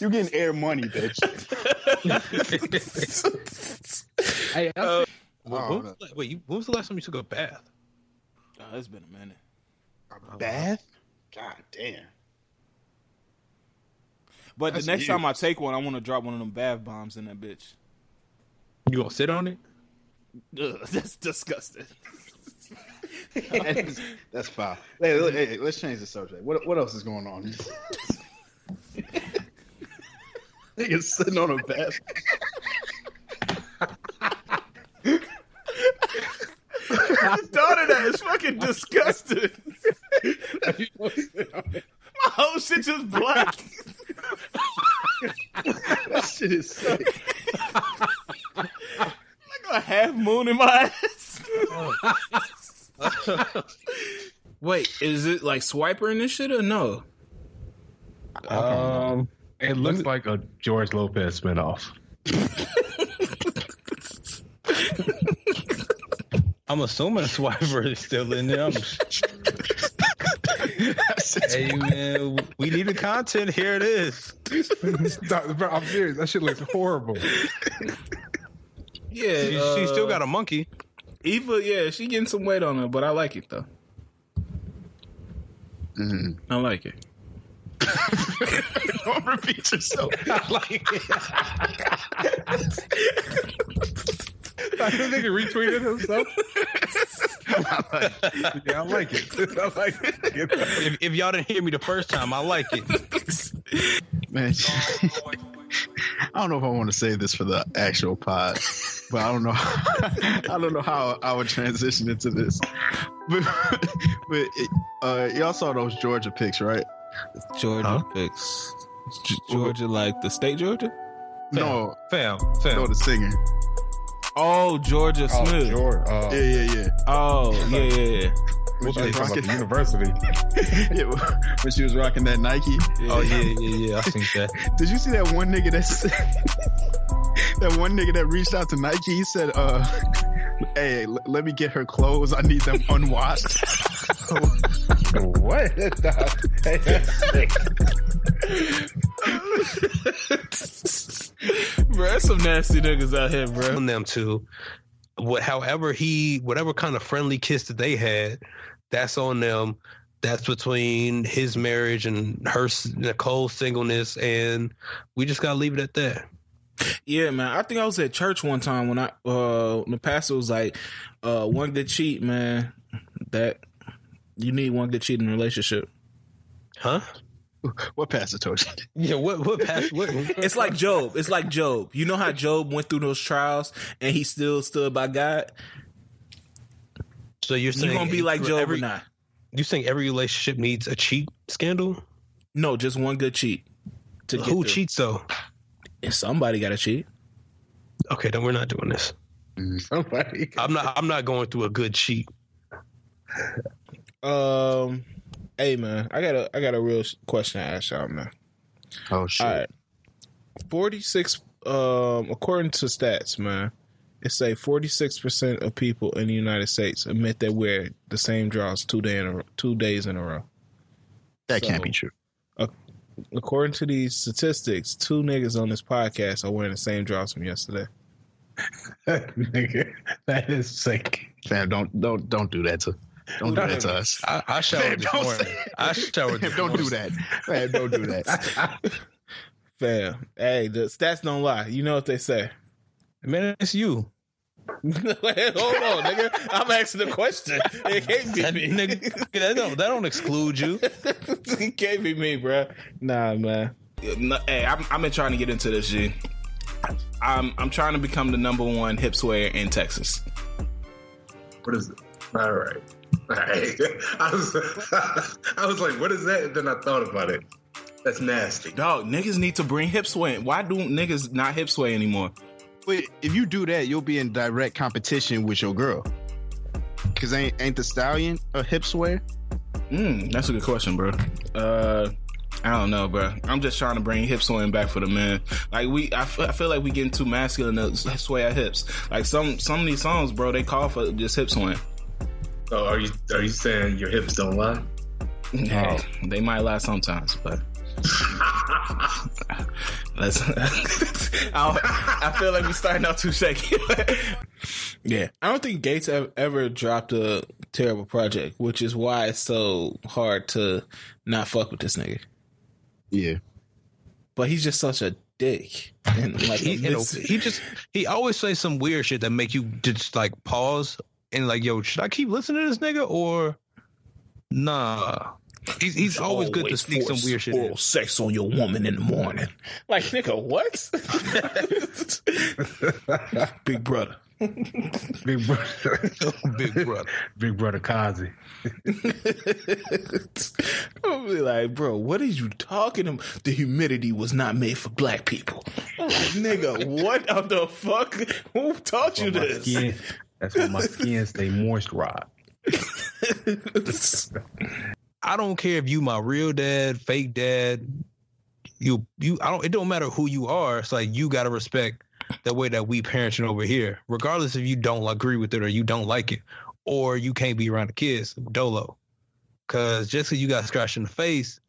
Speaker 4: you getting air money, bitch.
Speaker 2: Hey, I
Speaker 4: Uh,
Speaker 2: Wait,
Speaker 4: I
Speaker 2: when
Speaker 4: don't
Speaker 2: was, the- wait, you- when was the last time you took a bath?
Speaker 1: it's been a minute.
Speaker 4: Bath? God damn.
Speaker 1: But
Speaker 4: That's
Speaker 1: the next
Speaker 4: huge.
Speaker 1: time I take one, I want to drop one of them bath bombs in that bitch.
Speaker 2: You gonna sit on it?
Speaker 1: Ugh, that's disgusting.
Speaker 4: that's, that's foul. Hey, look, hey, let's change the subject. What what else is going on? Niggas sitting on a bath.
Speaker 1: I thought of that. It's fucking disgusting. My whole shit just black.
Speaker 4: that shit is sick.
Speaker 1: like a half moon in my ass. Wait, is it like swiper in this shit or no?
Speaker 7: Um, it looks like a George Lopez spinoff.
Speaker 2: I'm assuming Swiper is still in there. I'm- hey man, we need the content. Here it is.
Speaker 7: bro, I'm serious. That shit looks horrible.
Speaker 1: Yeah,
Speaker 2: She- she
Speaker 1: uh,
Speaker 2: still got a monkey.
Speaker 1: Eva, yeah, she getting some weight on her, but I like it though. I like it.
Speaker 16: don't repeat yourself.
Speaker 2: I like it.
Speaker 7: I think he retweeted himself. yeah, I like it. I like it.
Speaker 2: If, if y'all didn't hear me the first time, I like it.
Speaker 4: Man, I don't know if I want to save this for the actual pod, but I don't know. I don't know how I would transition into this. But, but uh, y'all saw those Georgia picks, right?
Speaker 1: Georgia picks. G- Georgia, like the state Georgia?
Speaker 4: No,
Speaker 2: fam,
Speaker 4: no, the singer.
Speaker 1: Oh, Georgia
Speaker 7: Oh,
Speaker 1: Smith.
Speaker 7: George. Uh,
Speaker 4: Yeah, yeah, yeah.
Speaker 1: Oh, yeah, yeah, yeah.
Speaker 7: We'll
Speaker 4: She was
Speaker 7: about the
Speaker 4: rocking-
Speaker 7: university.
Speaker 4: yeah, when she was rocking that Nike.
Speaker 2: Oh yeah, yeah, yeah. I think that.
Speaker 4: Did you see that one nigga that said, that one nigga that reached out to Nike? He said, "Uh, hey, l- let me get her clothes. I need them unwashed."
Speaker 7: what?
Speaker 1: bro, that's some nasty niggas out here, bro.
Speaker 2: on them to what however he whatever kind of friendly kiss that they had that's on them that's between his marriage and her Nicole's singleness and we just gotta leave it at that
Speaker 1: Yeah, man. I think I was at church one time when I uh the pastor was like, uh, one good cheat, man. That you need one good cheat in a relationship.
Speaker 2: huh
Speaker 4: What pastor told you?
Speaker 2: Yeah, what what pastor? What,
Speaker 1: it's like Job. It's like Job. You know how Job went through those trials and he still stood by God.
Speaker 2: So you're
Speaker 1: You
Speaker 2: saying
Speaker 1: gonna be like Job or
Speaker 2: every,
Speaker 1: not?
Speaker 2: You saying every relationship needs a cheat scandal?
Speaker 1: No, just one good cheat. To
Speaker 2: Who cheats though?
Speaker 1: Somebody got to cheat.
Speaker 2: Okay, then we're not doing this.
Speaker 4: Mm,
Speaker 7: Somebody.
Speaker 2: I'm not. I'm not going through a good cheat.
Speaker 1: Um, hey man, I got a I got a real sh- question to ask y'all, man.
Speaker 4: Oh shit!
Speaker 1: All right, forty six. Um, according to stats, man, it say forty six percent of people in the United States admit that we're the same draws two day in a, row- two days in a row.
Speaker 4: That can't
Speaker 1: So-
Speaker 4: be true.
Speaker 1: Ac- According to these statistics, two niggas on this podcast are wearing the same draws from yesterday.
Speaker 4: Nigga, that is sick. Fam, don't don't don't do that to don't do that to us.
Speaker 2: I, I
Speaker 4: Fam,
Speaker 2: showered this
Speaker 4: don't
Speaker 2: morning.
Speaker 4: say-
Speaker 2: I showered.
Speaker 4: Fam,
Speaker 2: this
Speaker 4: don't do
Speaker 2: morning.
Speaker 4: that. Fam, don't do that.
Speaker 1: Fam, hey, the stats don't lie. You know what they say.
Speaker 2: Man, it's you.
Speaker 1: Wait, hold on, nigga. I'm asking the question. It can't be
Speaker 2: That,
Speaker 1: me.
Speaker 2: nigga, that don't that don't exclude you.
Speaker 1: it can't be me, bro. Nah, man. No, hey, I'm, I've been trying to get into this, G. I'm I'm trying to become the number one hip swear in Texas.
Speaker 3: What is it? All right. All right. I was, I was like, what is that? And then I thought about it. That's nasty.
Speaker 1: Dog, niggas need to bring hip sway. Why do niggas not hip sway anymore?
Speaker 4: But if you do that, you'll be in direct competition with your girl. Cause ain't ain't the stallion a hip swear?
Speaker 1: Mm, that's a good question, bro. Uh, I don't know, bro. I'm just trying to bring hip swaying back for the men. Like we, I, f- I feel like we getting too masculine to s- sway our hips. Like some some of these songs, bro, they call for just hip swaying.
Speaker 3: So are you are you saying your hips don't lie?
Speaker 1: Hey, Oh, They might lie sometimes, but let's. I, I feel like we starting out too shaky. yeah, I don't think Gates have ever dropped a terrible project, which is why it's so hard to not fuck with this nigga.
Speaker 4: Yeah.
Speaker 1: But he's just such a dick, and like
Speaker 2: he,
Speaker 1: a
Speaker 2: you know,
Speaker 1: mis-
Speaker 2: he just he always says some weird shit that make you just like pause and like, yo, should I keep listening to this nigga or nah? He's he's always, good to sneak some
Speaker 1: force
Speaker 2: weird shit.
Speaker 1: Oral
Speaker 2: in.
Speaker 1: sex on your woman in the morning, like nigga, what? Big brother.
Speaker 7: Big brother.
Speaker 2: Big brother.
Speaker 7: Big brother Kazi.
Speaker 1: I'll be like, bro, what is you talking about? The humidity was not made for black people. I'm like, nigga, what of the fuck? Who taught
Speaker 2: Oh
Speaker 1: you
Speaker 7: That's why my
Speaker 1: this?
Speaker 7: skin- that's why my skin stay moist, Rob.
Speaker 2: I don't care if you my real dad, fake dad, you you I don't it don't matter who you are. It's like you gotta respect the way that we parenting over here, regardless if you don't agree with it or you don't like it, or you can't be around the kids, dolo. Cause just because you got scratched in the face,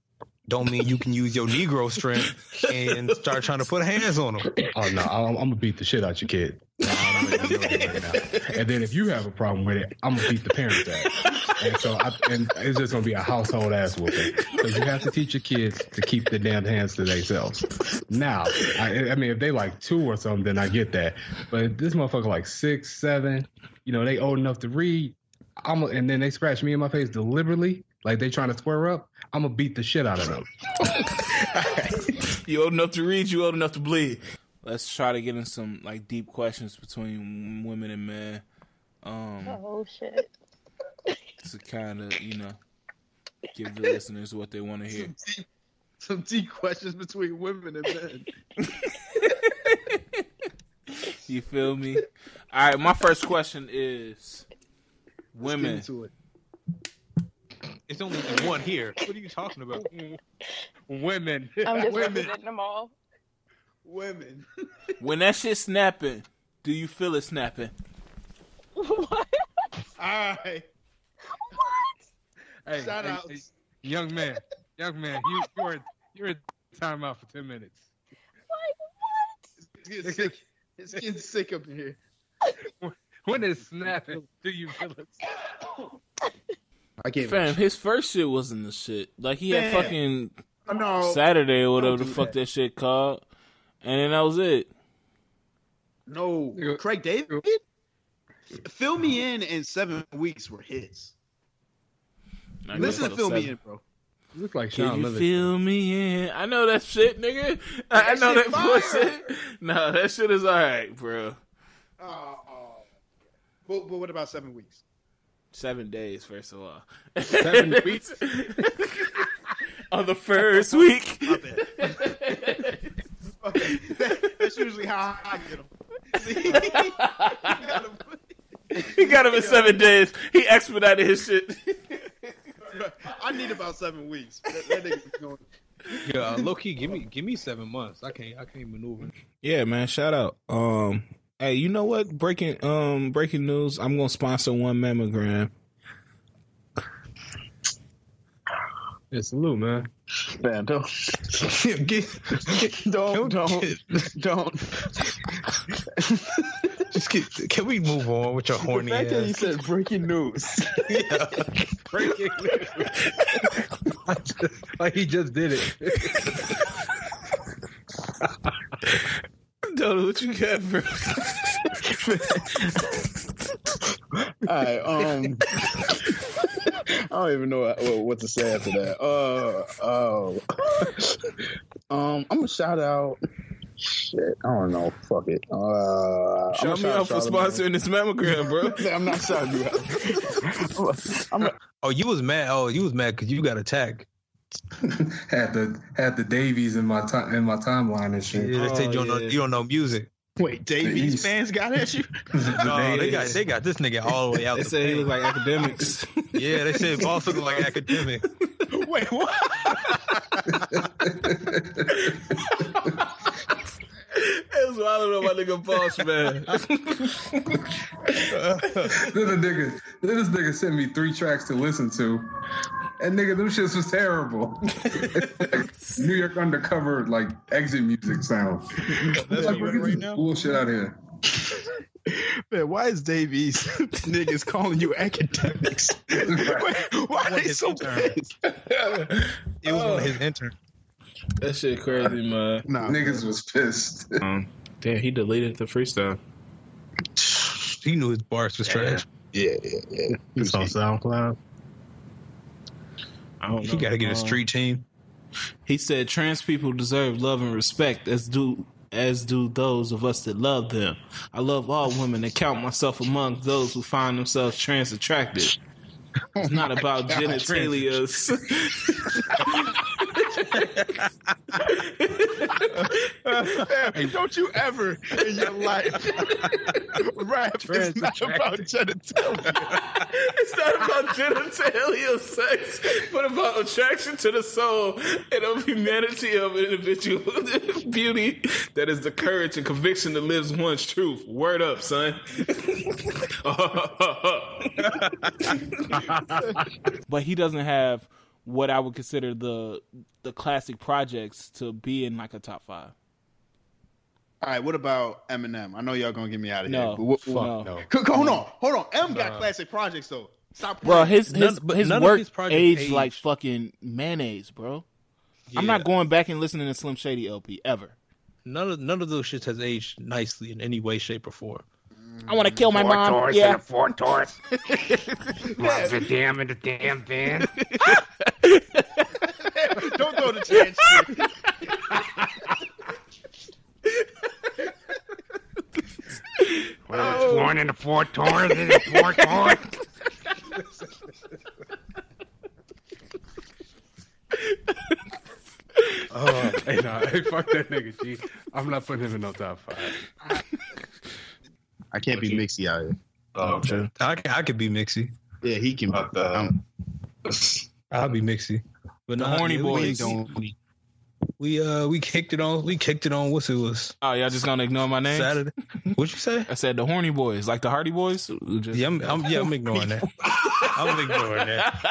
Speaker 2: don't mean you can use your Negro strength and start trying to put hands on them.
Speaker 7: Oh no, I'm, I'm gonna beat the shit out your kid. Nah, I'm gonna let you know right now. and then if you have a problem with it, I'm gonna beat the parents out. And so, I, and it's just gonna be a household ass whooping because you have to teach your kids to keep their damn hands to themselves. Now, I, I mean, if they like two or something, then I get that. But this motherfucker like six, seven, you know, they old enough to read. I'm a- and then they scratch me in my face deliberately, like they trying to square up. I'm gonna beat the shit out of them.
Speaker 1: You old enough to read, you old enough to bleed. Let's try to get in some like deep questions between women and men. Um,
Speaker 10: Oh shit.
Speaker 1: to kind of you know give the listeners what they want to hear.
Speaker 23: Some deep questions between women and men.
Speaker 1: You feel me? All right, my first question is women.
Speaker 23: Let's get into it.
Speaker 2: It's only one here. What are you talking about?
Speaker 24: Women.
Speaker 10: I'm just
Speaker 23: women.
Speaker 10: representing them all.
Speaker 23: Women.
Speaker 1: When that shit snapping, do you feel it snapping?
Speaker 10: What?
Speaker 23: All right.
Speaker 24: Hey,
Speaker 23: Shout
Speaker 24: hey,
Speaker 23: out.
Speaker 24: hey, young man, young man, you, you're you're in timeout for ten minutes.
Speaker 23: It's getting sick. It's getting sick up in here.
Speaker 24: When is snapping? Do you feel it?
Speaker 4: I can't.
Speaker 1: Fam, his first shit wasn't the shit. Like he had
Speaker 4: Man.
Speaker 1: fucking
Speaker 4: Oh, no.
Speaker 1: Saturday or whatever
Speaker 4: Don't
Speaker 1: the
Speaker 4: do
Speaker 1: fuck
Speaker 4: that.
Speaker 1: that. shit called, and then that was it.
Speaker 4: No, Craig David. Fill me in in seven weeks were his.
Speaker 1: Like,
Speaker 4: Listen
Speaker 1: what
Speaker 4: to
Speaker 1: the
Speaker 4: fill me
Speaker 1: seven-
Speaker 4: in, bro. Looks like
Speaker 1: Can
Speaker 4: Sean
Speaker 1: you
Speaker 4: Miller.
Speaker 1: feel me? in? I know that shit, nigga. I, I
Speaker 4: That
Speaker 1: know
Speaker 4: shit
Speaker 1: that voice. no, that shit is all right, bro.
Speaker 4: Oh, oh. But, but what about seven weeks?
Speaker 1: Seven days, first of all.
Speaker 4: Seven
Speaker 1: weeks. On the first week.
Speaker 4: My bad. okay, that, that's usually how I get them.
Speaker 1: he got him in seven days. He expedited his shit.
Speaker 4: I need about seven weeks. That, that nigga's going.
Speaker 2: Yeah, low key, give me give me seven months. I can't I can't maneuver.
Speaker 1: Yeah, man. Shout out. Um, hey, you know what? Breaking um breaking news. I'm gonna sponsor one mammogram.
Speaker 2: Yeah, salute, man.
Speaker 3: Man, don't, get, don't, don't, don't.
Speaker 2: Just get, can we move on with your horny
Speaker 3: the fact that you
Speaker 2: ass?
Speaker 3: said breaking news.
Speaker 2: Breaking news. like he just did it.
Speaker 1: Don't what you got, bro.
Speaker 3: Alright, um I don't even know what, what to say after that. Uh oh. um I'm gonna shout out shit. I don't know. Fuck it. Uh I'ma
Speaker 1: Shout me
Speaker 3: shout
Speaker 1: out for
Speaker 3: Charlamagne.
Speaker 1: sponsoring this mammogram, bro.
Speaker 3: I'm not shouting you out.
Speaker 2: oh, you was mad. Oh, you was mad because you got attacked.
Speaker 7: had the had the Davies in my time in my timeline and shit.
Speaker 2: Yeah, they say you don't
Speaker 1: Oh,
Speaker 2: know you don't know music.
Speaker 3: Wait,
Speaker 7: Davies
Speaker 3: fans got at you?
Speaker 2: No, they got they got this nigga all the way out.
Speaker 1: They
Speaker 2: the
Speaker 1: say he
Speaker 2: paint.
Speaker 1: look like academics.
Speaker 2: Yeah, they said boss look like academic.
Speaker 3: Wait, what?
Speaker 1: It was wild on my nigga boss, man.
Speaker 7: then the nigga, then this nigga sent me three tracks to listen to, and nigga, them shits was terrible. New York undercover like exit music sound.
Speaker 3: That's
Speaker 7: like,
Speaker 3: what you
Speaker 7: what
Speaker 3: at right
Speaker 7: is this
Speaker 3: now?
Speaker 7: bullshit out here.
Speaker 3: Man, why is Davies niggas calling you academics? Wait, why are they so pissed? Oh.
Speaker 2: It was one of his intern.
Speaker 1: That shit crazy, man.
Speaker 3: Nah,
Speaker 7: Niggas was pissed.
Speaker 1: Um, damn, he deleted the freestyle.
Speaker 2: He knew his bars was trash.
Speaker 3: Yeah, yeah, yeah.
Speaker 25: It's on SoundCloud.
Speaker 1: I don't Um,
Speaker 2: He got to get a street team.
Speaker 1: He said trans people deserve love and respect as do as do those of us that love them. I love all women and count myself among those who find themselves trans attractive. It's not about
Speaker 3: God,
Speaker 1: genitalia.
Speaker 3: Man, don't you ever in your life rap is not about genitalia.
Speaker 1: it's not about genitalia sex, but about attraction to the soul and of humanity of an individual beauty that is the courage and conviction that lives one's truth. Word up, son. but he doesn't have what I would consider the the classic projects to be in like a top five.
Speaker 3: All right, what about Eminem? I know y'all gonna get me out of
Speaker 1: No,
Speaker 3: here. But what,
Speaker 1: fuck
Speaker 3: what-
Speaker 1: no.
Speaker 3: C- c- Hold on, hold on. M
Speaker 2: Nah.
Speaker 3: got classic projects though. Stop.
Speaker 1: Bro, his
Speaker 2: None-
Speaker 1: his,
Speaker 2: but
Speaker 1: his
Speaker 2: none of
Speaker 1: work
Speaker 2: his projects
Speaker 1: aged
Speaker 2: aged.
Speaker 1: like fucking mayonnaise, bro. I'm not going back and listening to Slim Shady LP ever.
Speaker 2: None of none of those shits has aged nicely in any way, shape, or form.
Speaker 1: I want to kill my mom. yeah.
Speaker 15: four tours. Lots of damn in the damn van.
Speaker 3: Don't throw the chance.
Speaker 15: Whether
Speaker 1: Oh.
Speaker 15: it's one in the four tours, in the four tours.
Speaker 26: Oh, hey, nah, hey, fuck that nigga, G. I'm not putting him in no top five.
Speaker 3: I can't be mixy out here.
Speaker 26: Oh, okay.
Speaker 2: I can, I could be mixy.
Speaker 3: Yeah, he can.
Speaker 26: Fuck that.
Speaker 3: I'm-
Speaker 2: I'll be mixy. But
Speaker 1: The
Speaker 2: nah,
Speaker 1: horny
Speaker 2: yeah,
Speaker 3: we
Speaker 1: boys.
Speaker 3: don't.
Speaker 2: We uh we kicked it on we kicked it on what's it was
Speaker 1: Oh, y'all just gonna ignore my name?
Speaker 2: Saturday. What'd you say?
Speaker 1: I said the horny boys, like the Hardy Boys. who Just...
Speaker 2: Yeah, I'm, I'm yeah I'm ignoring that. I'm ignoring that.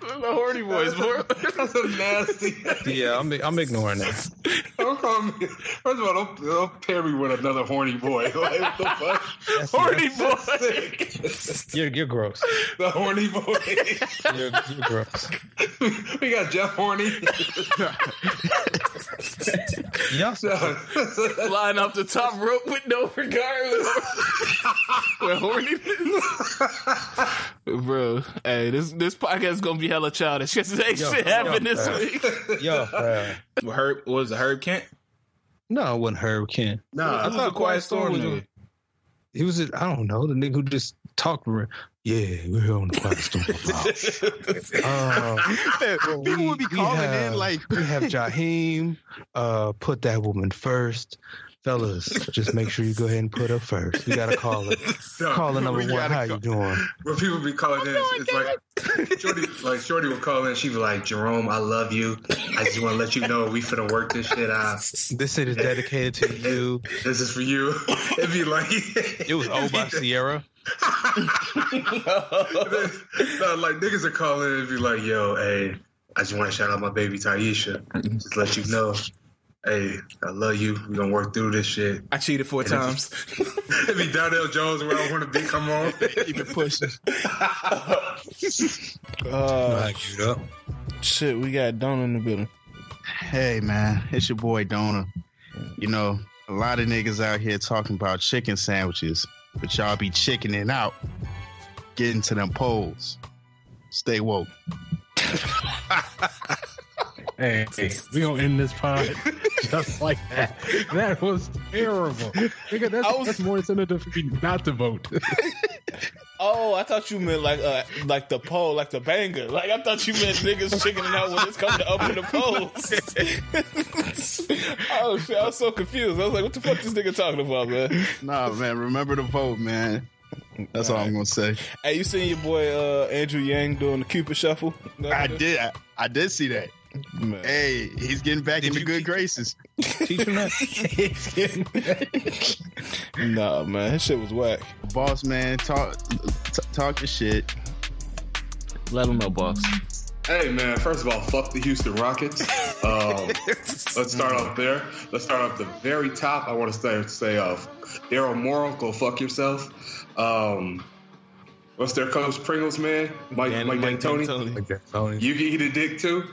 Speaker 1: the horny boys, bro.
Speaker 27: That's a nasty.
Speaker 2: Yeah, I'm I'm ignoring that.
Speaker 27: Don't call me. First of all, don't, don't pair me with another horny boy. Like, what the fuck?
Speaker 1: horny boys.
Speaker 27: Sick.
Speaker 2: You're you're gross.
Speaker 27: The horny boy.
Speaker 2: You're, you're gross.
Speaker 27: we got Jeff Horny.
Speaker 2: Y'all
Speaker 1: flying off the top rope with no regard. We're horniness. Bro, hey, this this podcast is gonna be hella childish because ain't
Speaker 2: Yo,
Speaker 1: shit happened
Speaker 2: yo,
Speaker 1: this
Speaker 2: uh,
Speaker 1: week.
Speaker 2: Yo, uh,
Speaker 1: Herb was it Herb Kent?
Speaker 2: No, it wasn't Herb Kent.
Speaker 1: Nah, I thought Quiet Storm
Speaker 2: was.
Speaker 1: nigga.
Speaker 2: He was, a, I don't know, the nigga who just talked. re- Yeah, we're on the Um, Quiet Storm.
Speaker 4: People would be calling in like
Speaker 2: we have Jaheim. Uh, put that woman first, fellas. Just make sure you go ahead and put her first. We gotta call her.
Speaker 17: No,
Speaker 2: call her number
Speaker 17: we
Speaker 2: one.
Speaker 17: gotta
Speaker 2: How you doing?
Speaker 3: When people be calling in, it's, it's like Shorty, like Shorty would call in. She'd be like, "Jerome, I love you. I just want to let you know we finna work this shit out.
Speaker 2: This shit is dedicated to you.
Speaker 3: This is for you." It'd be like it
Speaker 2: was owned by Sierra.
Speaker 3: no, like niggas are calling and be like, "Yo, hey, I just want to shout out my baby Taisha. Just let you know, hey, I love you. We gonna work through this shit."
Speaker 1: I cheated four times.
Speaker 3: It'd be Donnell Jones where I want to be. Come on,
Speaker 4: keep it pushing.
Speaker 1: Uh,
Speaker 2: up.
Speaker 1: Shit, we got Don in the building.
Speaker 4: Hey man, it's your boy Dona. You know, a lot of niggas out here talking about chicken sandwiches, but y'all be chickening out, getting to them polls. Stay woke.
Speaker 14: Hey, we gonna end this pod just like that. That was terrible. Nigga, that's, that's more incentive for me not to vote.
Speaker 1: Oh, I thought you meant like uh, like the poll, like the banger. Like I thought you meant niggas chickening out when it's coming to open the polls. oh shit, I was so confused. I was like, what the fuck this nigga talking about, man?
Speaker 4: Nah, man, remember to vote, man. That's all I'm gonna say.
Speaker 1: Hey, you seen your boy uh, Andrew Yang doing the Cupid Shuffle?
Speaker 4: I did. I, I did see that. Hey, he's getting back into good graces.
Speaker 2: Teach him
Speaker 4: that.
Speaker 1: nah, man, his shit was whack.
Speaker 4: Boss man, talk t- talk your shit.
Speaker 1: Let him know, boss.
Speaker 3: Hey man, first of all, fuck the Houston Rockets. Um, let's start off there. Let's start off the very top. I want to start say off. Daryl Morrow, go fuck yourself. Um, what's their coach? Pringles man, Mike Mike D'Antoni. You can eat a dick too.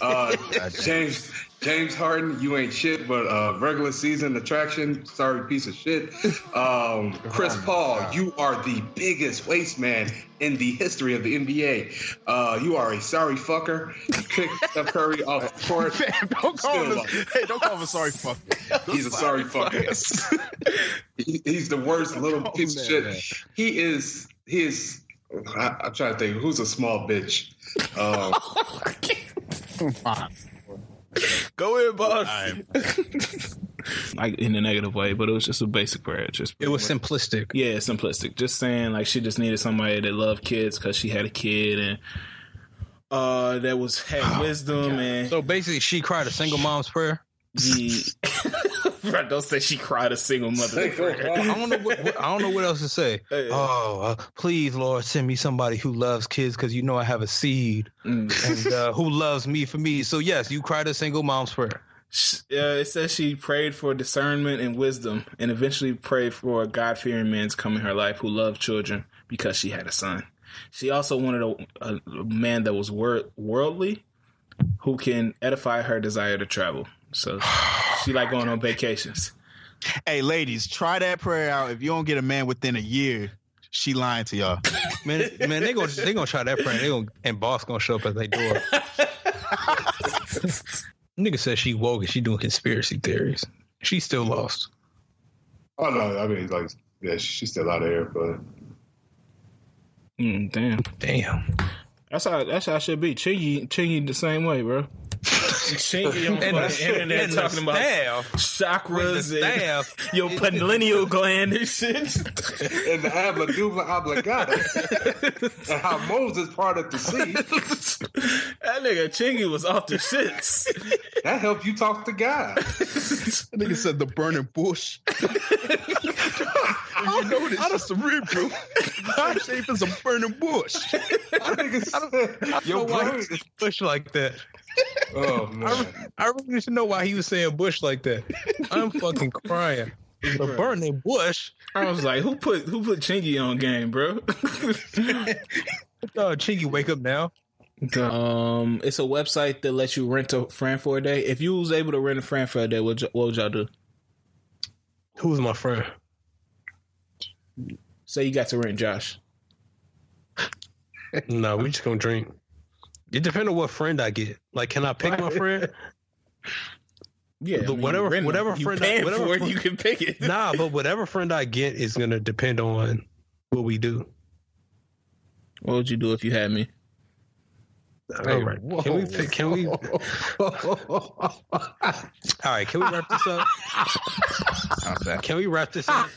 Speaker 3: Uh, James James Harden, you ain't shit, but uh, regular season attraction. Sorry, piece of shit. Um, Chris
Speaker 4: Oh
Speaker 3: Paul, you are the biggest waste man in the history of the NBA. Uh, you are a sorry fucker. You kicked Steph Curry off the court.
Speaker 4: don't call him. Hey, don't call him a sorry fucker.
Speaker 3: He's a sorry fucker. He- He's the worst little piece of shit. He is. He is. I, I'm trying to think. Who's a small bitch? Um,
Speaker 1: Go in, boss. like in a negative way, but it was just a basic prayer. Just
Speaker 2: it was simplistic.
Speaker 1: Yeah, simplistic. Just saying, like she just needed somebody that loved kids because she had a kid and uh that was had wisdom and.
Speaker 2: So basically, she cried a single mom's prayer.
Speaker 1: Bro, don't say she cried a single mother's prayer.
Speaker 2: I don't know what, what- I don't know what else to say. Oh, uh, please, Lord, send me somebody who loves kids because you know I have a seed and uh, who loves me for me. So yes, you cried a single mom's prayer.
Speaker 1: Uh, it says she prayed for discernment and wisdom, and eventually prayed for a God fearing man to come in her life who loved children because she had a son. She also wanted a, a, a man that was wor- worldly, who can edify her desire to travel. So she like going on vacations.
Speaker 4: Hey, ladies, try that prayer out. If you don't get a man within a year, she lying to y'all.
Speaker 2: Man, man, they gonna they gonna try that prayer. They gonna and boss gonna show up at their door. Nigga says she woke and she doing conspiracy theories. She still lost.
Speaker 3: Oh no, I mean like yeah, she's still out of here, but
Speaker 1: Mm, damn,
Speaker 2: damn.
Speaker 1: That's how that's how it should be. Chingy, Chingy the same way, bro. Chingy on
Speaker 2: And
Speaker 1: the
Speaker 2: the-
Speaker 1: internet
Speaker 2: and the
Speaker 1: talking about
Speaker 2: staff.
Speaker 1: chakras
Speaker 2: And the
Speaker 1: and, your pineal gland and shit.
Speaker 3: and the Abladuba obligata and how Moses parted the sea.
Speaker 1: That nigga Chingy was off the shits.
Speaker 3: That helped you talk to God.
Speaker 4: That nigga said the burning bush. you notice, I don't cerebral. God shape is a burning bush.
Speaker 3: I
Speaker 2: Yo, why is Bush like that?
Speaker 3: Oh man.
Speaker 2: I really need to know why he was saying Bush like that. I'm fucking crying. But burning Bush.
Speaker 1: I was like, who put who put Chingy on game, bro?
Speaker 2: Oh, Chingy, wake up now.
Speaker 1: Um, it's a website that lets you rent a friend for a day. If you was able to rent a friend for a day, what, y- what would y'all do?
Speaker 2: Who's my friend?
Speaker 1: Say you got to rent Josh.
Speaker 2: no, we just gonna drink. It depends on what friend I get. Like, can I pick my friend?
Speaker 1: Yeah,
Speaker 2: The-
Speaker 1: I mean,
Speaker 2: whatever,
Speaker 1: you renting
Speaker 2: whatever
Speaker 1: them. You
Speaker 2: friend,
Speaker 1: paying
Speaker 2: I, whatever
Speaker 1: for it,
Speaker 2: friend-
Speaker 1: you can pick it.
Speaker 2: Nah, but whatever friend I get is gonna depend on what we do.
Speaker 1: What would you do if you had me?
Speaker 2: All right, can we? pick- Can we? All right, can we wrap this up? Can we wrap this up?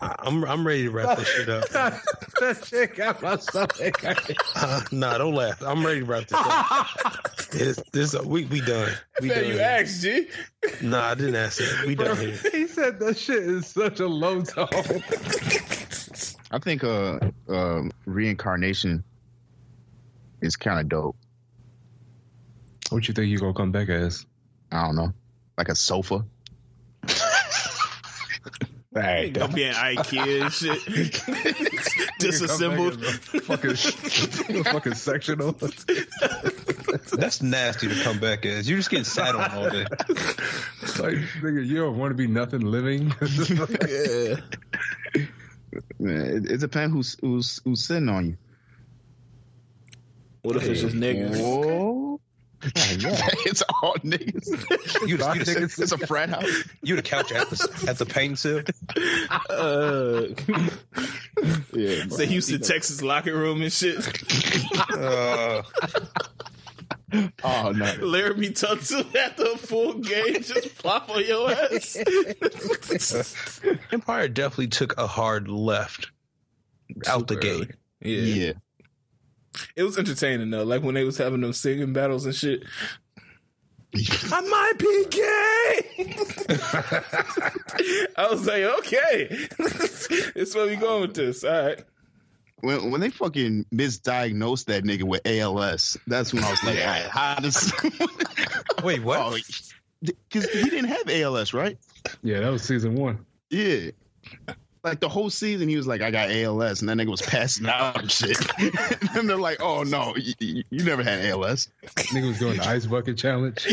Speaker 2: I'm I'm ready to wrap this shit up.
Speaker 7: that shit got my stomach.
Speaker 2: Uh, nah, don't laugh. I'm ready to wrap this up. This, this we we done. We done.
Speaker 7: you
Speaker 2: here.
Speaker 1: asked, G.
Speaker 2: Nah, I didn't ask it. We done here.
Speaker 7: he said that shit is such a low tone.
Speaker 4: I think uh, uh reincarnation is kind of dope.
Speaker 28: What you think you gonna come back as?
Speaker 4: I don't know, like a sofa.
Speaker 1: Hey, gonna be an IKEA and shit. Disassembled.
Speaker 29: Fucking, fucking sectional.
Speaker 2: That's nasty to come back as. You just getting sat on all day.
Speaker 7: Like, nigga, you don't want to be nothing living.
Speaker 1: yeah.
Speaker 4: It, it depends who's who's who's sitting on you.
Speaker 1: What if it's just niggas?
Speaker 4: Whoa. it's all niggas.
Speaker 2: You
Speaker 4: Five
Speaker 2: the-
Speaker 4: niggas. It's a frat house.
Speaker 2: You the couch at the at the paint sip.
Speaker 1: Uh,
Speaker 4: Yeah.
Speaker 1: it's a Houston, Texas locker room and shit.
Speaker 4: Oh no.
Speaker 1: Laramie Tunsil at the full game just plop on your ass.
Speaker 2: Empire definitely took a hard left out the gate.
Speaker 1: Yeah. It was entertaining though, like when they was having them singing battles and shit. I might be gay. I was like, okay, this where we going with this. All right.
Speaker 4: When when they fucking misdiagnosed that nigga with ALS, that's when I was like, all right, how does?
Speaker 2: Wait,
Speaker 4: Oh,
Speaker 2: what?
Speaker 4: Because he didn't have ALS, right?
Speaker 7: yeah, that was season one.
Speaker 4: Yeah. Like the whole season, he was like, I got ALS, and that nigga was passing out and shit. and they're like, oh no, you, you you never had ALS.
Speaker 7: Nigga was doing the ice bucket challenge.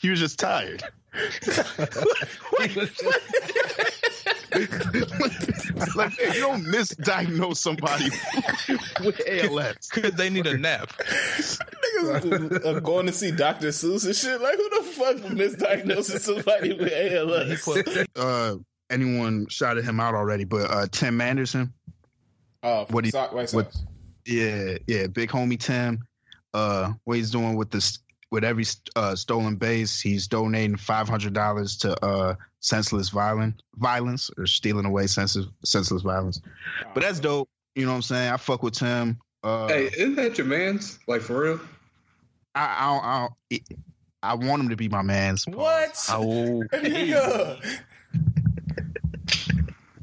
Speaker 4: he was just tired. like, man, you don't misdiagnose somebody with ALS.
Speaker 2: Because they need a nap.
Speaker 1: Niggas uh, going to see Dr. Seuss and shit. Like, who the fuck misdiagnosing somebody with ALS?
Speaker 4: uh, anyone shouted him out already, but uh, Tim Anderson.
Speaker 1: Oh,
Speaker 4: what he,
Speaker 1: Sock- White
Speaker 4: what, yeah, yeah, big homie Tim. Uh, what he's doing with this, with every uh, stolen base, he's donating five hundred dollars to uh, senseless violence, violence, or stealing away senseless, senseless violence. But that's dope. You know what I'm saying? I fuck with Tim. Uh,
Speaker 3: hey, isn't that your man's? Like for real?
Speaker 4: I, I, I, I want him to be my man's.
Speaker 1: What?
Speaker 4: Oh,
Speaker 1: Nigga.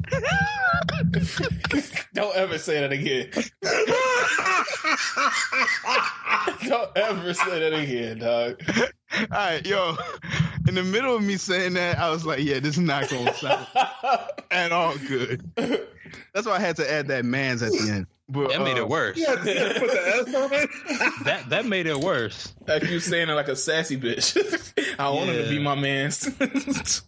Speaker 1: Don't ever say that again. Don't ever say that again, dog.
Speaker 4: All right, yo. In the middle of me saying that, I was like, "Yeah, this is not going to sound at all good." That's why I had to add that "man's" at the end. But,
Speaker 2: That made
Speaker 4: uh,
Speaker 2: it worse.
Speaker 3: Yeah, put the S on it.
Speaker 2: That that made it worse.
Speaker 1: Like you saying it like a sassy bitch. I want him to be
Speaker 2: Yeah.
Speaker 1: my man's.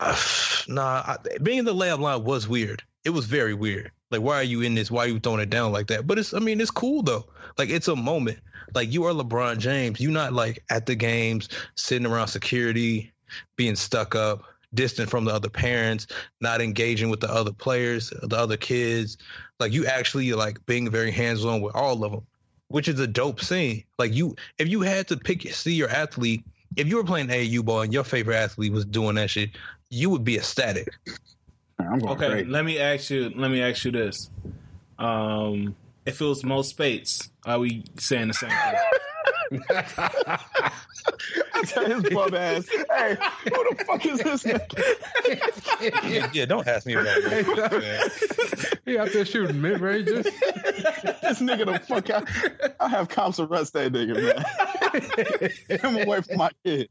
Speaker 2: Nah, I, being in the layup line was weird. It was very weird. Like, why are you in this? Why are you throwing it down like that? But it's, I mean, it's cool though. Like, it's a moment. Like, you are LeBron James. You're not like at the games, sitting around security, being stuck up, distant from the other parents, not engaging with the other players, the other kids. Like, you actually like being very hands on with all of them, which is a dope scene. Like, you, if you had to pick, see your athlete, if you were playing AAU ball and your favorite athlete was doing that shit, you would be ecstatic.
Speaker 4: I'm going
Speaker 1: okay, let me ask you. Let me ask you this. Um, if it was Mo Spates, are we saying the same thing?
Speaker 4: his bum ass. Hey, who the fuck is this?
Speaker 2: yeah, yeah, don't ask me about it.
Speaker 7: He out there shooting mid ranges.
Speaker 4: this nigga the fuck out. I have cops arrest that nigga, man. Him away from my kid.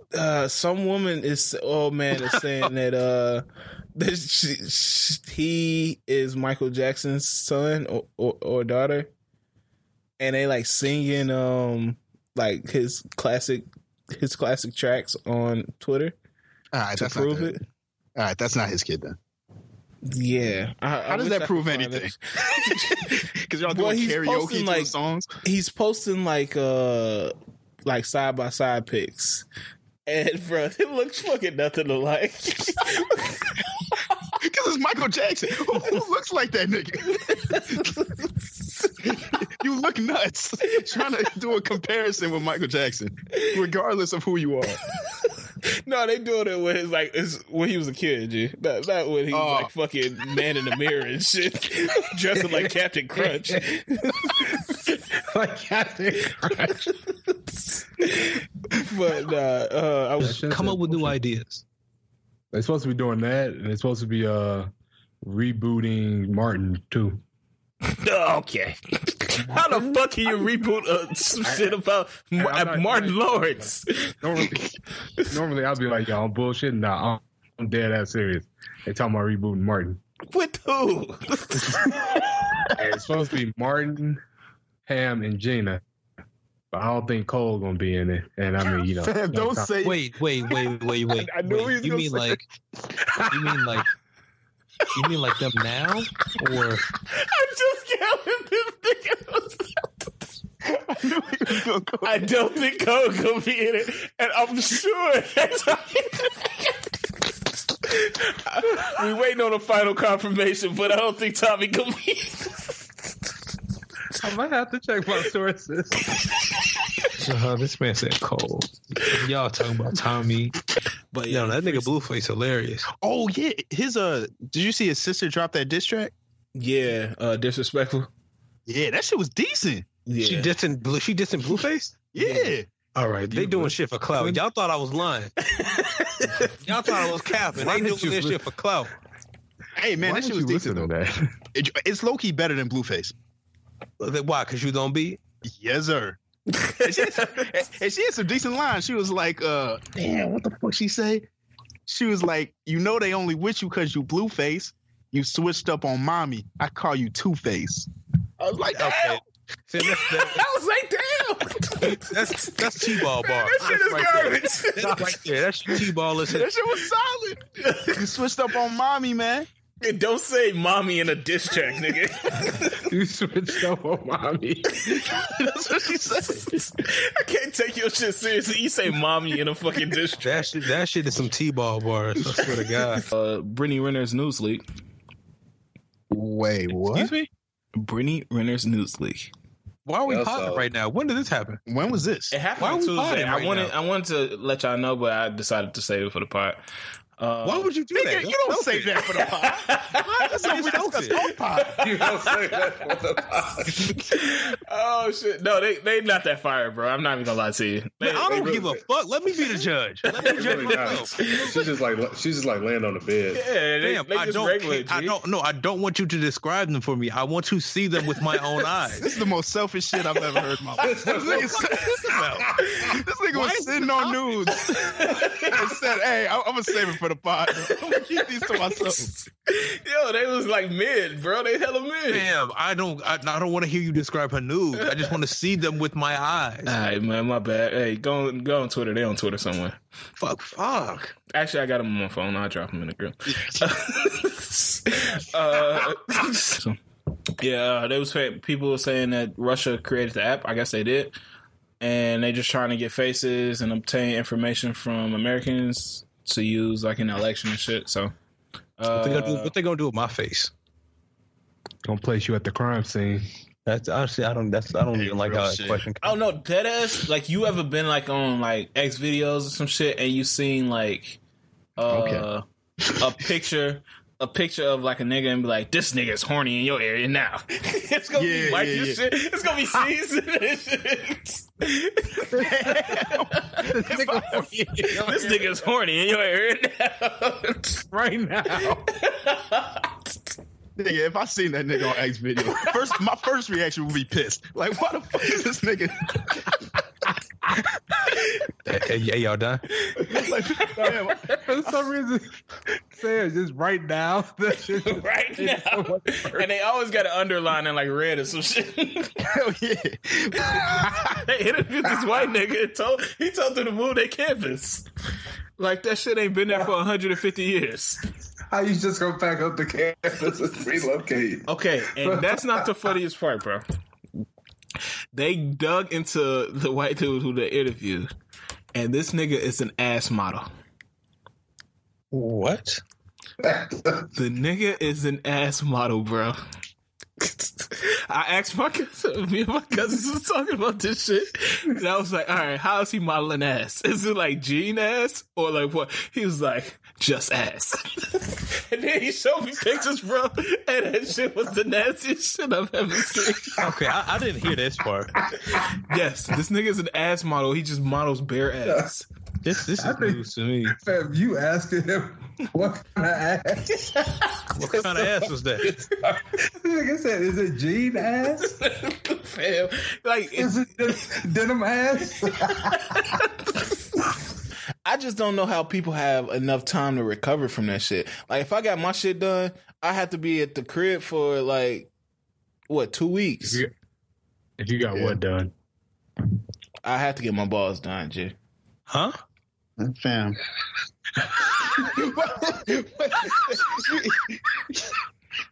Speaker 1: uh, some woman is oh man is saying that uh This- she- she- he is Michael Jackson's son or, or, or daughter, and they like singing um like his classic his classic tracks on Twitter
Speaker 4: All right,
Speaker 1: to
Speaker 4: that's not
Speaker 1: prove
Speaker 4: good.
Speaker 1: it.
Speaker 4: All right, that's not his kid then.
Speaker 1: Yeah.
Speaker 4: How does that prove anything?
Speaker 1: Because
Speaker 4: y'all doing karaoke to
Speaker 1: like,
Speaker 4: his songs.
Speaker 1: He's posting like uh like side by side pics. And bro, it looks fucking nothing alike.
Speaker 4: Because it's Michael Jackson. Who, who looks like that nigga? you look nuts trying to do a comparison with Michael Jackson, regardless of who you are.
Speaker 1: no, they doing it when his like it's when he was a kid, G. Not, not when he was like fucking man in the mirror and shit, dressing like Captain Crunch. like Captain Crunch. but uh, uh, I
Speaker 7: was
Speaker 2: come up with new ideas.
Speaker 7: They're supposed to be doing that, and they're supposed to be uh rebooting Martin too.
Speaker 1: okay. How the fuck can you reboot uh, some shit about Ma- Martin Lawrence?
Speaker 7: Normally, normally I'll be like, "Y'all bullshit." Nah, I'm, I'm dead ass serious. They talking about rebooting Martin.
Speaker 1: With who?
Speaker 7: it's supposed to be Martin, Ham, and Gina, but I don't think Cole gonna be in it. And I mean, you know,
Speaker 4: Fam, don't say-
Speaker 2: Wait, wait, wait, wait, wait.
Speaker 4: I knew he
Speaker 2: wait.
Speaker 4: was
Speaker 2: You
Speaker 4: gonna
Speaker 2: mean
Speaker 4: say
Speaker 2: like? You mean like? You mean like them now, or
Speaker 1: I just can't I don't think Cole gonna be in it, and I'm sure we waiting on a final confirmation, but I don't think Tommy gonna be.
Speaker 7: I might have to check my sources.
Speaker 2: Uh, this man said Cole. Y'all talking about Tommy?
Speaker 1: But
Speaker 2: yo, that nigga Blueface hilarious.
Speaker 4: Oh yeah, his uh, did you see his sister drop that diss track?
Speaker 1: Yeah, uh, disrespectful.
Speaker 4: Yeah, that shit was decent.
Speaker 2: She dissing blue. She dissing Blueface.
Speaker 4: Yeah.
Speaker 2: All right, they doing shit for clout. Y'all thought I was lying. Y'all thought I was capping. They doing this shit for clout.
Speaker 4: Hey man, that shit was decent though.
Speaker 7: That?
Speaker 4: It, it's low key better than Blueface.
Speaker 2: Why? Cause you don't be.
Speaker 4: Yes, sir. and, she had, and she had some decent lines. She was like, uh, damn, what the fuck she say? She was like, you know they only with you cause you blue face. You switched up on mommy. I call you two face. I was like, okay.
Speaker 1: I was like, damn.
Speaker 2: That's that's T-ball bar.
Speaker 4: That shit is
Speaker 2: There. That's right there. That's T-ball. Is
Speaker 4: That shit was solid. you switched up on mommy, man.
Speaker 1: And don't say mommy in a diss track, nigga.
Speaker 7: you switched up on mommy.
Speaker 1: That's what she said. I can't take your shit seriously. You say mommy in a fucking diss track.
Speaker 2: That shit, that shit is some T-ball bars. I swear to God.
Speaker 1: Uh, Brittany Renner's news leak.
Speaker 4: Wait, what?
Speaker 2: Excuse me.
Speaker 1: Brittany Renner's news leak.
Speaker 2: Why are we
Speaker 1: That's
Speaker 2: podding
Speaker 1: all.
Speaker 2: right now? When did this happen?
Speaker 4: When was this?
Speaker 1: It
Speaker 2: Why are
Speaker 1: happened
Speaker 2: we
Speaker 1: Tuesday.
Speaker 2: potting
Speaker 1: I
Speaker 2: right
Speaker 1: wanted
Speaker 2: now?
Speaker 1: I wanted to let y'all know, but I decided to save it for the pot. Uh,
Speaker 2: Why would you do that?
Speaker 4: You don't say that for the pod. That's how we discuss on pod.
Speaker 3: You don't say that for the pod.
Speaker 1: oh shit! No, they they not that fire, bro. I'm not even gonna lie to you. They, they
Speaker 2: I don't
Speaker 1: really-
Speaker 2: give a fuck. Let me be the judge. Let me judge
Speaker 3: Really not.
Speaker 2: myself.
Speaker 3: She's just like she's just like laying on the bed.
Speaker 1: Yeah, they,
Speaker 2: Damn,
Speaker 1: they
Speaker 2: I
Speaker 1: just
Speaker 2: don't.
Speaker 1: regular.
Speaker 2: care- I don't. No, I don't want you to describe them for me. I want to see them with my own eyes.
Speaker 4: This is the most selfish shit I've ever heard in my life. This nigga, this nigga
Speaker 2: Why
Speaker 4: was
Speaker 2: is
Speaker 4: sitting on news and said, "Hey, I'm, gonna save it for the pod. I'm gonna keep these to myself."
Speaker 1: Yo, they was like mid, bro. They hella mid.
Speaker 2: Damn, I don't. I, I don't want to hear you describe her nude. I just want to see them with my eyes.
Speaker 1: All right, man. My bad. Hey, go on, go on Twitter. They on Twitter somewhere.
Speaker 2: Fuck, fuck.
Speaker 1: Actually, I got them on my phone. I'll drop them in the group. uh, so, yeah, uh, they was fa- people were saying that Russia created the app. I guess they did, and they just trying to get faces and obtain information from Americans to use like in the election and shit. So, uh,
Speaker 2: What they gonna do? What they gonna do with my face?
Speaker 7: Gonna place you at the crime scene.
Speaker 2: That's honestly, I don't. That's I don't even like how that question.
Speaker 1: I don't know, dead ass. Like you ever been like on like X videos or some shit, and you seen like uh, a picture, a picture of like a nigga, and be like, this nigga is horny in your area now. it's gonna
Speaker 4: Yeah,
Speaker 1: be like
Speaker 4: yeah,
Speaker 1: your
Speaker 4: yeah.
Speaker 1: shit. It's gonna be season and shit. this nigga is horny in your area now.
Speaker 7: right now.
Speaker 4: Nigga, if I seen that nigga on X video, first my first reaction would be pissed. Like, why the fuck is this nigga?
Speaker 2: Hey, hey, y'all done?
Speaker 4: Like, damn,
Speaker 7: For some reason,
Speaker 14: saying. Just right now.
Speaker 1: right now. and they always got an underline in like red or some shit. Hell yeah. they interviewed this white nigga and told he told them to move their campus. Like that shit ain't been there for 150 years.
Speaker 17: How you just go back up the campus and relocate?
Speaker 1: Okay, and that's not the funniest part, bro. They dug into the white dude who they interviewed, and this nigga is an ass model.
Speaker 2: What?
Speaker 1: the nigga is an ass model, bro. I asked my cousin, me and my cousins was talking about this shit. And I was like, all right, how is he modeling ass? Is it like Gene ass or like what? He was like, just ass. and then he showed me pictures, bro. And that shit was the nastiest shit I've ever seen.
Speaker 2: Okay, I, I didn't hear this part.
Speaker 1: yes, this nigga is an ass model. He just models bare ass.
Speaker 2: This this
Speaker 17: I
Speaker 2: is
Speaker 17: think-
Speaker 2: news to me.
Speaker 17: Fam, you asking him what kind of ass?
Speaker 2: What kind of ass was that?
Speaker 17: like I said, is it jean ass?
Speaker 1: Fam, like
Speaker 17: is it den- denim ass?
Speaker 1: I just don't know how people have enough time to recover from that shit. Like, if I got my shit done, I have to be at the crib for like what two weeks.
Speaker 14: If you got what done?
Speaker 1: I have to get my balls done, Jay.
Speaker 2: Huh?
Speaker 4: Fam.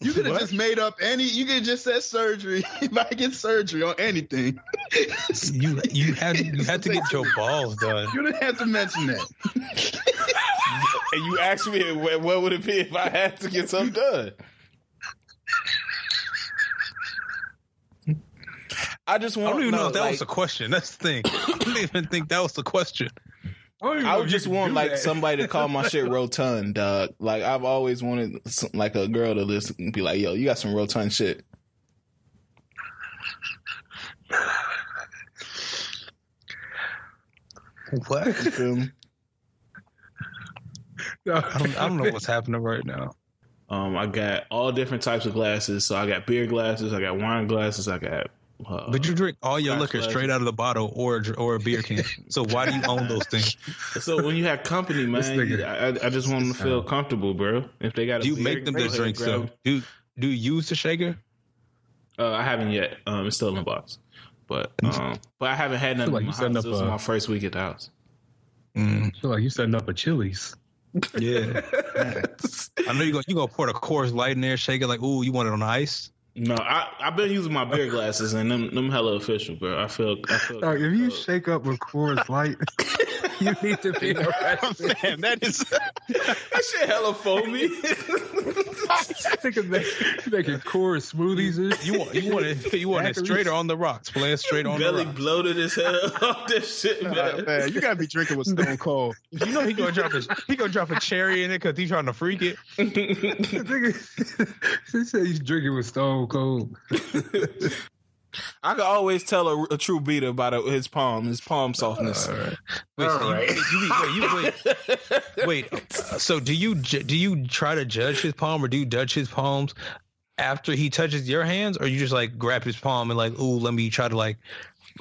Speaker 4: You could have just made up any. You could have just said surgery. You might get surgery on anything.
Speaker 2: you you had you had to get your balls done.
Speaker 4: You didn't have to mention that.
Speaker 1: And you asked me what, what would it be if I had to get something done. I just
Speaker 2: I
Speaker 1: want.
Speaker 2: don't even know
Speaker 1: no,
Speaker 2: if that
Speaker 1: like,
Speaker 2: was a question. That's the thing. I don't even think that was the question.
Speaker 1: I would just want like somebody to call my shit rotund, dog. Like I've always wanted some, like a girl to listen and be like, "Yo, you got some rotund shit."
Speaker 2: What?
Speaker 1: You feel me?
Speaker 2: I don't, I don't know what's happening right now.
Speaker 1: Um, I got all different types of glasses. So I got beer glasses, I got wine glasses, I got. Uh,
Speaker 2: But you drink all your liquor
Speaker 1: Glasses.
Speaker 2: straight out of the bottle or a dr- or a beer can. So why do you own those things?
Speaker 1: so when you have company,
Speaker 2: This
Speaker 1: man,
Speaker 2: nigga-
Speaker 1: you- I, I just want them to feel comfortable, bro. If they got,
Speaker 2: Do you make them to drink so? Do do you use the shaker?
Speaker 1: Uh, I haven't yet. Um, it's still in the box, but um, but I haven't had nothing
Speaker 14: Like
Speaker 1: in
Speaker 14: you
Speaker 1: my house.
Speaker 14: setting
Speaker 1: This
Speaker 14: up
Speaker 1: is
Speaker 14: a-
Speaker 1: my first week at the house.
Speaker 14: I feel like you setting up a Chili's.
Speaker 2: Yeah. I know you go you gonna pour the Coors Light in there, shake it like, ooh, you want it on ice?
Speaker 1: No, I I've been using my beer glasses and them them hella official, bro. I feel I feel
Speaker 14: Dog, if you shake up with Coors Light, you need to be arrested.
Speaker 4: Man, that is.
Speaker 1: that shit hella foamy.
Speaker 14: Nigga make- making Coors smoothies. and shit.
Speaker 2: You want you want it you want it straight or on the rocks, playing straight on
Speaker 1: Belly
Speaker 2: the rocks.
Speaker 1: bloated as hell off this shit, man.
Speaker 4: Man, you gotta be drinking with Stone Cold.
Speaker 2: You know he gonna drop a he gonna drop a cherry in it because he's trying to freak it.
Speaker 14: Nigga, he said he's drinking with Stone Cold.
Speaker 1: I can always tell a, a true beater by the, his palm, his palm softness.
Speaker 2: Wait, so you-
Speaker 3: Alright.
Speaker 2: you, wait, you- wait, wait. uh, so do you ju- do you try to judge his palm or do you judge his palms after he touches your hands, or you just like grab his palm and like, ooh, let me try to like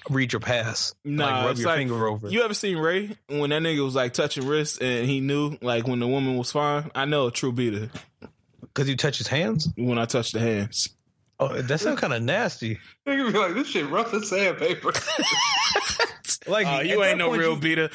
Speaker 2: read your pass,
Speaker 1: Nah,
Speaker 2: like rub
Speaker 1: it's
Speaker 2: your
Speaker 1: like-
Speaker 2: finger over. it.
Speaker 1: You ever seen Ray when that nigga was like touching wrists and he knew like when the woman was fine? I know a true beater
Speaker 2: Because you touch his hands?
Speaker 1: when I touch the hands.
Speaker 2: Oh, that sounds kind of nasty.
Speaker 17: Nigga be like, this shit rough as sandpaper.
Speaker 2: Like
Speaker 1: Uh,
Speaker 2: at
Speaker 1: you
Speaker 2: that
Speaker 1: ain't no
Speaker 2: point,
Speaker 1: real
Speaker 2: you-
Speaker 1: beater.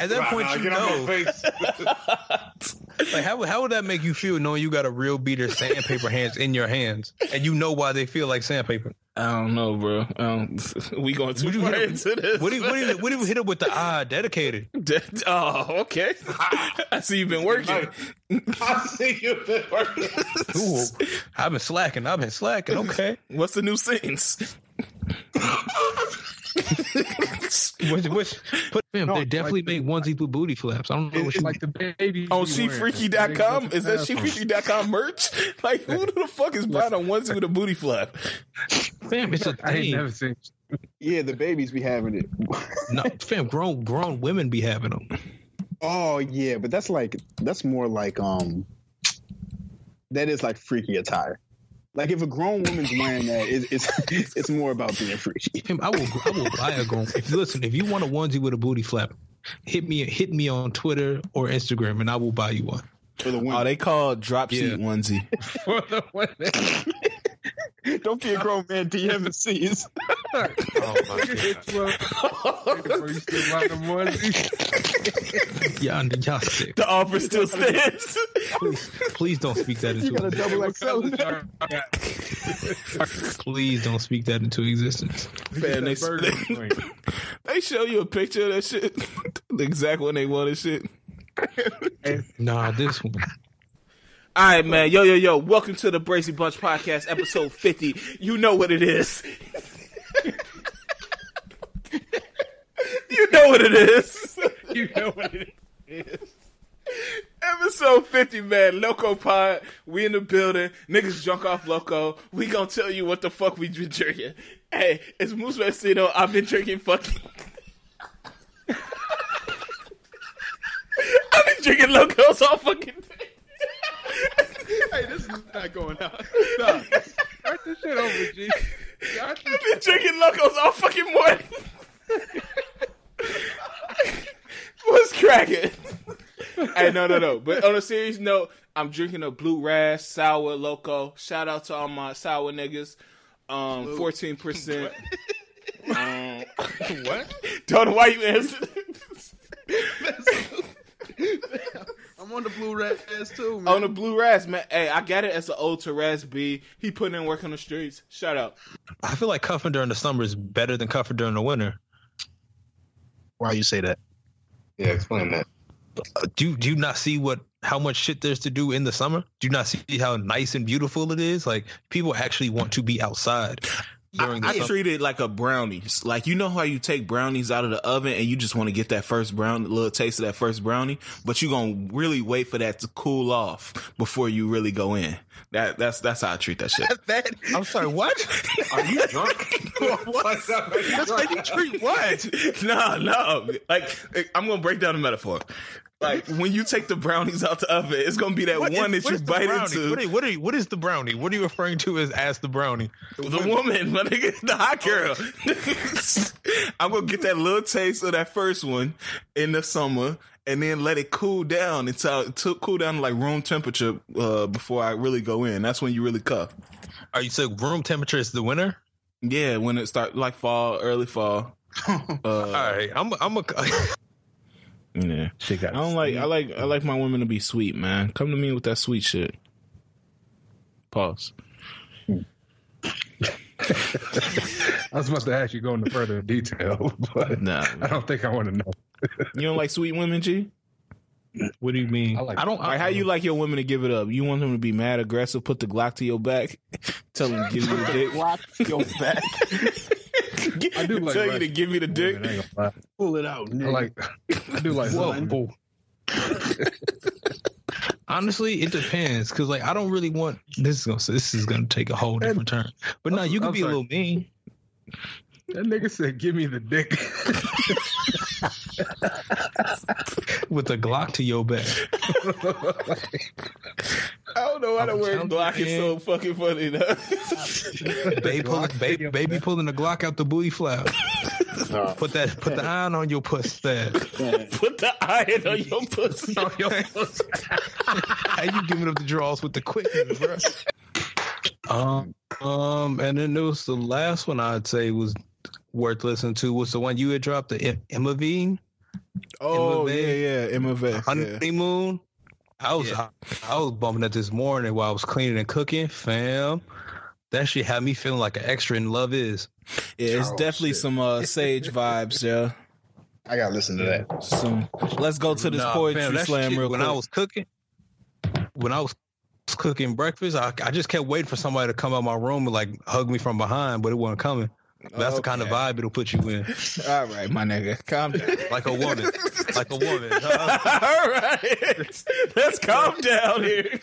Speaker 2: At that point,
Speaker 17: Nah,
Speaker 2: you
Speaker 17: get out
Speaker 2: know.
Speaker 17: my face.
Speaker 2: Like, how, how would that make you feel knowing you got a real beater sandpaper hands in your hands, and you know why they feel like sandpaper?
Speaker 1: I don't know, bro. Um, we going too
Speaker 2: Would you
Speaker 1: far
Speaker 2: hit
Speaker 1: into this.
Speaker 2: What do you what do you, what do you hit him with the ah dedicated?
Speaker 1: oh, okay. I see you've been working.
Speaker 17: I see you been working.
Speaker 2: Ooh, I've been slacking. I've been slacking. Okay.
Speaker 1: What's the new sentence?
Speaker 2: Which, which put them,
Speaker 14: No,
Speaker 2: they definitely
Speaker 14: like-
Speaker 2: make onesie with booty flaps. I don't know what
Speaker 14: It's
Speaker 2: you
Speaker 14: like the baby.
Speaker 1: On
Speaker 14: you wearing.
Speaker 1: shefreaky.com? Is that
Speaker 14: That's
Speaker 1: shefreaky.com merch? Like, who the fuck is buying a onesie with a booty flap?
Speaker 2: fam. It's a
Speaker 14: I ain't
Speaker 2: thing.
Speaker 14: never seen.
Speaker 4: Yeah, the babies be having it.
Speaker 2: No, fam. Grown grown women be having them.
Speaker 4: Oh yeah, but that's like that's more like um that is like freaky attire. Like if a grown woman's wearing that, it, it's it's more about being freaky.
Speaker 2: Fam, I will I will buy a grown. If listen, if you want a onesie with a booty flap, hit me hit me on Twitter or Instagram, and I will buy you one.
Speaker 15: For the oh,
Speaker 1: they call drop seat onesie.
Speaker 2: For the women.
Speaker 4: Don't be a grown man, DM and C's.
Speaker 2: Oh my god. Y'all, y'all sick.
Speaker 1: The offer still stands.
Speaker 2: Please, please don't speak that into
Speaker 4: You got a double XL.
Speaker 2: Please don't speak that into existence.
Speaker 1: Man, they, they, they show you a picture of that shit. the exact one they wanted shit.
Speaker 2: Nah, this one.
Speaker 15: All right, man. Yo, yo, yo. Welcome to the Brazy Bunch Podcast, episode 50. You know what it is. you know what it is.
Speaker 2: you know what it is.
Speaker 15: Episode 50, man. Loco Pod. We in the building. Niggas drunk off Loco. We gonna tell you what the fuck we been drinking. Hey, it's Moose Vecino. I've been drinking fucking. I've been drinking Locos all fucking day.
Speaker 6: hey, this is not going out. Nah, start this shit over, G. Start this-
Speaker 15: I've been drinking Locos all fucking morning. What's cracking? hey, no, no, no. But on a serious note, I'm drinking a blue ras sour loco. Shout out to all my sour niggas. Um, fourteen percent. Um,
Speaker 2: what?
Speaker 15: Don't know why you answered.
Speaker 6: I'm on the blue red ass too,
Speaker 16: Oh,
Speaker 6: man.
Speaker 15: on the blue ras, man. Hey, I got it as an old Therese B. He putting in work on the streets. Shout out.
Speaker 2: I feel like cuffing during the summer is better than cuffing during the winter.
Speaker 16: Why you say that?
Speaker 3: Yeah, explain that.
Speaker 2: Uh, Do do you not see what how much shit there's to do in the summer? Do you not see how nice and beautiful it is? Like people actually want to be outside during
Speaker 1: I,
Speaker 2: the
Speaker 1: I
Speaker 2: summer.
Speaker 1: treat it like a brownie. Like you know how you take brownies out of the oven and you just want to get that first brown little taste of that first brownie, but you gonna really wait for that to cool off before you really go in. That that's that's how I treat that shit.
Speaker 4: That,
Speaker 2: I'm sorry, what?
Speaker 3: Are you drunk?
Speaker 4: what? That's how you treat what?
Speaker 1: no, no. Like eh, I'm gonna break down the metaphor. Like when you take the brownies out the oven, it's gonna be that
Speaker 2: What is-
Speaker 1: one that
Speaker 2: what
Speaker 1: you
Speaker 2: is the
Speaker 1: bite
Speaker 2: brownie?
Speaker 1: into.
Speaker 2: What is, what, are, what is the brownie? What are you referring to as as the brownie?
Speaker 1: The woman, my nigga, the hot girl. I'm gonna get that little taste of that first one in the summer, and then let it cool down until it took cool down to like room temperature uh, before I really go in. That's when you really cuff.
Speaker 2: Are you saying room temperature is the winter?
Speaker 1: Yeah, when it start like fall, early fall. Uh,
Speaker 2: All right, I'm I'm a
Speaker 1: Yeah,
Speaker 2: she
Speaker 1: I don't like. I like. I like my women to be sweet, man. Come to me with that sweet shit. Pause.
Speaker 14: I was about to ask you go into further detail, but
Speaker 1: Nah,
Speaker 14: I don't think I want to know.
Speaker 1: you don't like sweet women, G.
Speaker 2: What do you mean?
Speaker 14: I like.
Speaker 2: I don't.
Speaker 1: Like, how you like your women to give it up? You want them to be mad, aggressive, put the Glock to your back, tell them to give you the dick. Glock your back.
Speaker 14: I do like
Speaker 1: tell you to
Speaker 14: Russian
Speaker 1: give me the dick.
Speaker 14: women, I ain't gonna lie.
Speaker 4: Pull it out,
Speaker 14: I
Speaker 4: nigga.
Speaker 14: like. I do like.
Speaker 2: Whoa.
Speaker 14: Whoa.
Speaker 2: Honestly, it depends because like I don't really want this is gonna this is gonna take a whole different turn. But no, you can
Speaker 14: I'm
Speaker 2: be
Speaker 14: sorry.
Speaker 2: a little mean.
Speaker 14: That nigga said, "Give me the dick."
Speaker 2: with a Glock to your back.
Speaker 1: I don't know why the
Speaker 2: I'm
Speaker 1: word
Speaker 2: telling
Speaker 1: Glock
Speaker 2: you,
Speaker 1: is so fucking funny. though.
Speaker 2: baby, pulling, baby, baby pulling the Glock out the booty flap. put that, put the iron on your puss there.
Speaker 1: put the iron on your pussy.
Speaker 2: On your puss. How you giving up the draws with the quickness, bro? Um, um, and then there was the last one I'd say was worth listening to was the one you had dropped, the Em- Emma Veen
Speaker 1: Oh
Speaker 2: Emma
Speaker 1: yeah,
Speaker 2: Vane.
Speaker 1: yeah, Emma Vane, yeah.
Speaker 2: honeymoon. I was I, I was bumping that this morning while I was cleaning and cooking, fam. That shit had me feeling like an extra in love is.
Speaker 1: Yeah, it's definitely some uh, sage vibes, yeah.
Speaker 16: I gotta listen to that.
Speaker 1: Some. Let's go to this
Speaker 2: Nah,
Speaker 1: poetry
Speaker 2: fam, that
Speaker 1: slam
Speaker 2: shit,
Speaker 1: real
Speaker 2: when
Speaker 1: quick.
Speaker 2: I was cooking, when I was cooking breakfast, I, I just kept waiting for somebody to come out my room and like hug me from behind, but it wasn't coming. That's the kind of vibe it'll put you in,
Speaker 1: All right, my nigga, calm down.
Speaker 2: like a woman, like a woman.
Speaker 1: All right, let's calm down here.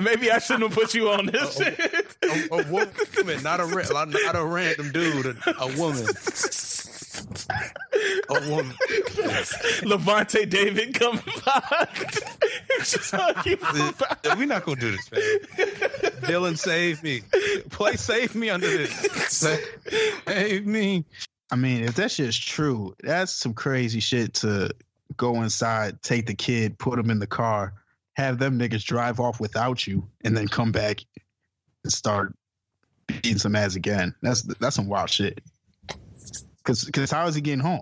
Speaker 1: Maybe I shouldn't have put you on this. shit.
Speaker 2: a, a woman, not a ra- not a random dude, a, a woman, a woman.
Speaker 1: Levante David coming by. Just hug you from behind.
Speaker 2: We're not gonna do this, man. Dylan, save me. Play save me under this. Save me.
Speaker 4: I mean, if that shit's true, that's some crazy shit to go inside, take the kid, put him in the car, have them niggas drive off without you, and then come back and start beating some ass again. That's that's some wild shit. Cause, cause how is he getting home?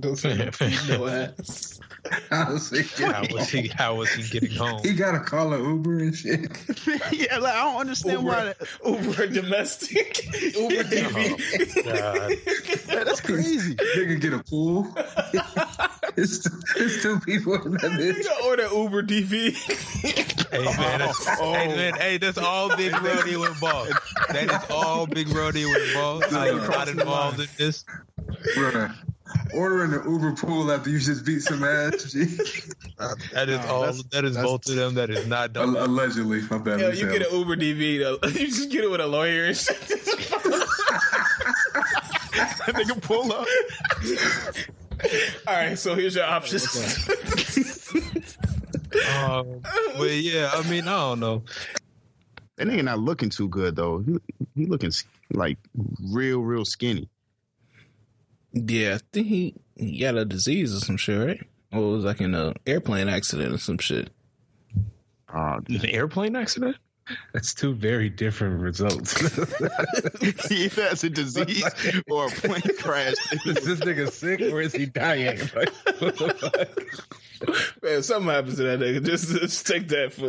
Speaker 1: Don't say no ass.
Speaker 7: How was he getting
Speaker 2: How was he? How was he getting home?
Speaker 7: He gotta call an Uber and shit.
Speaker 4: yeah, like, I don't understand why. That,
Speaker 1: Uber domestic, Uber DV.
Speaker 4: Yeah, that's crazy.
Speaker 7: Nigga get a pool. it's, it's two people in that bitch.
Speaker 1: Nigga order Uber DV.
Speaker 2: Hey man, that's, hey man, hey, that's all Big Bro dealing with balls. That is all Big Bro dealing with balls. I am not involved in this.
Speaker 7: Bruh. Ordering an Uber pool after you just beat some ass. G.
Speaker 2: That is all. That is both of them. That is not
Speaker 7: Al-
Speaker 2: done.
Speaker 7: Allegedly, my bad.
Speaker 1: Hell,
Speaker 7: my
Speaker 1: you
Speaker 7: bad.
Speaker 1: get an Uber DV though. You just get it with a lawyer and shit.
Speaker 4: that nigga pull up.
Speaker 1: All right, so here's your options.
Speaker 2: Um, but yeah, I mean, I don't know.
Speaker 4: That nigga not looking too good though. He, he looking s- like real, real skinny.
Speaker 30: Yeah, I think he, he got a disease or some shit, right? Or it was like in
Speaker 1: uh,
Speaker 30: an airplane accident or some shit.
Speaker 4: Uh,
Speaker 2: An airplane accident?
Speaker 31: That's two very different results.
Speaker 4: he either has a disease or a plane crash.
Speaker 31: is this nigga sick or is he dying? Like, what the fuck?
Speaker 1: Man, something happens to that nigga. Just, just take that for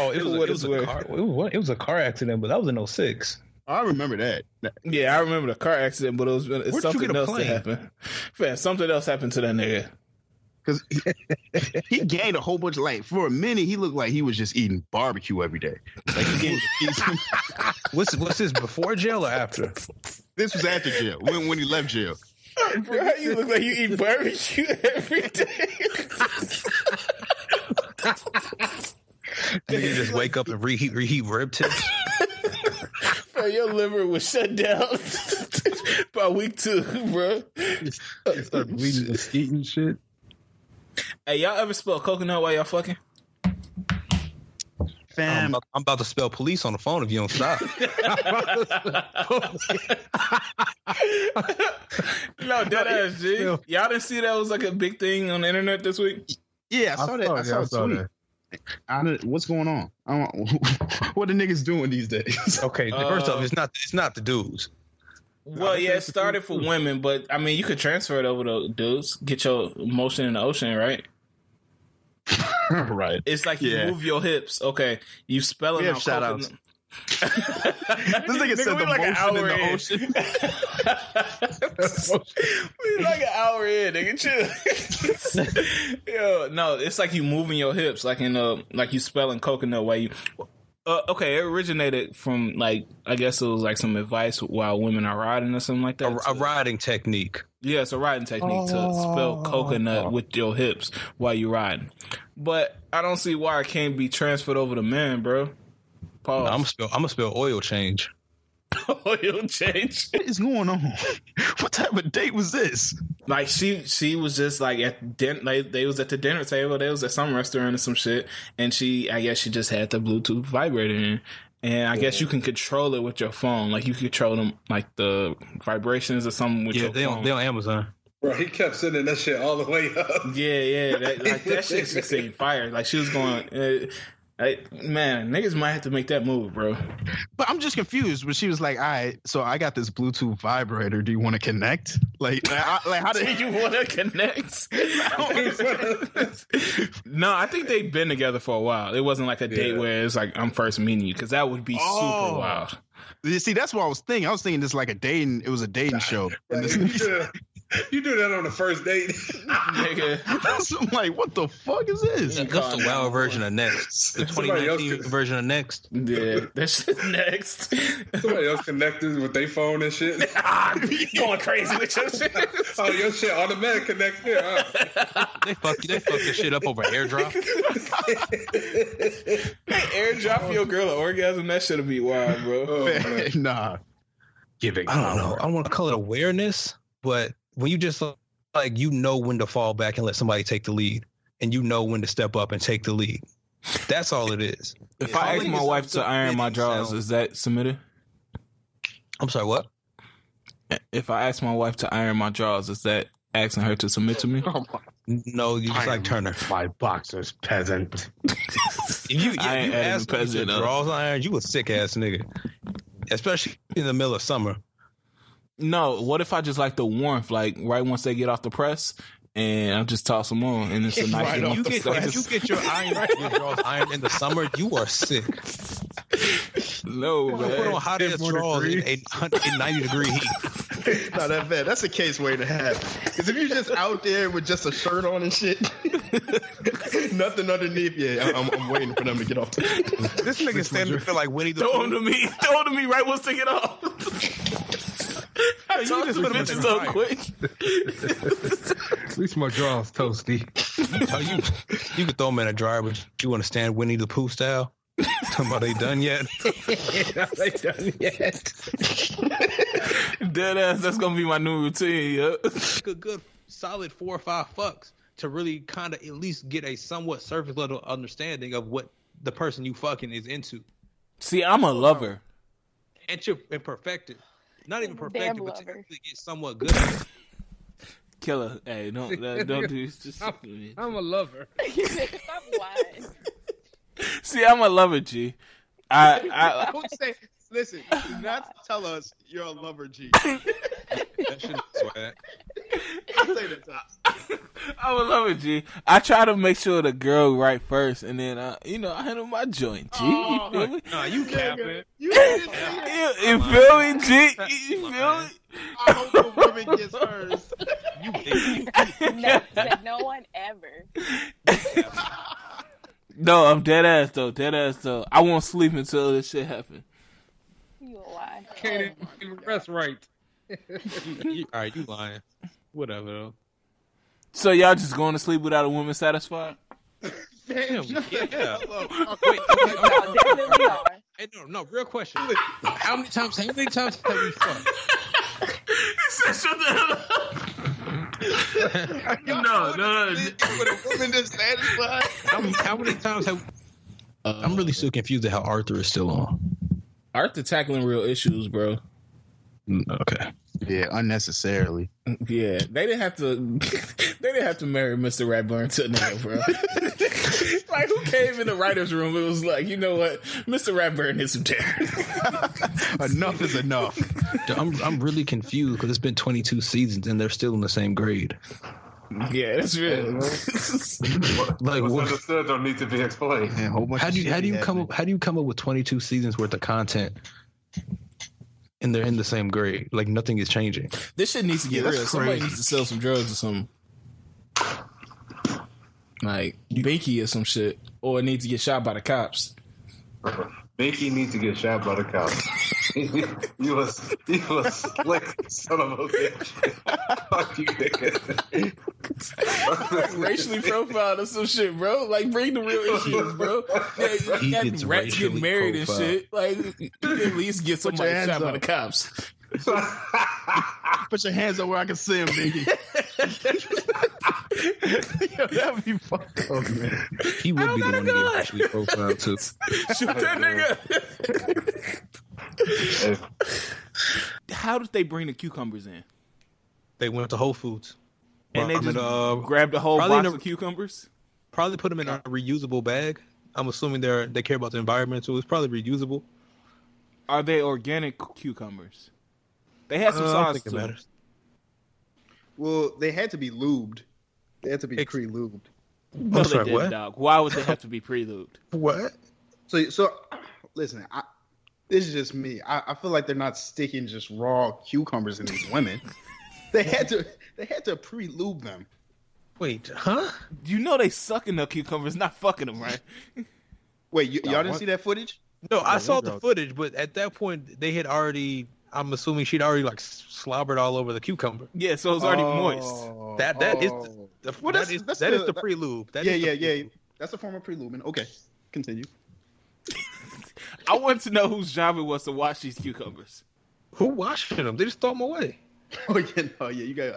Speaker 2: Oh, it was, a,
Speaker 1: what
Speaker 2: it was
Speaker 1: it's
Speaker 2: a
Speaker 1: worth.
Speaker 2: car. It was, what? it was a car accident, but that was in 06.
Speaker 4: I remember that.
Speaker 1: Yeah, I remember the car accident, but it was it's
Speaker 2: you get
Speaker 1: something
Speaker 2: a
Speaker 1: else that
Speaker 2: plane?
Speaker 1: happened. Man, something else happened to that nigga.
Speaker 4: Cause he, he gained a whole bunch of like for a minute he looked like he was just eating barbecue every day. Like he gained a piece.
Speaker 2: What's what's this before jail or after?
Speaker 4: this was after jail. When when he left jail.
Speaker 1: Bro, you look like you eat barbecue every day.
Speaker 2: Did you just wake up and reheat reheat rib tips?
Speaker 1: Bro, your liver was shut down by week two, bro.
Speaker 31: Start bleeding mesquite and shit.
Speaker 1: Hey, y'all ever spell coconut while y'all fucking?
Speaker 2: I'm
Speaker 4: Fam,
Speaker 2: about, I'm about to spell police on the phone if you don't stop.
Speaker 1: No, dead ass, G.
Speaker 31: no.
Speaker 1: Y'all didn't see that was like a big thing on the internet this week?
Speaker 4: yeah, I saw that. I saw,
Speaker 31: yeah,
Speaker 4: a tweet.
Speaker 31: that.
Speaker 4: I don't- what's going on? I don't, what the niggas doing these days?
Speaker 2: Okay, first off, it's not it's not the dudes.
Speaker 1: Well, yeah, it started for women, but I mean, you could transfer it over to dudes. Get your motion in the ocean, right?
Speaker 4: right.
Speaker 1: It's like you
Speaker 4: Yeah.
Speaker 1: move your hips. Okay, you spelling
Speaker 4: We have
Speaker 1: out
Speaker 4: shout-outs.
Speaker 1: coconut. this
Speaker 4: nigga said the motion in the
Speaker 1: ocean. we like an hour in, nigga. Chill. Yo, no, it's like you moving your hips, like in uh, like you spelling coconut while you. Uh, okay, it originated from like I guess it was like some advice while women are riding or something like that.
Speaker 2: A, a riding technique.
Speaker 1: Yeah, it's a riding technique to spell
Speaker 2: Oh.
Speaker 1: coconut with your hips while you riding. But I don't see why it can't be transferred over to men, bro. Pause.
Speaker 2: I'm gonna spell I'm gonna spell oil change.
Speaker 1: oil change.
Speaker 4: What is going on? What type of date was this?
Speaker 1: Like she, she was just like at din- like they was at the dinner table. They was at some restaurant or some shit, and she, I guess she just had the Bluetooth vibrator in. And I guess you can control it with your phone. Like you control them, like the vibrations or something with
Speaker 2: yeah,
Speaker 1: your
Speaker 2: they
Speaker 1: phone.
Speaker 2: on they on Amazon.
Speaker 3: Bro, he kept sending that shit all the way up.
Speaker 1: Yeah, yeah, that, like that shit just seemed fire. Like she was going, uh, like, man, niggas might have to make that move, bro.
Speaker 4: But I'm just confused. But she was like, "All right, so I got this Bluetooth vibrator. Do you want to connect? Like, I, I- like how
Speaker 1: Do
Speaker 4: did
Speaker 1: you want to connect? no, I think they've been together for a while. It wasn't like a date where it's like I'm first meeting you because that would be super
Speaker 4: Oh.
Speaker 1: wild.
Speaker 4: you see? That's what I was thinking. I was thinking this like a dating. It was a dating show. And
Speaker 3: Like,
Speaker 4: this,
Speaker 3: you, do, you do that on the first date.
Speaker 1: Nigga,
Speaker 4: I'm like, what the fuck is this?
Speaker 2: What's the wow version of next? The
Speaker 3: Somebody else
Speaker 2: 2019
Speaker 3: could-
Speaker 2: version of next.
Speaker 1: yeah, that shit next.
Speaker 3: Somebody else connected with their phone and shit.
Speaker 1: ah, you going crazy with your shit.
Speaker 3: Oh, your shit automatic connects there. Huh?
Speaker 2: They fuck they fuck this shit up over airdrop.
Speaker 1: Airdrop your girl an orgasm. That shit'll be wild, bro.
Speaker 3: Oh, man.
Speaker 4: nah.
Speaker 31: Giving.
Speaker 2: I don't know. I don't want to call it awareness, but when you just like you know when to fall back and let somebody take the lead, and you know when to step up and take the lead. That's all it is.
Speaker 30: If
Speaker 2: Yeah.
Speaker 30: I ask
Speaker 2: Calling
Speaker 30: my
Speaker 2: is
Speaker 30: wife to
Speaker 2: also
Speaker 30: iron my
Speaker 2: fitting
Speaker 30: drawers,
Speaker 2: sound.
Speaker 30: is that submitted?
Speaker 2: I'm sorry, what?
Speaker 30: If I ask my wife to iron my drawers, is that asking her to submit to me?
Speaker 2: No, you just like Turner.
Speaker 32: My boxer's peasant.
Speaker 2: if you, you,
Speaker 32: I ain't
Speaker 2: you
Speaker 32: adding
Speaker 2: asked me to
Speaker 32: peasant up.
Speaker 2: draws iron, you a sick ass nigga. Especially in the middle of summer.
Speaker 1: No, what if I just like the warmth, like right once they get off the press, and I just toss them on, and it's a nice.
Speaker 2: If
Speaker 1: warmth
Speaker 2: you, get,
Speaker 1: stuff.
Speaker 2: if you get your iron, your draws iron in the summer, you are sick.
Speaker 1: No,
Speaker 2: man. Put on hot ass draws in, a hun- in 90 degree heat.
Speaker 4: It's not that bad. That's a case way to have. Because if you're just out there with just a shirt on and shit, nothing underneath you, I'm, I'm- I'm waiting for them to get off.
Speaker 2: this nigga standing there like Winnie the
Speaker 4: Throw
Speaker 1: him to me. Throw him to me right once they get off. I toss the bitches so quick.
Speaker 7: At least my drawers toasty.
Speaker 2: Oh, you, you could throw them in a dryer, but you want to stand Winnie the Pooh style? Talking about they done yet?
Speaker 32: they done yet.
Speaker 1: Dead ass. That's gonna be my new routine. Yeah.
Speaker 2: Take a good solid four or five fucks to really kind of at least get a somewhat surface level understanding of what the person you fucking is into
Speaker 1: See, I'm a lover.
Speaker 2: and you and perfect it. Not even perfect it, but to actually get somewhat good.
Speaker 1: Killer. Hey, don't uh, don't do. Just,
Speaker 7: I'm a lover.
Speaker 1: see, I'm a lover, G. I I
Speaker 4: Don't say, listen, do not tell us you're a lover, G.
Speaker 2: that shit swag.
Speaker 4: Say the top.
Speaker 1: I would love it, G. I try to make sure the girl right first, and then I, you know I handle my joint, G.
Speaker 32: Oh,
Speaker 1: you feel me?
Speaker 2: Nah, you capping.
Speaker 4: You,
Speaker 1: You- you feel me, G? You feel me?
Speaker 4: I hope the woman gets hers.
Speaker 10: no, said no one ever.
Speaker 1: No, I'm dead ass though. Dead ass though. I won't sleep until this shit happen.
Speaker 10: You lie.
Speaker 7: Can't even press right.
Speaker 2: all right, you lying. Whatever. Though.
Speaker 1: So y'all just going to sleep without a woman satisfied?
Speaker 2: Damn, yeah. Hey, no, no, real question. How many times? How many times have we fucked?
Speaker 1: no, no, no.
Speaker 2: How many, how many times have? I'm really still confused at how Arthur is still on.
Speaker 1: Arthur tackling real issues, bro.
Speaker 2: Okay.
Speaker 33: Yeah, unnecessarily.
Speaker 1: Yeah, they didn't have to. they didn't have to marry Mr. Ratburn to now, bro. like who came in the writers' room? It was like, you know what, Mr. Ratburn is some terror.
Speaker 33: enough is enough.
Speaker 2: I'm I'm really confused because it's been 22 seasons and they're still in the same grade.
Speaker 1: Yeah, that's real.
Speaker 2: Like,
Speaker 3: What's
Speaker 2: what-
Speaker 3: understood don't need to be explained.
Speaker 2: How do you how do you come up how do you come up with 22 seasons worth of content and they're in the same grade? Like nothing is changing.
Speaker 1: This shit needs to get
Speaker 2: Yeah, that's
Speaker 1: real. Somebody
Speaker 2: crazy.
Speaker 1: needs to sell some drugs or something. Like Binky or some shit. Or it needs to get shot by the cops.
Speaker 3: Binky needs to get shot by the cops. you was you was slick son of a bitch. Fuck you, nigga.
Speaker 1: Like, racially profiled or some shit, bro. Like bring the real issues, bro. Yeah,
Speaker 32: He
Speaker 1: you got
Speaker 32: gets
Speaker 1: rats
Speaker 32: racially
Speaker 1: getting married
Speaker 32: profiled.
Speaker 1: and shit. Like you can at least get
Speaker 33: Put your
Speaker 1: somebody
Speaker 33: hands
Speaker 1: shot by
Speaker 33: up.
Speaker 1: the cops.
Speaker 33: Put your hands up where I can see him, nigga. Yo, that would be fucked up, man.
Speaker 2: He would be the one to get racially profiled too.
Speaker 1: Shoot that nigga. How did they bring the cucumbers in?
Speaker 2: They went to Whole Foods.
Speaker 1: And they
Speaker 2: I mean,
Speaker 1: just
Speaker 2: uh,
Speaker 1: grabbed a whole
Speaker 2: probably
Speaker 1: box
Speaker 2: in a-
Speaker 1: of cucumbers?
Speaker 2: Probably put them in a reusable bag. I'm assuming they're they care about the environment, so it's probably reusable.
Speaker 1: Are they organic cucumbers? They had some
Speaker 2: Uh, I don't
Speaker 1: sauce
Speaker 2: think it
Speaker 1: to it.
Speaker 2: matters.
Speaker 4: Well, they had to be lubed. They had to be pre-lubed.
Speaker 1: No,
Speaker 4: I'm
Speaker 1: they
Speaker 4: sorry,
Speaker 1: didn't,
Speaker 4: what?
Speaker 1: dog. Why would they have to be pre-lubed?
Speaker 4: What? So, so listen, I, this is just me. I, I feel like they're not sticking just raw cucumbers in these women. they had to, they had to pre-lube them.
Speaker 2: Wait, huh?
Speaker 1: You know they sucking the cucumbers, not fucking them, right?
Speaker 4: Wait, you,
Speaker 2: y'all didn't see
Speaker 4: that footage?
Speaker 2: No, I
Speaker 1: Yeah,
Speaker 2: saw
Speaker 1: we
Speaker 2: the
Speaker 1: drove-
Speaker 2: footage, but at that point they had already. I'm assuming she'd already like slobbered all over the cucumber.
Speaker 1: Yeah, so it was already
Speaker 4: Oh.
Speaker 16: Oh.
Speaker 2: moist. That that is the, the
Speaker 4: Well,
Speaker 2: that
Speaker 4: that's-
Speaker 2: is
Speaker 4: that's
Speaker 2: that is
Speaker 4: the-
Speaker 2: the pre-lube. That
Speaker 4: yeah,
Speaker 2: is
Speaker 4: yeah,
Speaker 2: the
Speaker 4: yeah. That's a form of pre-lubing. Okay, continue.
Speaker 1: I want to know whose job it was to wash these cucumbers.
Speaker 2: Who washed them? They just throw them away.
Speaker 4: Oh yeah, no, yeah, you got.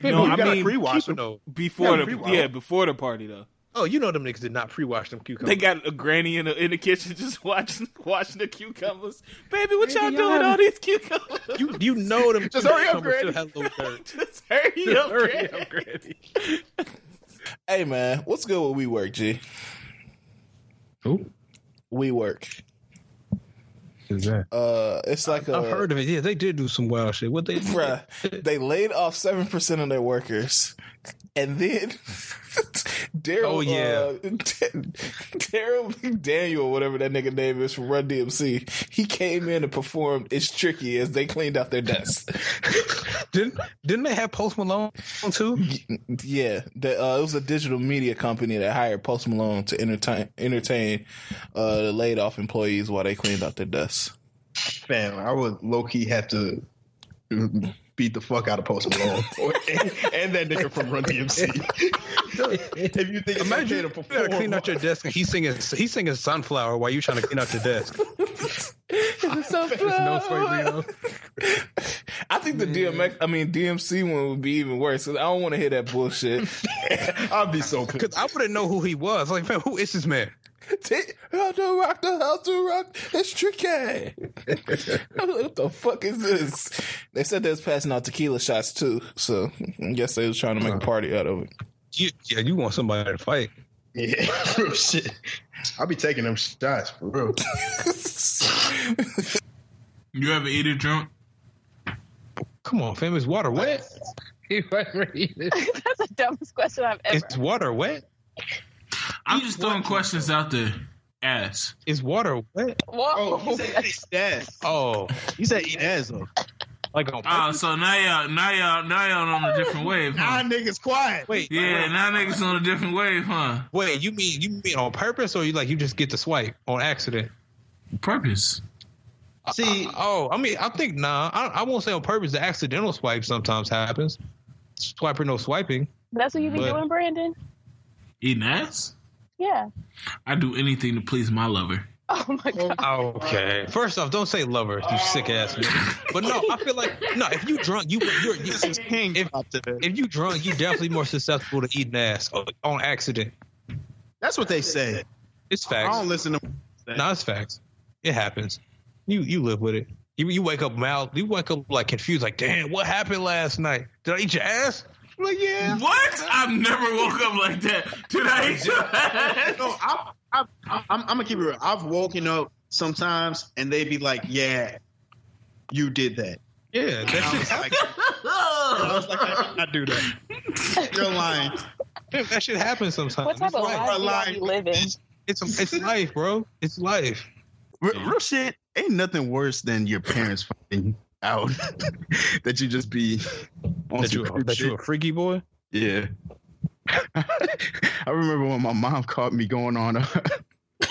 Speaker 1: No,
Speaker 4: you
Speaker 1: I
Speaker 4: gotta
Speaker 1: mean
Speaker 4: pre-wash them.
Speaker 1: before
Speaker 4: Yeah,
Speaker 1: the
Speaker 4: pre-wash
Speaker 1: yeah
Speaker 4: them.
Speaker 1: before the party though.
Speaker 34: Oh, you know them niggas did not pre-wash them cucumbers.
Speaker 1: They got a granny in the, in the kitchen just watching washing the cucumbers. Baby, what
Speaker 34: Baby,
Speaker 1: y'all
Speaker 34: y'all
Speaker 1: doing?
Speaker 34: have-
Speaker 1: All these cucumbers.
Speaker 34: You you know them.
Speaker 1: Just hurry up,
Speaker 34: cucumbers
Speaker 1: Granny.
Speaker 34: still had a little dirt.
Speaker 1: Just hurry up,
Speaker 34: Hurry
Speaker 1: Granny.
Speaker 34: up, Granny.
Speaker 15: Hey man, what's good with WeWork, G?
Speaker 14: Who?
Speaker 15: WeWork.
Speaker 14: Is that?
Speaker 4: Oh.
Speaker 15: Uh, it's like a
Speaker 2: I've heard of it. Yeah, they did do some wild shit. What they
Speaker 15: Bruh, they laid off seven percent of their workers, and then Daryl.
Speaker 2: Oh, yeah.
Speaker 15: uh, Daryl Daniel, whatever that nigga name is from Run DMC, he came in and performed "It's Tricky" as they cleaned out their desks.
Speaker 2: didn't didn't they have Post Malone too?
Speaker 15: Yeah, the, uh, it was a digital media company that hired Post Malone to entertain entertain uh, the laid off employees while they cleaned out their desks.
Speaker 16: Fam, I would low key have to beat the fuck out of Post Malone Or- and, and that nigga from Run DMC. if you think
Speaker 2: Imagine you gotta clean out your desk and he's singing he's singing Sunflower while you trying to clean out your desk.
Speaker 15: I think the DMX, I mean DMC one would be even worse because I don't want to hear that bullshit.
Speaker 16: I'd be so
Speaker 2: because I wouldn't know who he was. Like, man, who is this man?
Speaker 15: How to rock the how to rock? It's tricky. I was like, what the fuck is this? They said they was passing out tequila shots too, so I guess they was trying to make a party out of it.
Speaker 2: You, yeah, you want somebody to fight?
Speaker 16: Yeah, real shit. I'll be taking them shots for real.
Speaker 1: You ever eat a drunk?
Speaker 2: Come on, fam, is water wet?
Speaker 10: That's the dumbest question I've ever.
Speaker 2: It's water wet?
Speaker 1: I'm just throwing questions out there. Ass.
Speaker 2: Is water wet?
Speaker 10: Whoa.
Speaker 2: Oh,
Speaker 4: you said eat ass though.
Speaker 2: Like
Speaker 1: Oh,
Speaker 2: on
Speaker 4: Ah,
Speaker 1: so now y'all, now y'all, now y'all on a different wave, huh?
Speaker 4: Nine niggas quiet.
Speaker 2: Wait,
Speaker 1: Yeah, now niggas on a different wave, huh?
Speaker 2: Wait, you mean you mean on purpose or you like you just get the swipe on accident?
Speaker 1: Purpose.
Speaker 2: See, oh, I mean, I think nah, I, I won't say on purpose. The accidental swipe sometimes happens. Swipe or no swiping.
Speaker 10: That's what you be
Speaker 2: But-
Speaker 10: doing, Brandon.
Speaker 1: Eating ass?
Speaker 10: Yeah.
Speaker 1: I do anything to please my lover.
Speaker 10: Oh my god.
Speaker 2: Okay. First off, don't say lover, you sick ass nigga. But no, I feel like no. If you drunk, you you're, you If, if you drunk, you definitely more susceptible to eating ass on- on accident.
Speaker 4: That's what they say.
Speaker 2: It's facts.
Speaker 4: I don't listen to.
Speaker 2: No, it's facts. It happens. You you live with it. You you wake up mal. You wake up like confused. Like damn, what happened last night? Did I eat your ass? I'm like yeah.
Speaker 1: What? I've never woke up like that. Did I eat your ass?
Speaker 4: No, I, I, I, I'm, I'm gonna keep it real. I've woken up sometimes and they be like, "Yeah, you did that."
Speaker 2: Yeah, that shit happens.
Speaker 4: I was like, I, did not do that. You're lying.
Speaker 2: that shit happens sometimes.
Speaker 10: What type
Speaker 2: It's
Speaker 10: of
Speaker 2: life.
Speaker 10: life do y'all be living?
Speaker 2: It's it's life, bro. It's life.
Speaker 4: Re- Real shit. Ain't nothing worse than your parents finding out that you just be on
Speaker 2: That
Speaker 4: some
Speaker 2: you
Speaker 4: creep
Speaker 2: that you a
Speaker 4: shit.
Speaker 2: freaky boy.
Speaker 4: Yeah. I remember when my mom caught me going on a.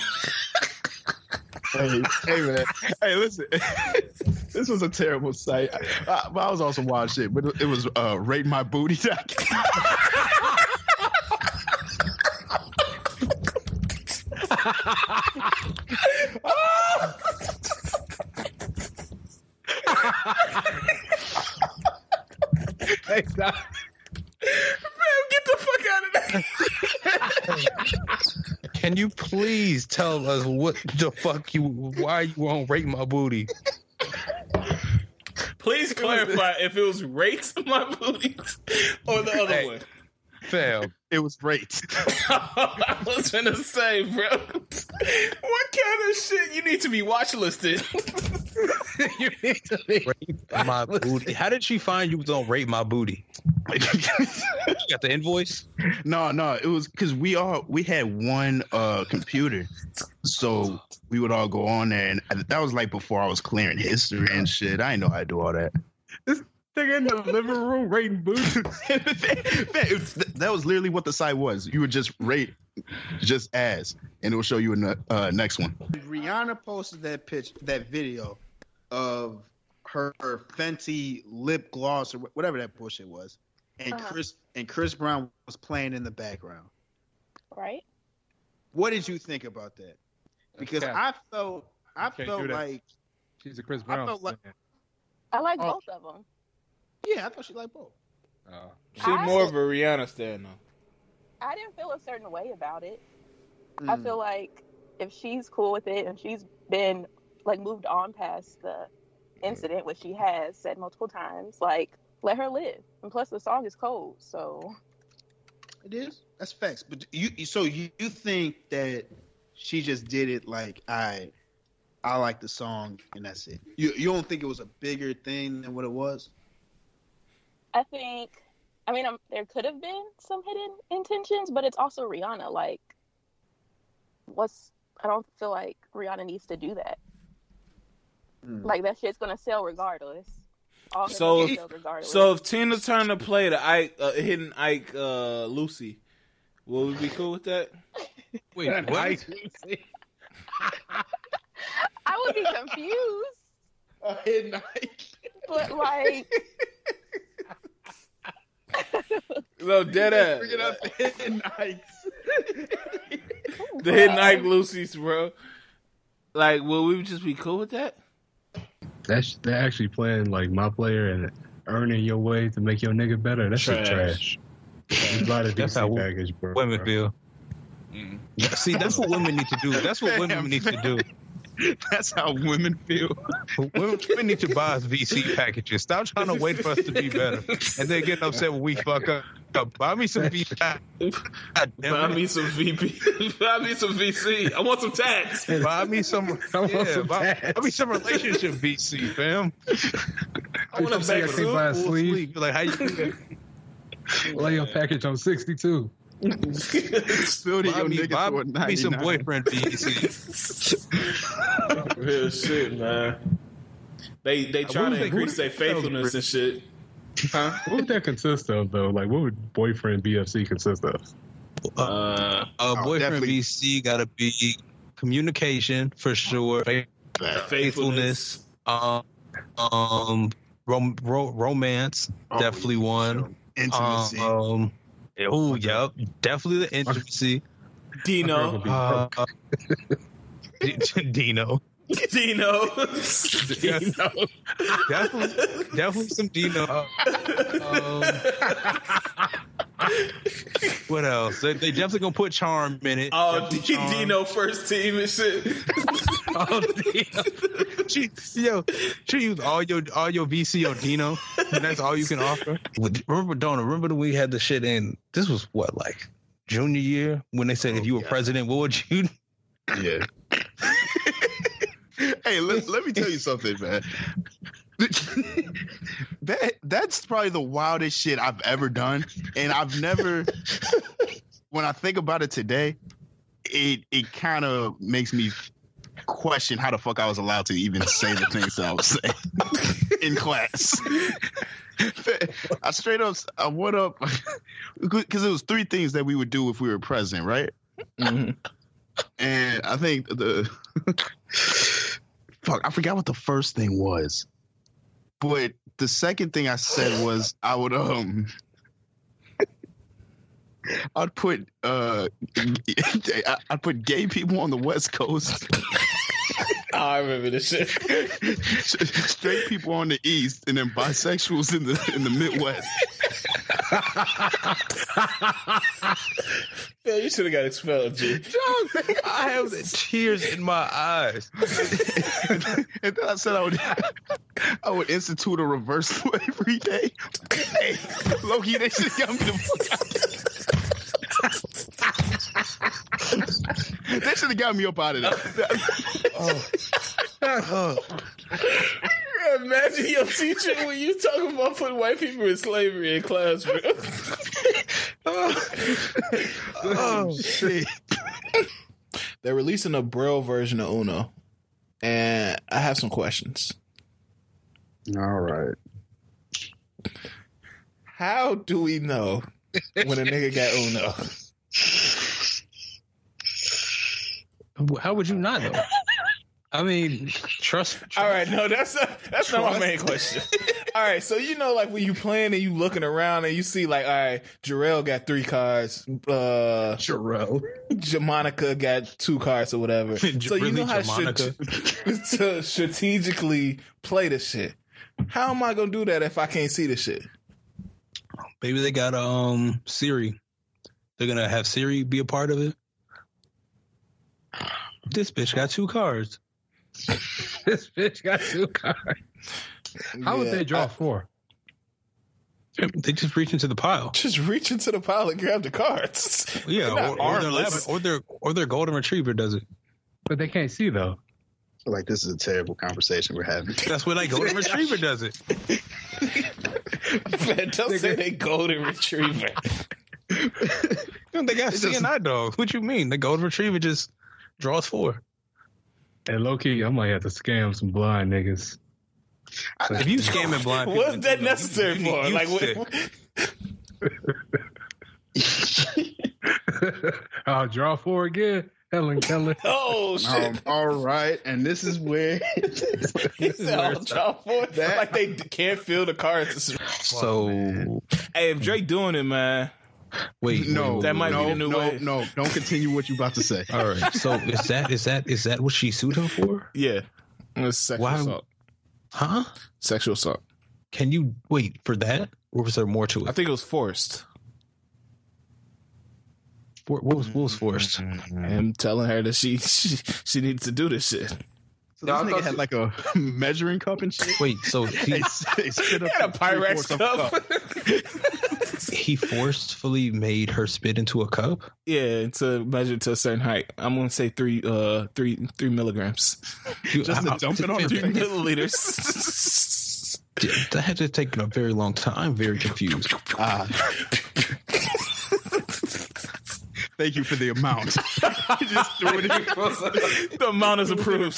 Speaker 4: hey, hey, man. Hey, listen. this was a terrible sight. I, I was on some wild shit, but it was uh, rate my booty.
Speaker 14: Hey, nah.
Speaker 15: get the fuck out of there.
Speaker 2: Can you please tell us what the fuck you why you won't rate my booty?
Speaker 1: Please clarify if it was rakes on my booties or the other one.
Speaker 2: Fail.
Speaker 4: it was rate.
Speaker 1: I was gonna say, bro. What kind of shit you need to be watch listed?
Speaker 14: you need to be.
Speaker 2: My booty. How did she find you was on rate my booty? you got the invoice?
Speaker 4: No, no, it was because we all we had one uh computer, so we would all go on there, and that was like before I was clearing history and shit. I didn't know how to do all that.
Speaker 14: Nigga in the living room rating boots.
Speaker 4: that that was literally what the site was. You would just rate just as, and it will show you in the uh, next one.
Speaker 6: Rihanna posted that pitch, that video of her, her Fenty lip gloss or wh- whatever that bullshit was, and
Speaker 10: Uh-huh.
Speaker 6: Chris and Chris Brown was playing in the background.
Speaker 10: Right.
Speaker 6: What did you think about that? Because
Speaker 14: cap.
Speaker 6: I felt, I
Speaker 14: can't
Speaker 6: felt
Speaker 14: do that.
Speaker 6: like,
Speaker 14: She's a Chris
Speaker 6: I
Speaker 14: Brown.
Speaker 6: felt like-
Speaker 14: fan.
Speaker 10: I like
Speaker 6: Oh.
Speaker 10: both of them.
Speaker 6: yeah, I thought she liked both.
Speaker 14: Oh.
Speaker 15: She more of a Rihanna stan though.
Speaker 10: I didn't feel a certain way about it. I
Speaker 4: Mm.
Speaker 10: feel like if she's cool with it and she's been like moved on past the incident, which she has said multiple times, like let her live. And plus, the song is cold, so
Speaker 3: it is. That's facts. But you, so you, you think that she just did it like I, I like the song and that's it. You you don't think it was a bigger thing than what it was?
Speaker 10: I think, I mean, um there could have been some hidden intentions, but it's also Rihanna. Like, what's, I don't feel like Rihanna needs to do that. Like, that shit's gonna sell regardless. All her
Speaker 1: So,
Speaker 10: music
Speaker 1: if,
Speaker 10: sells regardless.
Speaker 1: so if Tina Turner played a Ike, uh, hidden Ike uh, Lucy, will we be cool with that?
Speaker 2: Wait, what?
Speaker 10: I would be confused.
Speaker 35: A hidden Ike.
Speaker 10: But, like,
Speaker 1: No, dead ass.
Speaker 35: Bringing up the hidden Ikes.
Speaker 1: The hidden Ike Lucy's, bro. Like, will we just be cool with that?
Speaker 7: That's they're actually playing like my player and earning your way to make your nigga better. That shit
Speaker 2: Trash.
Speaker 7: trash. You buy the
Speaker 2: That's
Speaker 7: DC
Speaker 2: how
Speaker 7: package, bro.
Speaker 2: women
Speaker 7: bro.
Speaker 2: feel. See, that's what women need to do. That's what women need to do.
Speaker 3: That's how women feel.
Speaker 2: women need to buy us VC packages. Stop trying to wait for us to be better, and then getting upset when we fuck up. Buy me some VC.
Speaker 1: Buy me some VP. buy me some VC. I want some tax.
Speaker 2: Buy me some.
Speaker 1: want
Speaker 2: yeah,
Speaker 1: some
Speaker 2: buy,
Speaker 1: tats.
Speaker 2: buy me some relationship VC, fam.
Speaker 1: I want a
Speaker 2: Say
Speaker 1: back
Speaker 2: I
Speaker 1: suit.
Speaker 2: can't buy a sleeve. Like how you?
Speaker 7: Lay your package on sixty two.
Speaker 3: Still
Speaker 2: Buy me, buy me some boyfriend Uh, VC.
Speaker 1: Real shit, man. They they
Speaker 7: Uh,
Speaker 1: try to
Speaker 7: what was that-
Speaker 1: increase
Speaker 7: what-
Speaker 1: their faithfulness and shit.
Speaker 7: What would that consist of though? Like, what would boyfriend BFC consist of?
Speaker 2: Uh, uh, boyfriend VC got to be communication for sure, faith- faithfulness, um, um, rom- ro- romance, definitely one,
Speaker 3: Intimacy.
Speaker 2: Um, oh, yep, definitely the intimacy.
Speaker 1: Dino,
Speaker 2: uh, D- Uh, Dino,
Speaker 1: Dino,
Speaker 2: Dino, definitely, definitely some Dino. Uh, um, What else? They, they definitely gonna put charm in it.
Speaker 1: Oh, D-
Speaker 2: Definitely charm.
Speaker 1: Dino first team and shit.
Speaker 2: Oh, Dino. She, yo, she used all your all your VC on Dino, and that's all you can offer. With- Remember, Donna? Remember when we had the shit in? This was what like junior year when they said if you were president, what would you?
Speaker 35: Yeah. hey, let, let me tell you something, man.
Speaker 3: That that's probably the wildest shit I've ever done, and I've never. when I think about it today, it it kind of makes me question how the fuck I was allowed to even say the things that I was saying in class. I straight up, I went up because it was three things that we would do if we were president, right? And I think the fuck, I forgot what the first thing was. But the second thing I said was I would um I'd put uh I- I'd put gay people on the West Coast.
Speaker 1: I remember this shit.
Speaker 3: Straight people on the East and then bisexuals in the in the Midwest.
Speaker 1: Yeah, you should have got expelled, G.
Speaker 2: I have tears in my eyes.
Speaker 3: and then I said I would I would institute a reverse flow every day. Hey, Loki, they should have got me the fuck out. They should have got me up out of there.
Speaker 1: Imagine your teacher when you talking about putting white people in slavery in class, bro.
Speaker 3: oh shit!
Speaker 36: They're releasing a braille version of Uno, and I have some questions.
Speaker 3: All right.
Speaker 36: How do we know when a nigga got Uno?
Speaker 2: How would you not know? I mean, trust.
Speaker 1: All right, no, that's not, that's not my main question. All right, so you know, like when you playing and you looking around and you see, like, all right, Jarrell got three cards. Uh,
Speaker 2: Jarrell,
Speaker 1: Jamonica got two cards or whatever. so you
Speaker 2: Really,
Speaker 1: know how to, to strategically play this shit. How am I gonna do that if I can't see this shit?
Speaker 2: Maybe they got um Siri. They're gonna have Siri be a part of it. This bitch got two cards. this bitch got two cards.
Speaker 7: How would they draw four?
Speaker 2: They just reach into the pile.
Speaker 1: Just reach into the pile and grab the cards.
Speaker 2: Yeah,
Speaker 1: They're
Speaker 2: or,
Speaker 1: not
Speaker 2: or, their lab,
Speaker 1: armless.
Speaker 2: or their or their golden retriever does it.
Speaker 7: But they can't see though.
Speaker 3: Like this is a terrible conversation we're having.
Speaker 2: That's what that golden retriever does it.
Speaker 1: Man, don't say they golden retriever.
Speaker 2: They got CNI dogs. What you mean? The golden retriever just draws four.
Speaker 7: And low key, I might have to scam some blind niggas.
Speaker 2: If you scamming blind people,
Speaker 1: What's that necessary for? Like, what,
Speaker 7: I'll draw four again. Helen Keller.
Speaker 1: oh
Speaker 14: uh,
Speaker 1: shit!
Speaker 14: um,
Speaker 3: all right, and this is where
Speaker 1: he said, "I'll draw four." Like they d- can't feel the cards.
Speaker 2: So,
Speaker 1: hey, if Drake doing it, man.
Speaker 2: Wait,
Speaker 1: no, that might be the new
Speaker 4: no,
Speaker 1: way.
Speaker 4: no, don't continue what you about to say.
Speaker 2: All right. So is that is that is that what she sued him for?
Speaker 1: Yeah. It's sexual
Speaker 2: Why-
Speaker 1: assault.
Speaker 2: Huh?
Speaker 1: Sexual assault.
Speaker 2: Can you wait for that, or was there more to it?
Speaker 1: I think it was forced.
Speaker 2: For, what was what was forced?
Speaker 1: Him telling her that she she, she needs to do this shit.
Speaker 4: So this nigga had like a measuring cup and shit.
Speaker 2: Wait, so he,
Speaker 1: He had a Pyrex cup.
Speaker 2: he forcefully made her spit into a cup.
Speaker 1: Yeah, to measure to a certain height. I'm gonna say three uh three three milligrams.
Speaker 2: Just to dump it on her
Speaker 1: three
Speaker 2: face?
Speaker 1: milliliters.
Speaker 2: Yeah, That had to take a very long time. I'm very confused.
Speaker 3: ah.
Speaker 4: Thank you for the amount.
Speaker 1: Just do it. the amount is approved.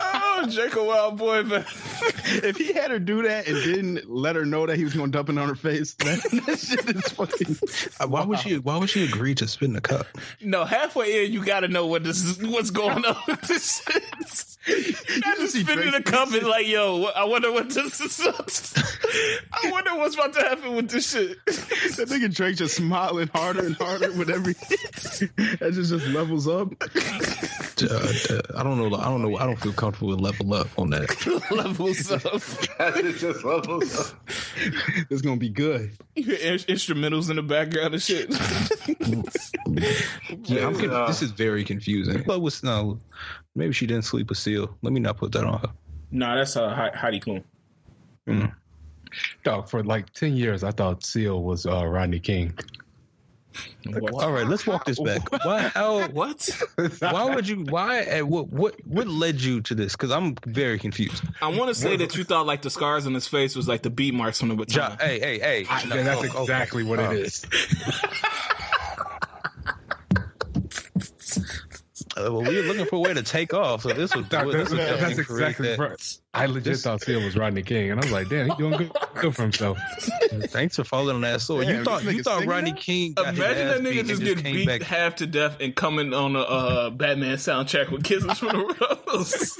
Speaker 1: oh, Jake a wild boy, man.
Speaker 4: if he had her do that and didn't let her know that he was going to dump it on her face, that, that shit is fucking.
Speaker 2: Uh, Why would she? Why would she agree to spit in a cup?
Speaker 1: No, halfway in, you gotta know what this is, what's going on with this shit. Not just spinning the cup and like, yo, wha- I wonder what this is. I wonder what's about to happen with this shit.
Speaker 4: That nigga Drake just smiling harder and harder with every. that just, just levels up.
Speaker 2: Uh, uh, I don't know. I don't know. I don't feel comfortable with level up on that.
Speaker 1: Levels up.
Speaker 37: it just levels up.
Speaker 4: It's going to be good.
Speaker 1: You hear in- instrumentals in the background and shit.
Speaker 2: Yeah, I'm conf-
Speaker 37: Uh,
Speaker 2: this is very confusing. But was no, maybe she didn't sleep with Seal. Let me not put that on her.
Speaker 1: nah, that's uh, Hei- Heidi Klum.
Speaker 7: Dog, for like 10 years, I thought Seal was uh, Rodney King.
Speaker 2: All right, let's walk this back. Why? How?
Speaker 1: What?
Speaker 2: Why would you? Why? And what? What? What led you to this? Because I'm very confused.
Speaker 1: I want to say that you thought like the scars on his face was like the beat marks from the
Speaker 2: Ja,
Speaker 1: baton.
Speaker 2: hey, hey, hey! No,
Speaker 7: yeah, that's
Speaker 2: oh, oh,
Speaker 7: exactly what
Speaker 2: oh.
Speaker 7: it is.
Speaker 2: Uh, well, we were looking for a way to take off, so this was
Speaker 7: Dog,
Speaker 2: this
Speaker 7: that's,
Speaker 2: was
Speaker 7: that's
Speaker 2: definitely created
Speaker 7: exactly.
Speaker 2: that.
Speaker 7: bro, I legit thought Seal was Rodney King, and I was like, damn, he's doing good, good for himself.
Speaker 2: Thanks for following on that sword.
Speaker 4: Damn,
Speaker 2: you thought
Speaker 4: this
Speaker 2: you
Speaker 4: nigga's
Speaker 2: thought
Speaker 4: singing
Speaker 2: Rodney
Speaker 4: that?
Speaker 2: King? Got
Speaker 1: Imagine
Speaker 2: his
Speaker 1: that
Speaker 2: ass beat
Speaker 1: nigga
Speaker 2: and
Speaker 1: just getting
Speaker 2: came
Speaker 1: beat
Speaker 2: back.
Speaker 1: half to death and coming on a uh, Batman soundtrack with kisses from the rose.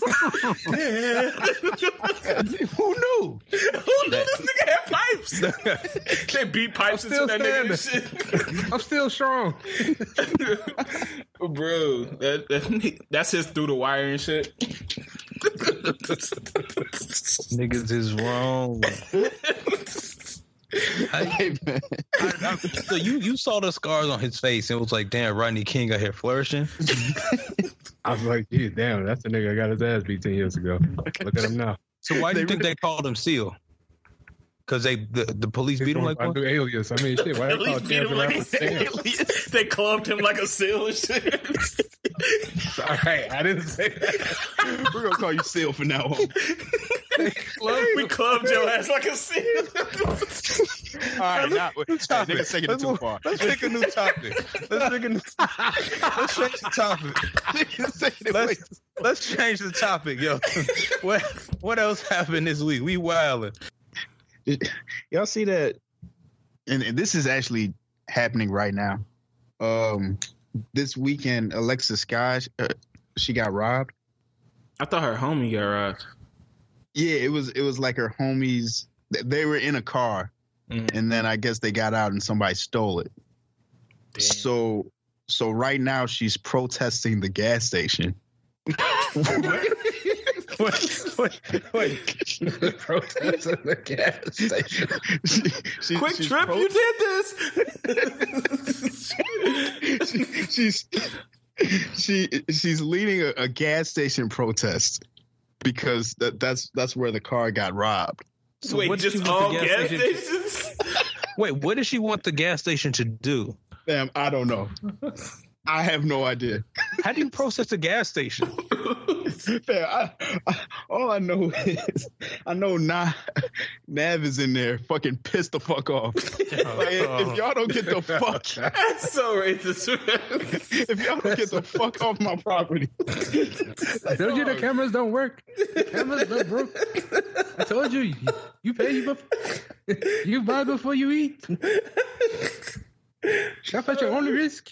Speaker 2: Who knew?
Speaker 1: Who knew this nigga had pipes? they beat pipes into
Speaker 7: still
Speaker 1: that nigga and
Speaker 7: I'm still strong.
Speaker 1: shit. Bro, that, that- that's his through the wire and shit.
Speaker 2: Niggas is wrong.
Speaker 4: Hey, man.
Speaker 2: I- I- so you you saw the scars on his face and it was like, damn, Rodney King out here flourishing.
Speaker 7: I was like, yeah, damn, that's the nigga I got his ass beat 10 years ago. Look at him now.
Speaker 2: So why do you think they called him Seal? Because they the, the police
Speaker 7: He's
Speaker 2: beat him
Speaker 7: going
Speaker 2: like
Speaker 7: by
Speaker 2: what?
Speaker 7: new alias. I mean, shit, why they
Speaker 1: At
Speaker 7: call
Speaker 1: least beat
Speaker 7: Chance
Speaker 1: him
Speaker 7: the
Speaker 1: like
Speaker 7: Rapper
Speaker 1: he's
Speaker 7: Sam?
Speaker 1: They clubbed him like a seal and shit.
Speaker 7: All right, I didn't say that.
Speaker 4: We're going to call you Seal for now on.
Speaker 1: we clubbed your ass like a seal.
Speaker 4: All right, now. Hey, nigga's taking it too far.
Speaker 2: Let's pick a new topic. Let's pick a new Let's change the topic.
Speaker 4: Nigga's taking it way-
Speaker 2: Let's let's change the topic, yo. What what else happened this week? We wildin'.
Speaker 4: y'all see that and, and this is actually happening right now um this weekend alexa sky uh, she got robbed
Speaker 1: I thought her homie got robbed.
Speaker 4: yeah it was it was like her homies th- they were in a car
Speaker 1: Mhm.
Speaker 4: and then i guess they got out and somebody stole it so so right now she's protesting the gas station
Speaker 2: wait, wait.
Speaker 16: Protest at the gas station.
Speaker 1: Quick trip, you did this.
Speaker 4: she, she's she she's leading a, a gas station protest because that, that's that's where the car got robbed.
Speaker 2: So Wait, what did just you want all the gas gas station- Wait, what does she want the gas station to do?
Speaker 4: Damn, I don't know. I have no idea.
Speaker 2: How do you process a gas station?
Speaker 4: Damn, I, I- all I know is I know Nav, Nav is in there fucking pissed the fuck off. Like, if y'all don't get the fuck
Speaker 1: That's so racist.
Speaker 4: if y'all don't get the fuck off my property.
Speaker 14: told you the cameras don't work. The cameras don't work. I told you, you pay you bef- you buy before you eat. Shop at your own
Speaker 1: Uh.
Speaker 14: risk.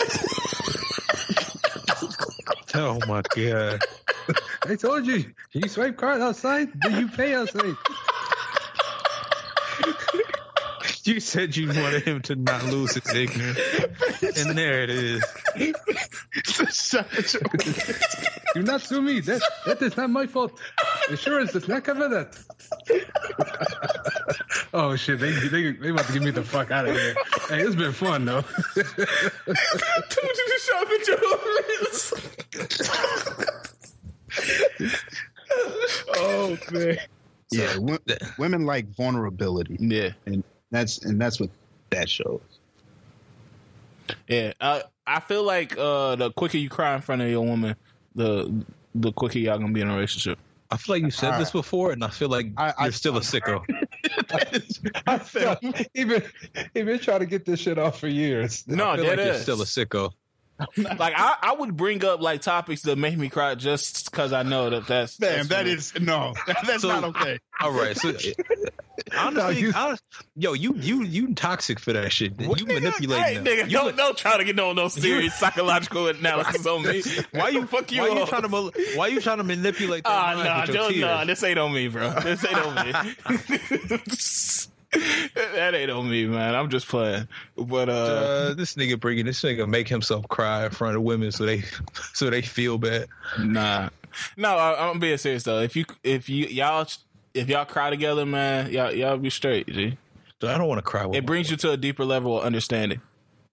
Speaker 2: Oh my god!
Speaker 14: I told you, you swipe card outside, do you pay outside?
Speaker 2: You said you wanted him to not lose his ignorance, and there it is.
Speaker 14: Do not sue me. That that is not my fault. Insurance does not cover that. oh shit! They, they they about to get me the fuck out of here. Hey, it's been fun though.
Speaker 1: told you to shop at your own risk.
Speaker 4: oh man. Yeah, wo- women like vulnerability.
Speaker 1: Yeah,
Speaker 4: and that's and that's what that shows.
Speaker 1: Yeah, I I feel like uh, the quicker you cry in front of your woman, the the quicker y'all gonna be in a relationship.
Speaker 2: I feel like you said this before, and I feel like you're still a sicko.
Speaker 7: I felt he been he been trying to get this shit off for years.
Speaker 1: No,
Speaker 2: I feel
Speaker 1: that
Speaker 2: like you're
Speaker 1: is.
Speaker 2: still a sicko.
Speaker 1: like I, I would bring up like topics that make me cry just because I know that that's
Speaker 4: Damn,
Speaker 1: that's
Speaker 4: that is no, that's
Speaker 1: So-
Speaker 4: not okay.
Speaker 2: All right, so honestly, honest- yo, you you you toxic for that shit. You
Speaker 1: Hey,
Speaker 2: manipulating them.
Speaker 1: nigga,
Speaker 2: You
Speaker 1: don't, don't try to get no no serious psychological analysis on me. Why you fuck you?
Speaker 2: why you
Speaker 1: up?
Speaker 2: trying to mal- why you trying to manipulate their
Speaker 1: Ah,
Speaker 2: minds
Speaker 1: nah,
Speaker 2: with your
Speaker 1: don't-
Speaker 2: tears?
Speaker 1: nah, this ain't on me, bro. This ain't on me. that ain't on me, man. I'm just playing. But uh,
Speaker 2: Uh, this nigga bringing this nigga make himself cry in front of women so they so they feel bad.
Speaker 1: Nah, no, I, I'm being serious though. If you if you y'all if y'all cry together, man, y'all y'all be straight. G.
Speaker 2: I don't want to cry. With
Speaker 1: it brings you to a deeper level of understanding.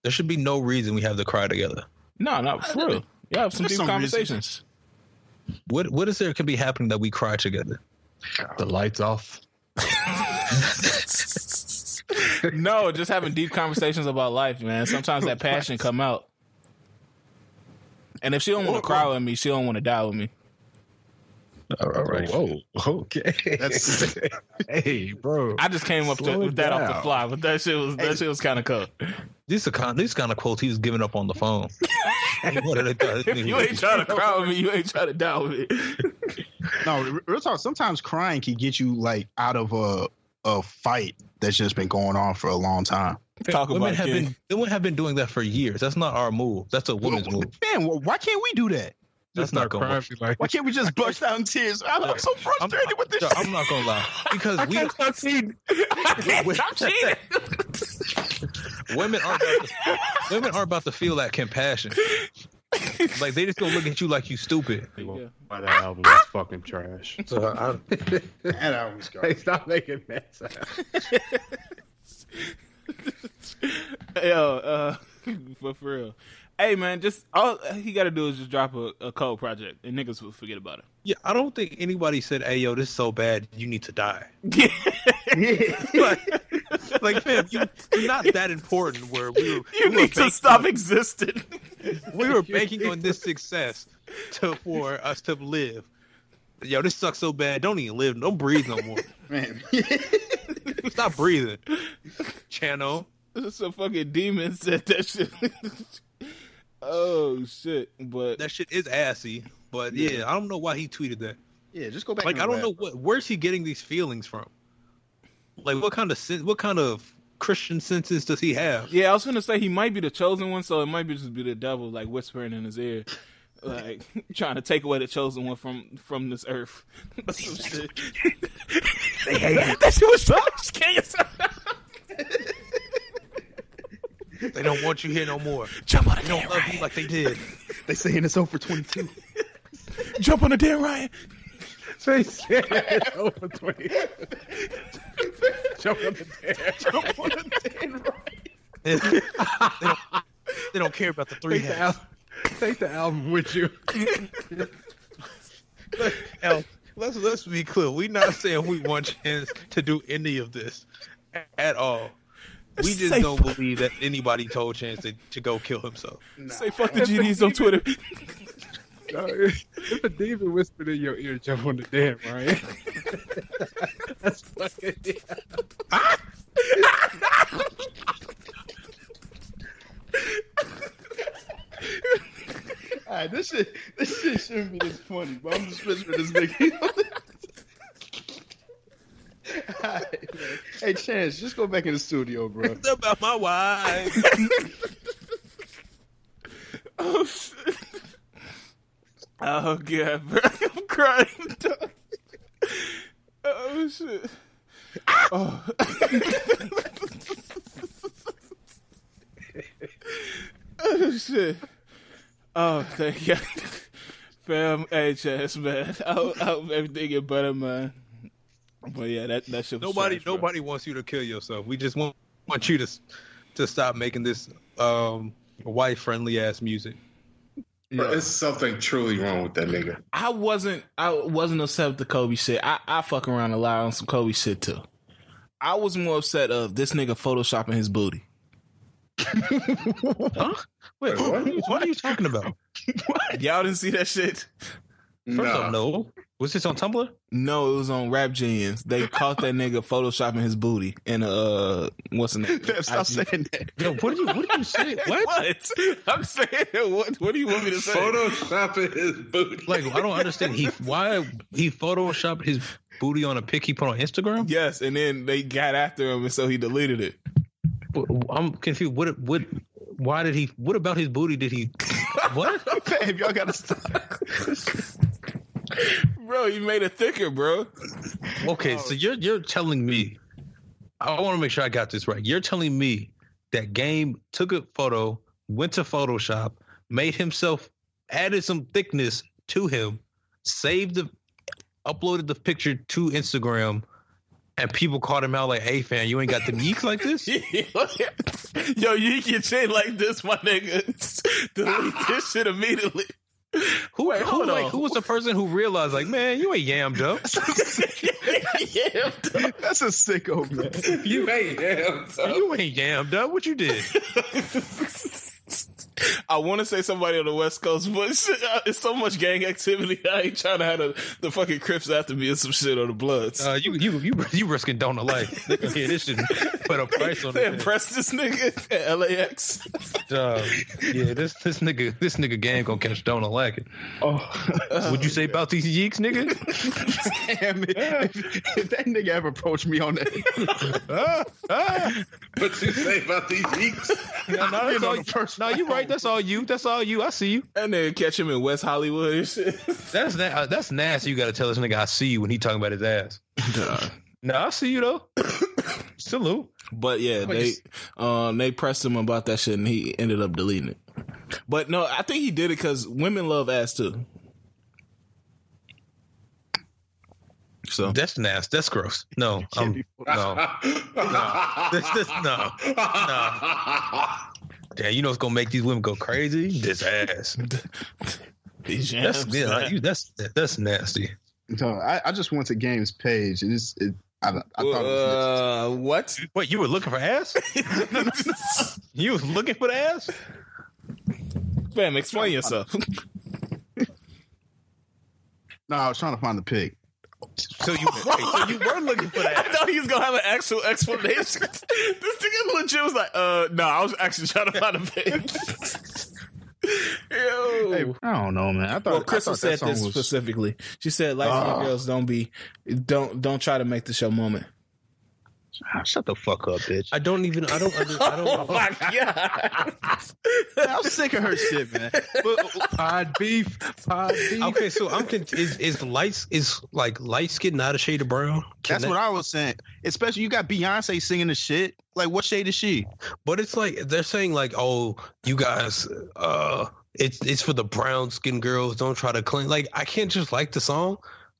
Speaker 2: There should be no reason we have to cry together.
Speaker 1: No, not for real. Y'all have some
Speaker 2: There's
Speaker 1: deep
Speaker 2: some
Speaker 1: conversations.
Speaker 2: What what is there can be happening that we cry together?
Speaker 14: The lights off.
Speaker 1: no, just having deep conversations about life, man. Sometimes that passion come out. And if she don't want to cry with me, she don't want to die with me.
Speaker 2: All right.
Speaker 14: Whoa. Okay.
Speaker 4: That's
Speaker 14: hey, bro.
Speaker 1: I just came up to,
Speaker 2: Slow
Speaker 1: with that off the
Speaker 2: down.
Speaker 1: fly, but that shit was that shit was kind of cool.
Speaker 2: These are kind these kind of quotes he was giving up on the phone.
Speaker 1: If you ain't trying to cry with me, you ain't trying to die with me.
Speaker 4: No, re- real talk. Sometimes crying can get you like out of a a fight that's just been going on for a long time.
Speaker 2: women have been women have been doing that for years. That's not our move. That's a woman's move.
Speaker 4: Man, wh- why can't we do that?
Speaker 2: That's not going. to
Speaker 4: Why can't we just burst out in tears? I'm, I'm so frustrated with this.
Speaker 2: I'm not gonna lie because we women aren't about to, women aren't about to feel that compassion. Like they just gonna look at you like you stupid.
Speaker 34: Why that album was fucking trash.
Speaker 2: So I,
Speaker 4: that album's
Speaker 34: garbage. Stop making that sound.
Speaker 1: Yo, uh, but for real. Hey man, just all he got to do is just drop a, a code project, and niggas will forget about it.
Speaker 2: yeah, I don't think anybody said, "Hey, yo, this is so bad, you need to die." like, like, fam, you, you're not that important. Where we were,
Speaker 1: You
Speaker 2: we were
Speaker 1: need to
Speaker 2: banking
Speaker 1: stop
Speaker 2: on-
Speaker 1: existing.
Speaker 2: we were banking on this success to for us to live. Yo, this sucks so bad. Don't even live. Don't breathe no more.
Speaker 4: Man.
Speaker 2: Stop breathing. Channel.
Speaker 1: Some fucking demon said that shit. oh shit! But
Speaker 2: that shit is assy. But yeah, I don't know why he tweeted that.
Speaker 4: Yeah, just go back.
Speaker 2: Like
Speaker 4: and
Speaker 2: I don't
Speaker 4: laugh.
Speaker 2: know what where's he getting these feelings from? Like what kind of sen- what kind of Christian senses does he have?
Speaker 1: Yeah, I was gonna say he might be the chosen one, so it might be just be the devil like whispering in his ear, like trying to take away the chosen one from from this earth. Or some shit. that shit was so
Speaker 2: They don't want you here no more. Jump on they don't love you like they did.
Speaker 4: They saying it's over 22.
Speaker 1: Jump on the damn Ryan.
Speaker 14: Say Sanders over 20. Jump on the dare. Jump on the dare.
Speaker 2: they, don't, they don't care about the three
Speaker 14: Take the,
Speaker 2: hats.
Speaker 14: al- take the album with you.
Speaker 2: Now, let's let's be clear. We're not saying we want Chance to do any of this at all. We just
Speaker 1: Say
Speaker 2: don't believe that anybody told Chance to, to go kill himself.
Speaker 1: Say fuck the GDs on Twitter.
Speaker 14: No, if if a demon whispered in your ear, jump on the damn, right? That's fucking.
Speaker 16: All right, this shit, this shit shouldn't be this funny, but I'm just pissed with this nigga. All right, man. Hey, Chance, just go back in the studio, bro. It's
Speaker 2: about my wife.
Speaker 1: oh shit. Oh god, bro. I'm crying. dog. oh shit. Oh. oh shit. Oh, thank you. Fam, HS, man. I hope, I hope everything get better, man. But yeah, that, that shit was
Speaker 2: Nobody
Speaker 1: trash, bro.
Speaker 2: nobody wants you to kill yourself. We just want want you to s- to stop making this um wife friendly ass music.
Speaker 3: Bro, There's something truly wrong with that nigga.
Speaker 1: I wasn't I wasn't upset with the Kobe shit. I, I fuck around a lot on some Kobe shit too. I was more upset of this nigga photoshopping his booty.
Speaker 2: Wait, what? are you- what are you talking about?
Speaker 1: Y'all didn't see that shit?
Speaker 2: First off, no. Was this on Tumblr?
Speaker 1: No, it was on Rap Genius. They caught that nigga photoshopping his booty in a uh, what's the name?
Speaker 4: Stop saying that.
Speaker 2: Yo, what do you what do you say? What?
Speaker 1: I'm saying what what do you want me to say?
Speaker 3: Photoshopping his booty.
Speaker 2: Like I don't understand. He why he photoshopped his booty on a pic he put on Instagram?
Speaker 1: Yes, and then they got after him and so he deleted it.
Speaker 2: I'm confused. What what? Why did he? What about his booty? Did he? What?
Speaker 4: Babe, y'all gotta stop.
Speaker 1: Bro, he made it thicker, bro.
Speaker 2: Okay, so you're you're telling me. I want to make sure I got this right. You're telling me that game took a photo, went to Photoshop, made himself, added some thickness to him, saved the, uploaded the picture to Instagram, and people called him out like, "Hey, fan, you ain't got the geeks like this."
Speaker 1: Yo, you get shit like this, my nigga. Delete this shit immediately.
Speaker 2: Who,
Speaker 1: Wait,
Speaker 2: who,
Speaker 1: hold
Speaker 2: like,
Speaker 1: on.
Speaker 2: who was the person who realized, like, man, you ain't yam Joe.
Speaker 1: yeah,
Speaker 4: That's a sicko, man.
Speaker 3: You ain't damn.
Speaker 2: you ain't yam Joe. What you did?
Speaker 1: I want to say somebody on the West Coast, but shit, uh, it's so much gang activity. I ain't trying to have the, the fucking Crips after me and some shit on the Bloods.
Speaker 2: Uh, you you you you risking donor life. They can hear this shit. Put a price on
Speaker 1: they
Speaker 2: it.
Speaker 1: impressed this nigga at LAX.
Speaker 2: Dog. yeah, this this nigga this nigga game gonna catch donor lacking.
Speaker 4: Oh,
Speaker 2: Would you say about these yeeks, nigga?
Speaker 4: damn it! If, if that nigga ever approached me on that,
Speaker 3: What you say about these geeks?
Speaker 2: no, no, that's all you. No, you right. That's all you. That's all you. I see you.
Speaker 1: That nigga catch him in West Hollywood and shit.
Speaker 2: That's na- uh, that's nasty. You gotta tell this nigga I see you when he talking about his ass. No, I see you though. Salute.
Speaker 1: But yeah,
Speaker 2: But
Speaker 1: they
Speaker 2: just-
Speaker 1: um they pressed him about that shit and he ended up deleting it. But no, I think he did it because women love ass too. So
Speaker 2: That's nasty. That's gross. No, um, no, no. This this no. No. Damn, you know it's gonna make these women go crazy. This ass.
Speaker 1: These
Speaker 2: That's,
Speaker 1: jams,
Speaker 2: yeah,
Speaker 1: man.
Speaker 2: you- that's that's nasty.
Speaker 4: no, I, I just went to games page. It is. It, I, I thought it was
Speaker 1: Uh, what?
Speaker 2: Wait, you were looking for ass? you was looking for the ass?
Speaker 1: Fam, explain yourself.
Speaker 4: no. I was trying to find the pig.
Speaker 2: So you, so you were looking for
Speaker 1: I
Speaker 2: that.
Speaker 1: thought he was gonna have an actual explanation. this nigga legit was like, uh, no, I was actually trying to find a pig. Ew.
Speaker 4: Hey, I don't know, man. I thought.
Speaker 1: well, Crystal
Speaker 4: I thought
Speaker 1: said
Speaker 4: that song
Speaker 1: this
Speaker 4: was,
Speaker 1: specifically. She said, "Life
Speaker 4: Ah.
Speaker 1: girls don't be, don't don't try to make this your moment."
Speaker 4: Ah, Shut the fuck up, bitch.
Speaker 2: I don't even. I don't. under- I
Speaker 1: Oh
Speaker 2: don't.
Speaker 1: my god!
Speaker 4: I'm sick of her shit, man. uh,
Speaker 14: Pod beef. Pod beef.
Speaker 2: Okay, so I'm. Con- is is lights is like light skin not a shade of brown? Can
Speaker 4: That's what I was saying. Especially you got Beyonce singing the shit. Like, what shade is she?
Speaker 2: But it's like they're saying like, oh, you guys, uh, it's it's for the brown skin girls. Don't try to clean. Like I can't just like the song.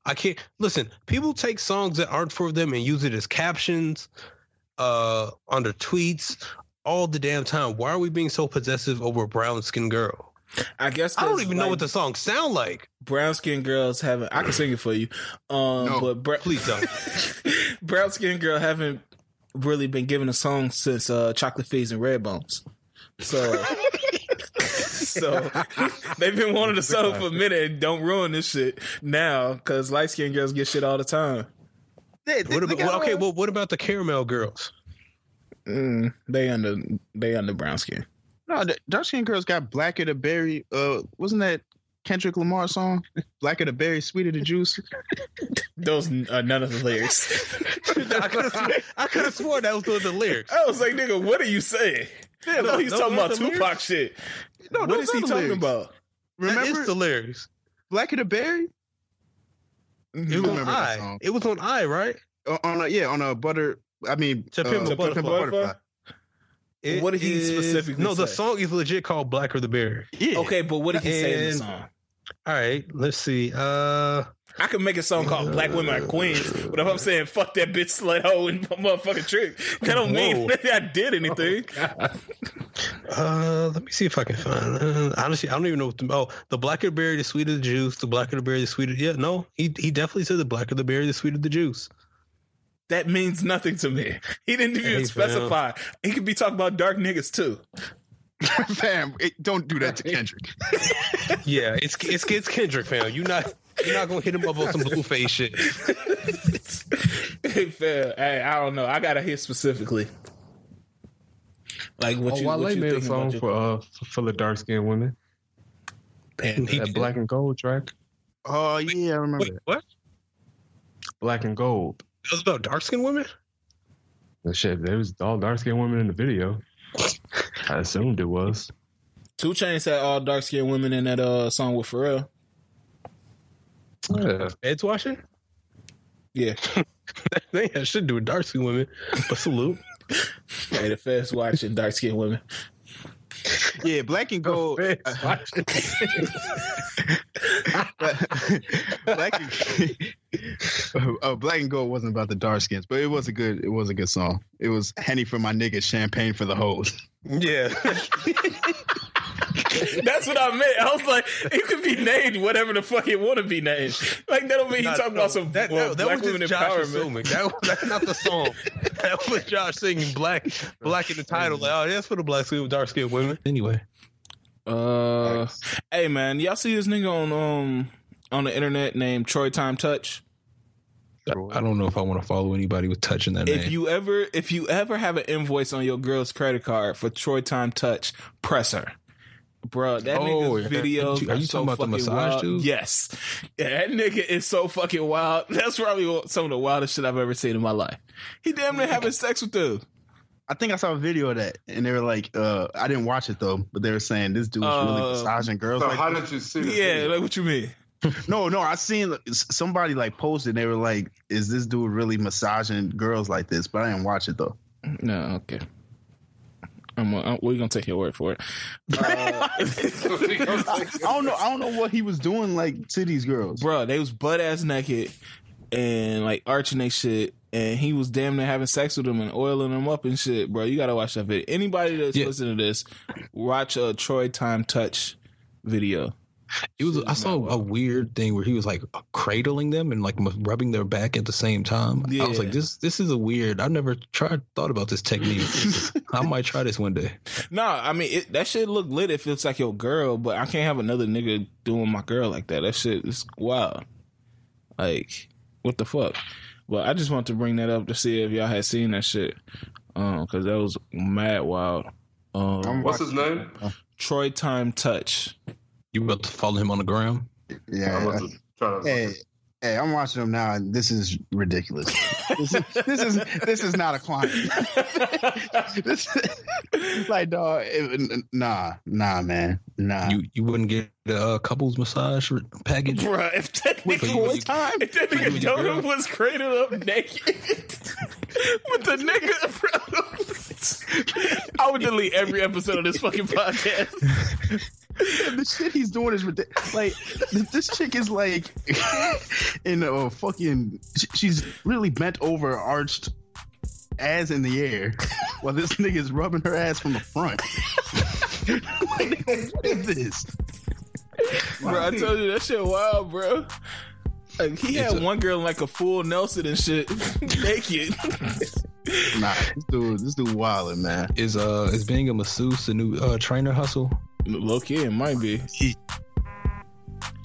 Speaker 2: I can't listen. People take songs that aren't for them and use it as captions, uh, on their tweets all the damn time. Why are we being so possessive over a brown skinned girl?
Speaker 1: I guess
Speaker 2: I don't
Speaker 1: 'cause,
Speaker 2: even know
Speaker 1: like,
Speaker 2: what the song sound like.
Speaker 1: Brown skinned girls haven't. I can sing it for you. Um, but bra-
Speaker 2: please don't.
Speaker 1: brown skinned girl haven't really been given a song since uh, Chocolate Fizz and Red Bones. So, so they've been wanting a song for a minute. And don't ruin this shit now, because light skinned girls get shit all the time.
Speaker 2: What about, well, okay, well, what about the caramel girls?
Speaker 1: Mm, they under they under brown skin.
Speaker 4: No, the dark skinned girls got blacker the berry. Uh, wasn't that Kendrick Lamar's song? Blacker the berry, sweeter the juice.
Speaker 1: Those are none of the lyrics.
Speaker 2: I could have I could have sworn that was the, the lyrics.
Speaker 1: I was like, nigga, what are you saying?
Speaker 2: Yeah,
Speaker 1: no,
Speaker 2: no,
Speaker 1: he's
Speaker 2: those
Speaker 1: talking
Speaker 2: aren't
Speaker 1: about
Speaker 2: the
Speaker 1: Tupac
Speaker 2: lyrics.
Speaker 1: shit.
Speaker 4: No,
Speaker 1: what
Speaker 4: those
Speaker 1: is he
Speaker 4: are the
Speaker 1: talking
Speaker 4: lyrics.
Speaker 1: about?
Speaker 4: Remember
Speaker 2: It's the lyrics.
Speaker 4: Blacker the berry? Mm-hmm.
Speaker 2: It was on I. It was on I, right?
Speaker 4: on a yeah, on a butter. I mean,
Speaker 2: Uh, To Pimp a
Speaker 4: To Pimp a
Speaker 2: Butterfly. It
Speaker 1: What did he
Speaker 2: is-
Speaker 1: specifically
Speaker 2: No, the
Speaker 1: say?
Speaker 2: song is legit called Black or the Berry.
Speaker 4: Yeah.
Speaker 1: Okay, but what did he say in the
Speaker 2: And-
Speaker 1: song?
Speaker 2: All right, let's see. Uh
Speaker 1: I could make a song called "Black Women Are Queens," but if I'm saying "fuck that bitch, slut hoe, and motherfucking trick," that don't mean
Speaker 2: Whoa.
Speaker 1: that I did anything.
Speaker 2: Uh, let me see if I can find. Uh, honestly, I don't even know. What the, oh, the blacker the berry, the sweeter the juice. The blacker the berry, the sweeter. Yeah, no, he he definitely said the blacker the berry, the sweeter the juice.
Speaker 1: that means nothing to me. He didn't even
Speaker 2: Hey, fam.
Speaker 1: specify. He could be talking about dark niggas too.
Speaker 4: uh, Fam, it- don't do that to Kendrick.
Speaker 2: Yeah, it's it's, it's Kendrick fam. You not you're not gonna hit him up on some blue face shit.
Speaker 1: Hey, fam, hey, I don't know. I gotta hear specifically. Like what
Speaker 7: oh,
Speaker 1: you,
Speaker 7: Wale
Speaker 1: what you
Speaker 7: made a
Speaker 1: thinking
Speaker 7: song
Speaker 1: about? Your,
Speaker 7: for uh for- for the dark skinned women.
Speaker 1: Damn,
Speaker 7: that black and gold track.
Speaker 4: Oh yeah, I remember. that.
Speaker 2: What?
Speaker 7: Black and gold.
Speaker 2: It was about dark skinned women.
Speaker 7: The shit. There was all dark skinned women in the video. I assumed it was.
Speaker 1: Two Chainz had all dark skinned women in that uh song with Pharrell.
Speaker 7: Yeah.
Speaker 2: Ed's washing.
Speaker 1: Yeah,
Speaker 2: they had shit to do with dark skinned women. But salute.
Speaker 1: hey, the feds watching dark skinned women.
Speaker 4: Yeah, black and gold. uh, black and oh, black and gold wasn't about the dark skins, but it was a good. It was a good song. It was Henny for my niggas, champagne for the hoes.
Speaker 2: Yeah.
Speaker 1: That's what I meant. I was like, it could be named whatever the fuck it want to be named. Like that don't mean he
Speaker 2: Nah,
Speaker 1: talking
Speaker 2: no,
Speaker 1: about some
Speaker 2: that,
Speaker 1: well,
Speaker 2: that, that
Speaker 1: black
Speaker 2: was
Speaker 1: women
Speaker 2: just Josh
Speaker 1: empowerment.
Speaker 2: assuming. That, that's not the song. that was Josh singing black black in the title. Like, oh, that's for the black skin dark skinned women. Anyway.
Speaker 1: Uh, hey man, y'all see this nigga on um on the internet named Troy Time Touch?
Speaker 2: I don't know if I want to follow anybody with touching that
Speaker 1: If you ever if you ever have an invoice on your girl's credit card for Troy Time Touch, press her. Bruh, that
Speaker 2: Oh,
Speaker 1: nigga's
Speaker 2: yeah.
Speaker 1: videos
Speaker 2: Are you
Speaker 1: are
Speaker 2: talking
Speaker 1: so
Speaker 2: about the
Speaker 1: fucking
Speaker 2: massage
Speaker 1: wild.
Speaker 2: dude?
Speaker 1: Yes, Yeah, that nigga is so fucking wild. That's probably some of the wildest shit I've ever seen in my life. He damn near having sex with dude.
Speaker 4: I think I saw a video of that, and they were like, uh, I didn't watch it though, but they were saying this dude's really
Speaker 1: Uh,
Speaker 4: massaging girls.
Speaker 3: So
Speaker 4: like
Speaker 3: how
Speaker 4: that.
Speaker 3: did you see this?
Speaker 1: Yeah, like what you mean?
Speaker 4: No, no, I seen s- somebody like posted. They were like, "Is this dude really massaging girls like this?" But I didn't watch it though.
Speaker 1: No, okay. I'm, i we're gonna take your word for it. Uh,
Speaker 4: I don't know. I don't know what he was doing like to these girls.
Speaker 1: Bruh, they was butt ass naked and like arching they shit, and he was damn near having sex with them and oiling them up and shit, bro. You gotta watch that video. Anybody that's
Speaker 2: Yeah.
Speaker 1: listening to this, watch a Troy Time Touch video.
Speaker 2: It was. I saw a weird thing where he was like cradling them and like m- rubbing their back at the same time. I
Speaker 1: Yeah.
Speaker 2: was like, this this is a weird. I've never tried thought about this technique. I might try this one day.
Speaker 1: Nah, I mean it, that shit look lit if it's like your girl, but I can't have another nigga doing my girl like that. That shit is wild. Like, what the fuck? But I just want to bring that up to see if y'all had seen that shit, um, because that was mad wild. Um,
Speaker 3: What's his name?
Speaker 1: Troy Time Touch.
Speaker 2: You about to follow him on the gram?
Speaker 4: Yeah.
Speaker 3: I was just trying to.
Speaker 4: Hey, hey, I'm watching them now, and this is ridiculous. this, is, this is this is not a client. this, like, dog, it- nah, nah, man, nah.
Speaker 2: You you wouldn't get a uh, couples massage package.
Speaker 1: Bruh, if that nigga
Speaker 2: Wait, but you-
Speaker 1: was
Speaker 2: you-
Speaker 1: time, if that
Speaker 2: you-
Speaker 1: nigga
Speaker 2: you-
Speaker 1: Donut was crated up naked with the nigga, bro, I would delete every episode of this fucking podcast.
Speaker 4: the shit he's doing is ridiculous. Like this chick is like in a fucking. sh- She's really bent over, arched ass in the air, while this nigga's rubbing her ass from the front. like, what is this?
Speaker 1: bro, I told you that shit wild, bro. Like, he had one girl in like a full Nelson and shit, naked.
Speaker 4: Nah, this dude, this dude wildin', man.
Speaker 2: Is uh, is being a masseuse a new uh trainer hustle?
Speaker 1: Low key, it might be.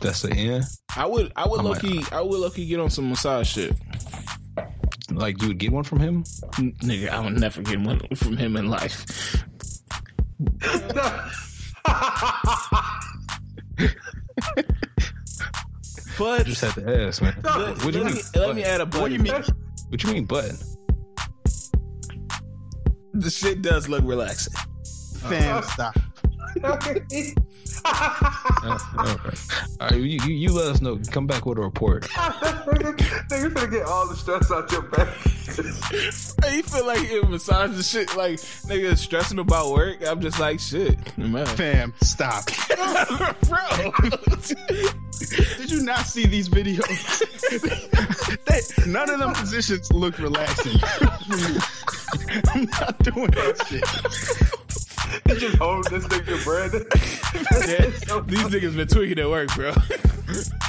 Speaker 2: That's the end.
Speaker 1: I would, I would
Speaker 2: I'm
Speaker 1: low
Speaker 2: like-
Speaker 1: key, I would low key get on some massage shit.
Speaker 2: Like you would get one from him,
Speaker 1: nigga. I would never get one from him in life. But
Speaker 2: just had to ask, man.
Speaker 1: Let,
Speaker 2: what do you
Speaker 1: let
Speaker 2: mean?
Speaker 1: me, let me add a button. What do you mean?
Speaker 2: What you mean, but?
Speaker 1: The shit does look relaxing.
Speaker 4: Fam, stop.
Speaker 2: Uh, okay. All right, you, you, you let us know. Come back with a report.
Speaker 17: Niggas gonna get all the stress out your back.
Speaker 1: you feel like it massage the shit like nigga stressing about work. I'm just like shit, man.
Speaker 4: Fam, stop.
Speaker 1: Bro,
Speaker 4: Did you not see these videos? They- none of them positions look relaxing. I'm not doing that shit.
Speaker 17: You just hold this nigga bread.
Speaker 1: these niggas been tweaking at work, bro.